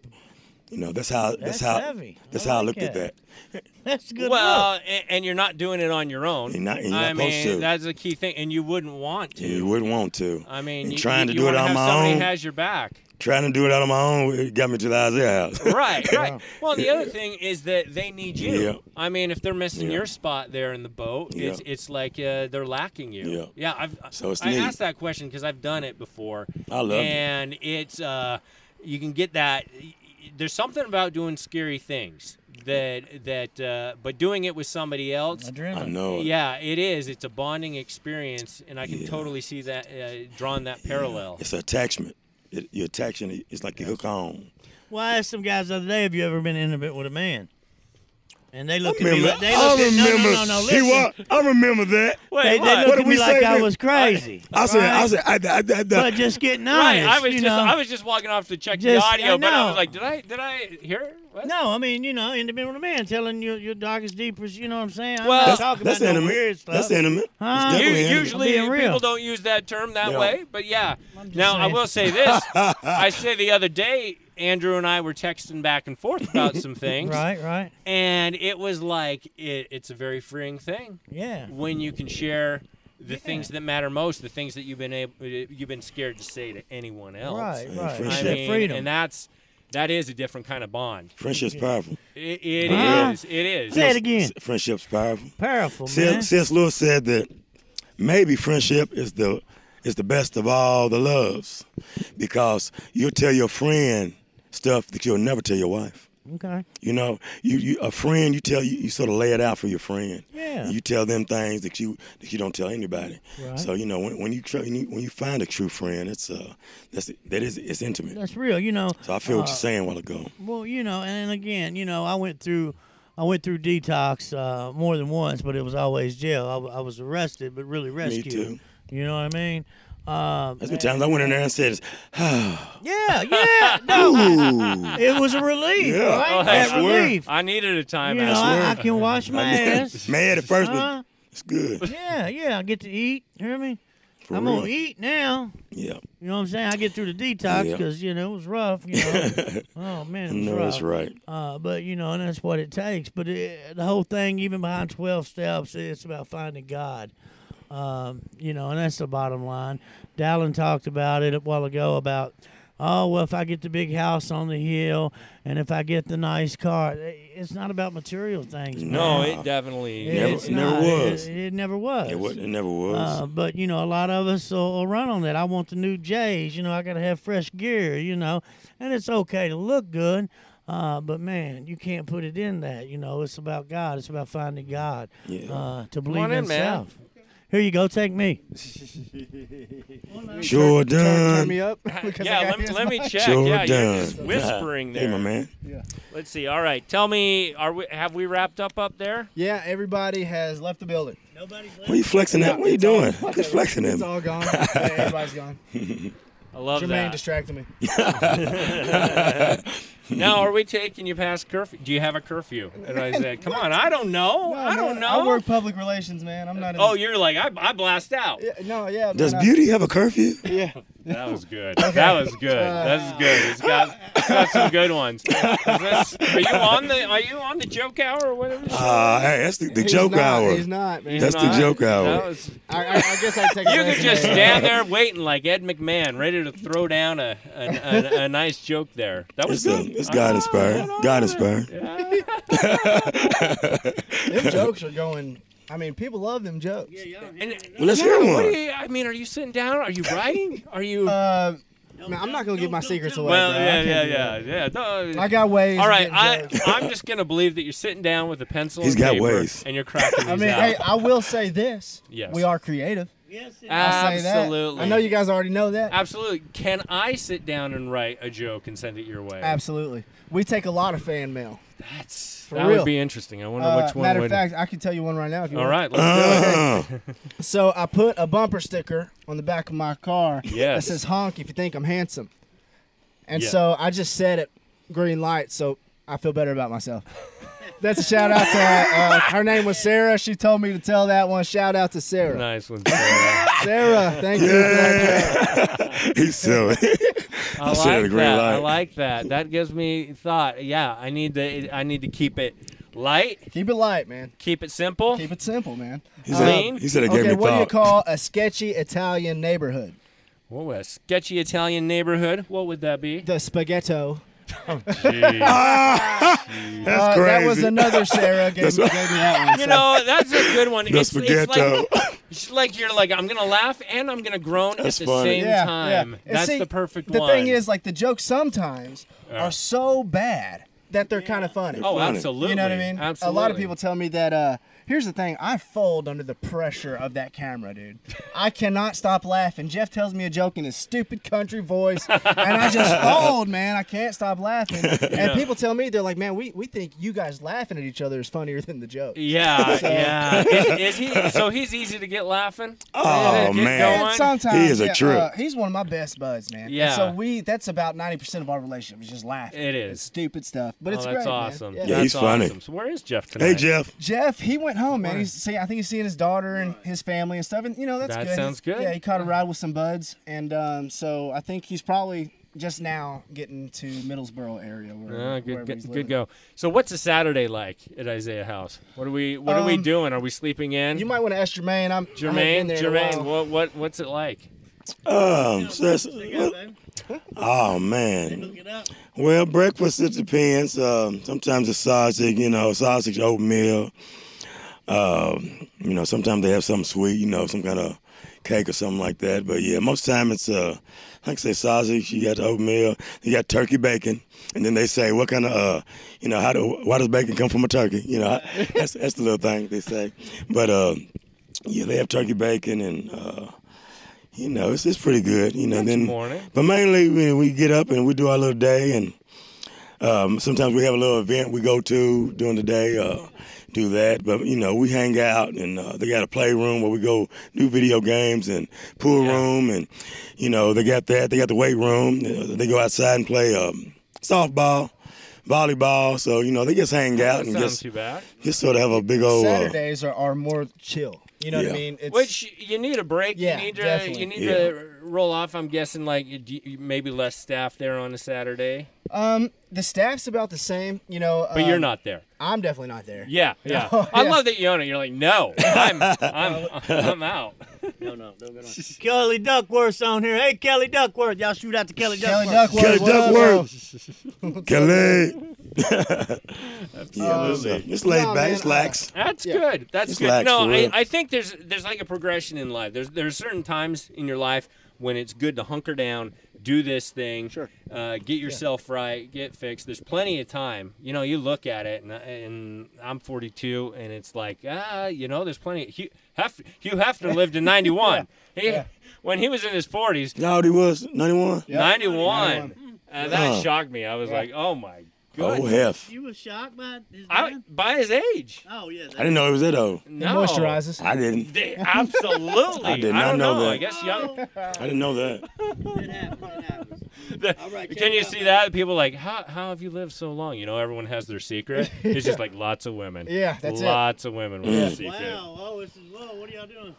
Speaker 4: You know, that's how that's,
Speaker 1: That's
Speaker 4: how
Speaker 1: heavy.
Speaker 4: that's
Speaker 1: I
Speaker 4: how I
Speaker 1: like
Speaker 4: looked at
Speaker 1: that.
Speaker 4: that.
Speaker 1: that's good.
Speaker 3: well,
Speaker 1: work.
Speaker 3: a- and, you're not doing it on your own.
Speaker 4: You're not- you're
Speaker 3: I
Speaker 4: not
Speaker 3: mean,
Speaker 4: supposed to.
Speaker 3: that's a key thing, and you wouldn't want to.
Speaker 4: You wouldn't want to.
Speaker 3: I mean,
Speaker 4: And
Speaker 3: you,
Speaker 4: trying
Speaker 3: you,
Speaker 4: to
Speaker 3: you
Speaker 4: do it
Speaker 3: wanna
Speaker 4: on
Speaker 3: have
Speaker 4: my
Speaker 3: somebody
Speaker 4: own,
Speaker 3: has your back.
Speaker 4: trying to do it out on my own, it got me to the Isaiah house.
Speaker 3: Right, right. Well, the other thing is that they need you.
Speaker 4: Yeah.
Speaker 3: I mean, if they're missing
Speaker 4: Yeah.
Speaker 3: your spot there in the boat, it's
Speaker 4: Yeah.
Speaker 3: it's like uh, they're lacking you.
Speaker 4: Yeah.
Speaker 3: yeah I've
Speaker 4: So it's
Speaker 3: I
Speaker 4: neat.
Speaker 3: asked that question because I've done it before.
Speaker 4: I love it.
Speaker 3: and it's uh, you can get that. There's something about doing scary things that that uh, but doing it with somebody else.
Speaker 4: I
Speaker 1: Adrenaline.
Speaker 4: know. it.
Speaker 3: Yeah, it is. It's a bonding experience, and I can totally see that uh, drawing that parallel.
Speaker 4: It's attachment. It, you're attaching. it. It's like you hook on.
Speaker 1: Well, I asked some guys the other day, have you ever been intimate with a man? And they looked at me
Speaker 4: Remember-
Speaker 1: like, they looked at, no, no, no, no,
Speaker 4: he
Speaker 1: listen.
Speaker 4: wa- I remember that.
Speaker 1: They,
Speaker 3: Wait,
Speaker 1: they
Speaker 3: what?
Speaker 1: looked
Speaker 4: What
Speaker 1: at
Speaker 4: did
Speaker 1: me
Speaker 4: we
Speaker 1: like
Speaker 4: say
Speaker 1: I
Speaker 4: then?
Speaker 1: was crazy.
Speaker 4: I said, I
Speaker 1: right?
Speaker 4: said, I, I, I, I,
Speaker 1: But just getting
Speaker 3: Right,
Speaker 1: honest.
Speaker 3: I was
Speaker 1: you
Speaker 3: just
Speaker 1: know?
Speaker 3: I was just walking off to check
Speaker 1: Just-
Speaker 3: the audio,
Speaker 1: I
Speaker 3: but I
Speaker 1: know.
Speaker 3: was like, did I did I hear? What?
Speaker 1: No, I mean, you know, intimate with a man, telling you your darkest, deepest, you know what I'm saying? I'm
Speaker 3: Well-
Speaker 1: not
Speaker 3: That's-
Speaker 1: talking
Speaker 4: that's
Speaker 1: about no
Speaker 4: intimate.
Speaker 1: weird stuff.
Speaker 4: That's intimate. It's
Speaker 1: Huh?
Speaker 3: U-
Speaker 1: You-
Speaker 4: definitely intimate.
Speaker 3: usually
Speaker 1: I'm being real.
Speaker 3: people don't use that term that
Speaker 4: Yeah.
Speaker 3: way, but yeah.
Speaker 1: just
Speaker 3: Now I
Speaker 1: saying.
Speaker 3: will say this: I say the other day, Andrew and I were texting back and forth about some things,
Speaker 1: Right, right.
Speaker 3: and it was like it, it's a very freeing thing
Speaker 1: Yeah.
Speaker 3: when you can share the things that matter most, the things that you've been able, you've been scared to say to anyone else.
Speaker 1: Right,
Speaker 4: And
Speaker 1: right.
Speaker 3: I
Speaker 4: friendship.
Speaker 3: mean,
Speaker 1: freedom.
Speaker 3: and that's that is a different kind of bond.
Speaker 4: Friendship's powerful.
Speaker 3: It, it
Speaker 1: Huh?
Speaker 3: is. It is.
Speaker 1: Say it again.
Speaker 4: S- Friendship's powerful.
Speaker 1: Powerful, man.
Speaker 4: C.S. C.S. Lewis said that maybe friendship is the is the best of all the loves because you'll tell your friend stuff that you'll never tell your wife.
Speaker 1: Okay.
Speaker 4: You know, you, you a friend you tell you, you sort of lay it out for your friend.
Speaker 1: Yeah.
Speaker 4: You tell them things that you that you don't tell anybody.
Speaker 1: Right.
Speaker 4: So you know when, when you try, when you when you find a true friend, it's uh that's that is it's intimate.
Speaker 1: That's real, you know.
Speaker 4: so I feel what you're saying a while ago.
Speaker 1: Well, you know, and again, you know, I went through, I went through detox uh, more than once, but it was always jail. I, w- I was arrested, but really rescued.
Speaker 4: too.
Speaker 1: You know what I mean? Um,
Speaker 4: There's been times I went in there and said, ah,
Speaker 1: yeah, yeah. No,
Speaker 4: ooh,
Speaker 1: it was a relief,
Speaker 4: Yeah.
Speaker 1: right?
Speaker 3: Oh, I
Speaker 1: that
Speaker 3: swear.
Speaker 1: relief.
Speaker 3: I needed a
Speaker 1: You
Speaker 3: time.
Speaker 1: know,
Speaker 3: out.
Speaker 1: I, I can wash my ass.
Speaker 4: mad at first,
Speaker 1: Huh?
Speaker 4: but it's good.
Speaker 1: Yeah, yeah. I get to eat. Hear me?
Speaker 4: For
Speaker 1: I'm
Speaker 4: real.
Speaker 1: gonna eat now.
Speaker 4: Yeah.
Speaker 1: You know what I'm saying? I get through the detox
Speaker 4: Yeah.
Speaker 1: because you know it was rough. You know, oh man, it was
Speaker 4: No,
Speaker 1: rough.
Speaker 4: that's right.
Speaker 1: Uh, but you know, and that's what it takes. But it, the whole thing, even behind twelve steps, it's about finding God. Um, you know, and that's the bottom line. Dallin talked about it a while ago about oh well if i get the big house on the hill and if i get the nice car it's not about material things
Speaker 3: No,
Speaker 1: man.
Speaker 3: it definitely.
Speaker 4: Never-
Speaker 1: it's
Speaker 4: never
Speaker 1: not. It-
Speaker 4: was.
Speaker 1: It, it never was.
Speaker 4: It, wa- it never was.
Speaker 1: Uh, but you know, a lot of us will, will run on that. I want the new J's. You know, I gotta have fresh gear. You know, and it's okay to look good, uh, but man, you can't put it in that. You know, it's about God. It's about finding God
Speaker 4: Yeah.
Speaker 1: uh, to believe
Speaker 3: on
Speaker 1: in
Speaker 3: in, man.
Speaker 1: self. Here you go. Take me.
Speaker 4: sure
Speaker 2: Turn, turn
Speaker 4: done.
Speaker 2: me up.
Speaker 3: Yeah, let me, let me check.
Speaker 4: Sure
Speaker 3: yeah,
Speaker 4: done.
Speaker 3: you're just whispering there.
Speaker 4: Hey, my man.
Speaker 3: Let's see. All right, tell me, are we have we wrapped up up there?
Speaker 2: Yeah, everybody has left the building.
Speaker 4: What you flexing at? What you doing? Quit flexing
Speaker 2: It's
Speaker 4: at?
Speaker 2: all gone. Yeah, everybody's gone.
Speaker 3: I love
Speaker 2: Jermaine
Speaker 3: that.
Speaker 2: distracted me.
Speaker 3: now, are we taking you past curfew? Do you have a curfew? And I said, come on, I don't know. I don't
Speaker 2: man,
Speaker 3: know.
Speaker 2: I work public relations, man. I'm not. In
Speaker 3: oh, you're like I, I blast out.
Speaker 2: Yeah, no, yeah.
Speaker 4: Does
Speaker 2: man, I-
Speaker 4: beauty have a curfew?
Speaker 2: Yeah.
Speaker 3: That was good. That was good.
Speaker 1: Uh,
Speaker 3: That's good. It's got, it's got some good ones. Is this- are you on the Are you on the joke hour or whatever? the shit?
Speaker 4: Ah, hey, that's the, the
Speaker 2: He's
Speaker 4: joke
Speaker 2: not,
Speaker 4: hour.
Speaker 2: He's not, man.
Speaker 4: That's the
Speaker 3: Not-
Speaker 4: joke
Speaker 3: that
Speaker 4: hour.
Speaker 3: was-
Speaker 2: I, I, I guess I take. a
Speaker 3: you could
Speaker 2: resume.
Speaker 3: just stand there waiting like Ed McMahon, ready to throw down a a, a, a nice joke there. That was
Speaker 4: It's,
Speaker 3: good. Ah.
Speaker 4: a, it's God inspired. God inspired.
Speaker 2: Them jokes are going. I mean, people love them jokes.
Speaker 3: And-
Speaker 4: Well, let's hear
Speaker 3: what
Speaker 4: one.
Speaker 3: do you- I mean, are you sitting down? Are you writing? Are you?
Speaker 2: Uh, man, I'm not gonna give my secrets away.
Speaker 3: well,
Speaker 2: bro. I
Speaker 3: yeah,
Speaker 2: can't
Speaker 3: yeah,
Speaker 2: do
Speaker 3: yeah,
Speaker 2: that.
Speaker 3: yeah. No,
Speaker 2: I got ways.
Speaker 3: all
Speaker 2: of
Speaker 3: right,
Speaker 2: getting
Speaker 3: I
Speaker 2: jokes.
Speaker 3: I'm just gonna believe that you're sitting down with a pencil.
Speaker 4: He's
Speaker 3: and
Speaker 4: got
Speaker 3: paper
Speaker 4: ways.
Speaker 3: and you're cracking these
Speaker 2: I mean,
Speaker 3: out.
Speaker 2: hey, I will say this.
Speaker 3: Yes.
Speaker 2: We are creative. I'll say that.
Speaker 3: Absolutely.
Speaker 2: I know you guys already know that.
Speaker 3: Absolutely. Can I sit down and write a joke and send it your way?
Speaker 2: Absolutely. We take a lot of fan mail.
Speaker 3: That's
Speaker 2: For
Speaker 3: that
Speaker 2: real.
Speaker 3: would be interesting. I wonder
Speaker 2: Uh,
Speaker 3: which one
Speaker 2: matter
Speaker 3: would.
Speaker 2: of fact, I can tell you one right now if you
Speaker 3: All
Speaker 2: want.
Speaker 3: right. Let's
Speaker 4: Uh,
Speaker 2: So I put a bumper sticker on the back of my car
Speaker 3: Yes.
Speaker 2: that says honk if you think I'm handsome. And
Speaker 3: Yeah.
Speaker 2: so I just said it green light, so I feel better about myself. That's a shout out to uh, her name was Sarah. She told me to tell that one. Shout out to
Speaker 3: do it.
Speaker 2: Sarah.
Speaker 3: Nice one. Sarah.
Speaker 2: Sarah, thank you. For that.
Speaker 4: he's silly.
Speaker 3: I
Speaker 4: said
Speaker 3: like
Speaker 4: it a
Speaker 3: that.
Speaker 4: green light.
Speaker 3: I like that. That gives me thought. Yeah, I need to. I need to keep it light.
Speaker 2: Keep it light, man.
Speaker 3: Keep it simple.
Speaker 2: Keep it simple, man.
Speaker 4: He said,
Speaker 3: Clean?
Speaker 4: he said it gave
Speaker 2: Okay,
Speaker 4: me
Speaker 2: what do you
Speaker 4: thought.
Speaker 2: call a sketchy Italian neighborhood?
Speaker 3: Whoa, a sketchy Italian neighborhood. What would that be?
Speaker 2: The spaghetto.
Speaker 4: Ah, That's
Speaker 2: Uh,
Speaker 4: crazy.
Speaker 2: That was another Sarah gave,
Speaker 4: That's
Speaker 2: gave me
Speaker 4: what-
Speaker 2: that one.
Speaker 3: You
Speaker 2: so-
Speaker 3: know, that's a good one.
Speaker 4: The
Speaker 3: It's, it's
Speaker 4: spaghetto.
Speaker 3: like, it's like you're like I'm gonna laugh and I'm gonna groan
Speaker 4: That's
Speaker 3: at the
Speaker 4: funny.
Speaker 3: same time.
Speaker 2: And
Speaker 3: That's
Speaker 2: see,
Speaker 3: the perfect
Speaker 2: the
Speaker 3: one.
Speaker 2: thing is, like the jokes sometimes are so bad that they're kind of funny.
Speaker 3: oh,
Speaker 4: funny.
Speaker 3: absolutely.
Speaker 2: you know what I mean?
Speaker 3: Absolutely.
Speaker 2: A lot of people tell me that. uh Here's the thing: I fold under the pressure of that camera, dude. I cannot stop laughing. Jeff tells me a joke in his stupid country voice, and I just fold, man. I can't stop laughing. And people tell me they're like, "Man, we we think you guys laughing at each other is funnier than the joke."
Speaker 3: Yeah, yeah. Is, is he? So he's easy to get laughing.
Speaker 4: Oh,
Speaker 3: Get
Speaker 4: man.
Speaker 3: going?
Speaker 2: And sometimes
Speaker 4: He is a
Speaker 2: yeah,
Speaker 4: trip.
Speaker 2: uh, he's one of my best buds, man. And
Speaker 3: Yeah.
Speaker 2: so we that's about ninety percent of our relationship is just laughing.
Speaker 3: It is.
Speaker 2: It's stupid stuff. But
Speaker 3: oh,
Speaker 2: it's
Speaker 3: that's
Speaker 2: great, man.
Speaker 3: awesome.
Speaker 2: Yeah.
Speaker 4: Yeah,
Speaker 3: That's
Speaker 4: he's funny.
Speaker 3: awesome. So where is Jeff tonight?
Speaker 4: Hey, Jeff.
Speaker 2: Jeff, he went home, man. He's see, I think he's seeing his daughter and his family and stuff, and you know that's
Speaker 3: That
Speaker 2: good.
Speaker 3: sounds
Speaker 2: He's-
Speaker 3: good.
Speaker 2: Yeah, he caught a ride with some buds, and um, so I think he's probably just now getting to Middlesboro area. Where,
Speaker 3: Ah,
Speaker 2: wherever
Speaker 3: good,
Speaker 2: he's
Speaker 3: good,
Speaker 2: living.
Speaker 3: good go. So what's a Saturday like at Isaiah House? What are we? What are we
Speaker 2: Um,
Speaker 3: doing? Are we sleeping in?
Speaker 2: You might want to ask Jermaine. I'm I haven't been
Speaker 3: Jermaine,
Speaker 2: there in a
Speaker 3: Jermaine,
Speaker 2: while.
Speaker 3: what, what, what's it like?
Speaker 4: Um, so that's- what- oh, man. Well, breakfast, it depends. Um, sometimes it's sausage, you know, sausage, oatmeal. Um, you know, sometimes they have something sweet, you know, some kind of cake or something like that. But yeah, most time it's, uh, like I say, sausage, you got the oatmeal, you got turkey bacon. And then they say, what kind of, uh, you know, how do, why does bacon come from a turkey? You know, that's, that's the little thing they say. But, uh, yeah, they have turkey bacon and, uh, you know, it's, it's pretty good. You know, then
Speaker 3: morning.
Speaker 4: but mainly we, we get up and we do our little day, and um, sometimes we have a little event we go to during the day. Uh, do that, but you know, we hang out, and uh, they got a playroom where we go do video games and pool room, and you know, they got that. They got the weight room. Uh, They go outside and play um, softball, volleyball. So you know, they just hang out and
Speaker 3: Sounds
Speaker 4: just
Speaker 3: too bad.
Speaker 4: just sort of have a big old. Uh,
Speaker 2: Saturdays are, are more chill. You know what
Speaker 4: Yeah.
Speaker 2: I mean? It's,
Speaker 3: Which you need a break.
Speaker 2: Yeah,
Speaker 3: you need to
Speaker 2: definitely.
Speaker 3: you need
Speaker 4: Yeah.
Speaker 3: to roll off. I'm guessing like you- you- maybe less staff there on a Saturday,
Speaker 2: Um, the staff's about the same. You know, um,
Speaker 3: but you're not there.
Speaker 2: I'm definitely not there.
Speaker 3: Yeah, yeah.
Speaker 2: No,
Speaker 3: I
Speaker 2: Uh, Oh, yeah.
Speaker 3: love that you own it. You're like, no, I'm I'm I'm out.
Speaker 6: No, no, no. Go on.
Speaker 1: Kelly Duckworth's on here. Hey, Kelly Duckworth. Y'all shoot out to Kelly Duckworth.
Speaker 4: Kelly
Speaker 7: what up,
Speaker 4: Duckworth. Kelly. yeah,
Speaker 6: Absolutely.
Speaker 4: uh, it's, it's laid
Speaker 7: Nah,
Speaker 4: back.
Speaker 7: man,
Speaker 4: It's lax.
Speaker 3: That's good. That's
Speaker 4: Just
Speaker 3: good.
Speaker 4: relax
Speaker 3: No,
Speaker 4: for
Speaker 3: I,
Speaker 4: real.
Speaker 3: I think there's there's like a progression in life. There's there's certain times in your life when it's good to hunker down, do this thing,
Speaker 7: Sure.
Speaker 3: uh, get yourself right, get fixed. There's plenty of time. You know, you look at it, and, uh, and I'm 42, and it's like ah, you know, there's plenty. Hugh, Hef, Hugh Hefner lived in 91. He, when he was in his 40s,
Speaker 4: Y'all already was 91?
Speaker 3: 91. Uh, that
Speaker 4: Huh.
Speaker 3: shocked me. I was like, oh my
Speaker 4: Oh,
Speaker 3: god.
Speaker 4: hef.
Speaker 1: You were shocked by his
Speaker 3: I,
Speaker 1: man?
Speaker 3: by his age.
Speaker 1: Oh, yeah.
Speaker 4: I didn't know it was that old.
Speaker 3: No.
Speaker 2: moisturizes.
Speaker 4: I didn't.
Speaker 3: They, absolutely.
Speaker 4: I did
Speaker 3: I
Speaker 4: not
Speaker 3: don't
Speaker 4: know
Speaker 3: know.
Speaker 4: that.
Speaker 3: I guess young.
Speaker 4: I didn't know that.
Speaker 1: It happened, it happened.
Speaker 3: the-
Speaker 1: All right,
Speaker 3: can
Speaker 1: check
Speaker 3: you
Speaker 1: it out,
Speaker 3: see
Speaker 1: man.
Speaker 3: that? People are like, how, how have you lived so long? You know, everyone has their secret. It's just like lots of women.
Speaker 2: Yeah, that's it.
Speaker 3: lots of women with a secret.
Speaker 1: Wow. Oh, this is low. What are y'all doing?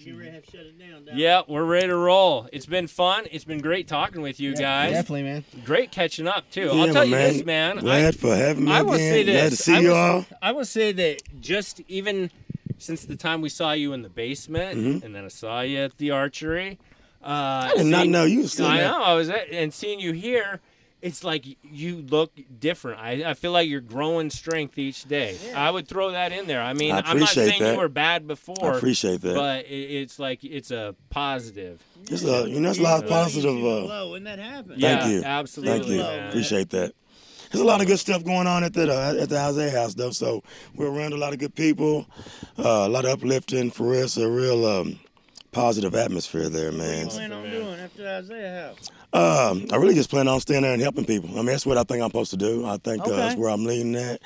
Speaker 1: You ready to have to shut it down. Doc.
Speaker 3: Yeah, we're ready to roll. It's been fun. It's been great talking with you guys.
Speaker 2: Definitely, man.
Speaker 3: Great catching up too.
Speaker 4: Yeah,
Speaker 3: I'll tell
Speaker 4: my
Speaker 3: you this, man. I-
Speaker 4: Glad for having me
Speaker 3: I
Speaker 4: again.
Speaker 3: will say this.
Speaker 4: Glad to see
Speaker 3: I,
Speaker 4: you
Speaker 3: will,
Speaker 4: all.
Speaker 3: I will say that just even since the time we saw you in the basement, and then I saw you at the archery. Uh,
Speaker 4: Mm-hmm. I did not know you was sitting
Speaker 3: I
Speaker 4: there.
Speaker 3: know. I was at, and seeing you here, it's like you look different. I, I feel like you're growing strength each day. I would throw that in there. I mean,
Speaker 4: I
Speaker 3: I'm not
Speaker 4: appreciate
Speaker 3: saying you
Speaker 4: that.
Speaker 3: were bad before.
Speaker 4: I appreciate that.
Speaker 3: But it, it's like it's a positive.
Speaker 4: It's a, you know, it's a lot of positive.
Speaker 1: Low,
Speaker 4: Uh,
Speaker 1: low, when that happened.
Speaker 3: Yeah.
Speaker 4: thank you.
Speaker 3: absolutely,
Speaker 4: Thank you.
Speaker 3: man.
Speaker 4: Appreciate that. There's a lot of good stuff going on at the uh, at the Isaiah House though, so we're around a lot of good people, uh, a lot of uplifting for real. It's a real um, positive atmosphere there, man.
Speaker 1: Plan on doing after Isaiah House.
Speaker 4: Um, I really just plan on staying there and helping people. I mean, that's what I think I'm supposed to do. I think
Speaker 1: Okay.
Speaker 4: uh, that's where I'm leading at.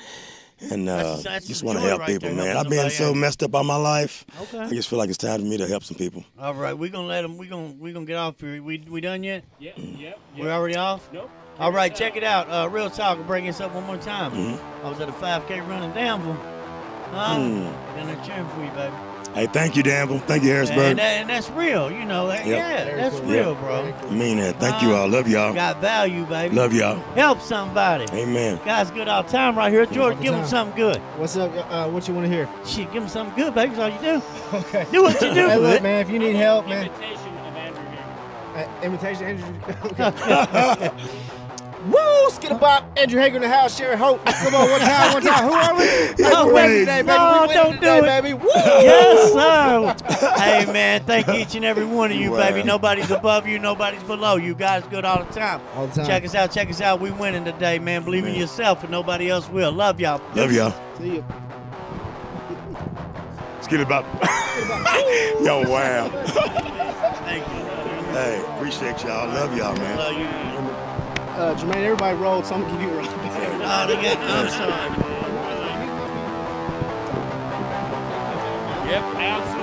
Speaker 4: And uh,
Speaker 1: That's- that's
Speaker 4: just
Speaker 1: the
Speaker 4: want to
Speaker 1: joy
Speaker 4: help
Speaker 1: right
Speaker 4: people,
Speaker 1: there,
Speaker 4: man.
Speaker 1: helping
Speaker 4: I've been
Speaker 1: somebody
Speaker 4: so
Speaker 1: out.
Speaker 4: messed up all my life.
Speaker 1: Okay.
Speaker 4: I just feel like it's time for me to help some people.
Speaker 1: All right, we're gonna let him. We're gonna we're gonna get off here. We we done yet?
Speaker 3: Yep. Yep.
Speaker 1: We're already off.
Speaker 3: Nope.
Speaker 1: All right, check it out. Uh, Real talk. I'll bring this up one more time.
Speaker 4: Mm-hmm.
Speaker 1: I was at a 5K run in Danville. Huh?
Speaker 4: Mm.
Speaker 1: And they're cheering for you, baby.
Speaker 4: Hey, thank you, Danville. Thank you, Harrisburg.
Speaker 1: And, that, and that's real, you know. that-
Speaker 4: Yep.
Speaker 1: Yeah, that's
Speaker 2: cool.
Speaker 1: real,
Speaker 4: Yep.
Speaker 1: bro.
Speaker 4: I mean that. Thank
Speaker 1: Uh,
Speaker 4: you all. Love y'all.
Speaker 1: Got value, baby.
Speaker 4: Love y'all.
Speaker 1: Help somebody.
Speaker 4: Amen.
Speaker 1: Guys, good all time right here. George,
Speaker 2: the
Speaker 1: give them
Speaker 2: time.
Speaker 1: something good.
Speaker 2: What's up? Uh, what you want to hear?
Speaker 1: Shit, give them something good, baby. That's all you do.
Speaker 2: Okay.
Speaker 1: Do what you do
Speaker 2: Hey, look,
Speaker 1: with it.
Speaker 2: man. If you need help, man.
Speaker 3: Invitation of Andrew Hager.
Speaker 2: Uh, invitation, Andrew. Okay. Woo! Skid a bop. Andrew Hager in the house. Sharon Hope. Come on, one time, one time. Who are we?
Speaker 1: Oh,
Speaker 2: We're winning
Speaker 1: wait.
Speaker 2: today, baby.
Speaker 1: No,
Speaker 2: we winning
Speaker 1: don't
Speaker 2: today,
Speaker 1: do it.
Speaker 2: baby. Woo!
Speaker 1: Yes, sir. hey, man, thank each and every one of you, baby.
Speaker 4: Wow.
Speaker 1: Nobody's above you, nobody's below you. Guys, good all the time.
Speaker 2: All the time.
Speaker 1: Check us out, check us out. We winning today, man. Believe in
Speaker 4: Amen.
Speaker 1: yourself, and nobody else will. Love y'all.
Speaker 4: Love y'all.
Speaker 2: See you.
Speaker 4: Let's get it up. Yo, wow.
Speaker 1: Thank you.
Speaker 4: Hey, appreciate y'all. Love y'all, man.
Speaker 1: Love you.
Speaker 2: Uh, Jermaine, everybody rolled, so I'm going to give you a round.
Speaker 1: Oh, they got, I'm sorry.
Speaker 3: Yep. Absolutely.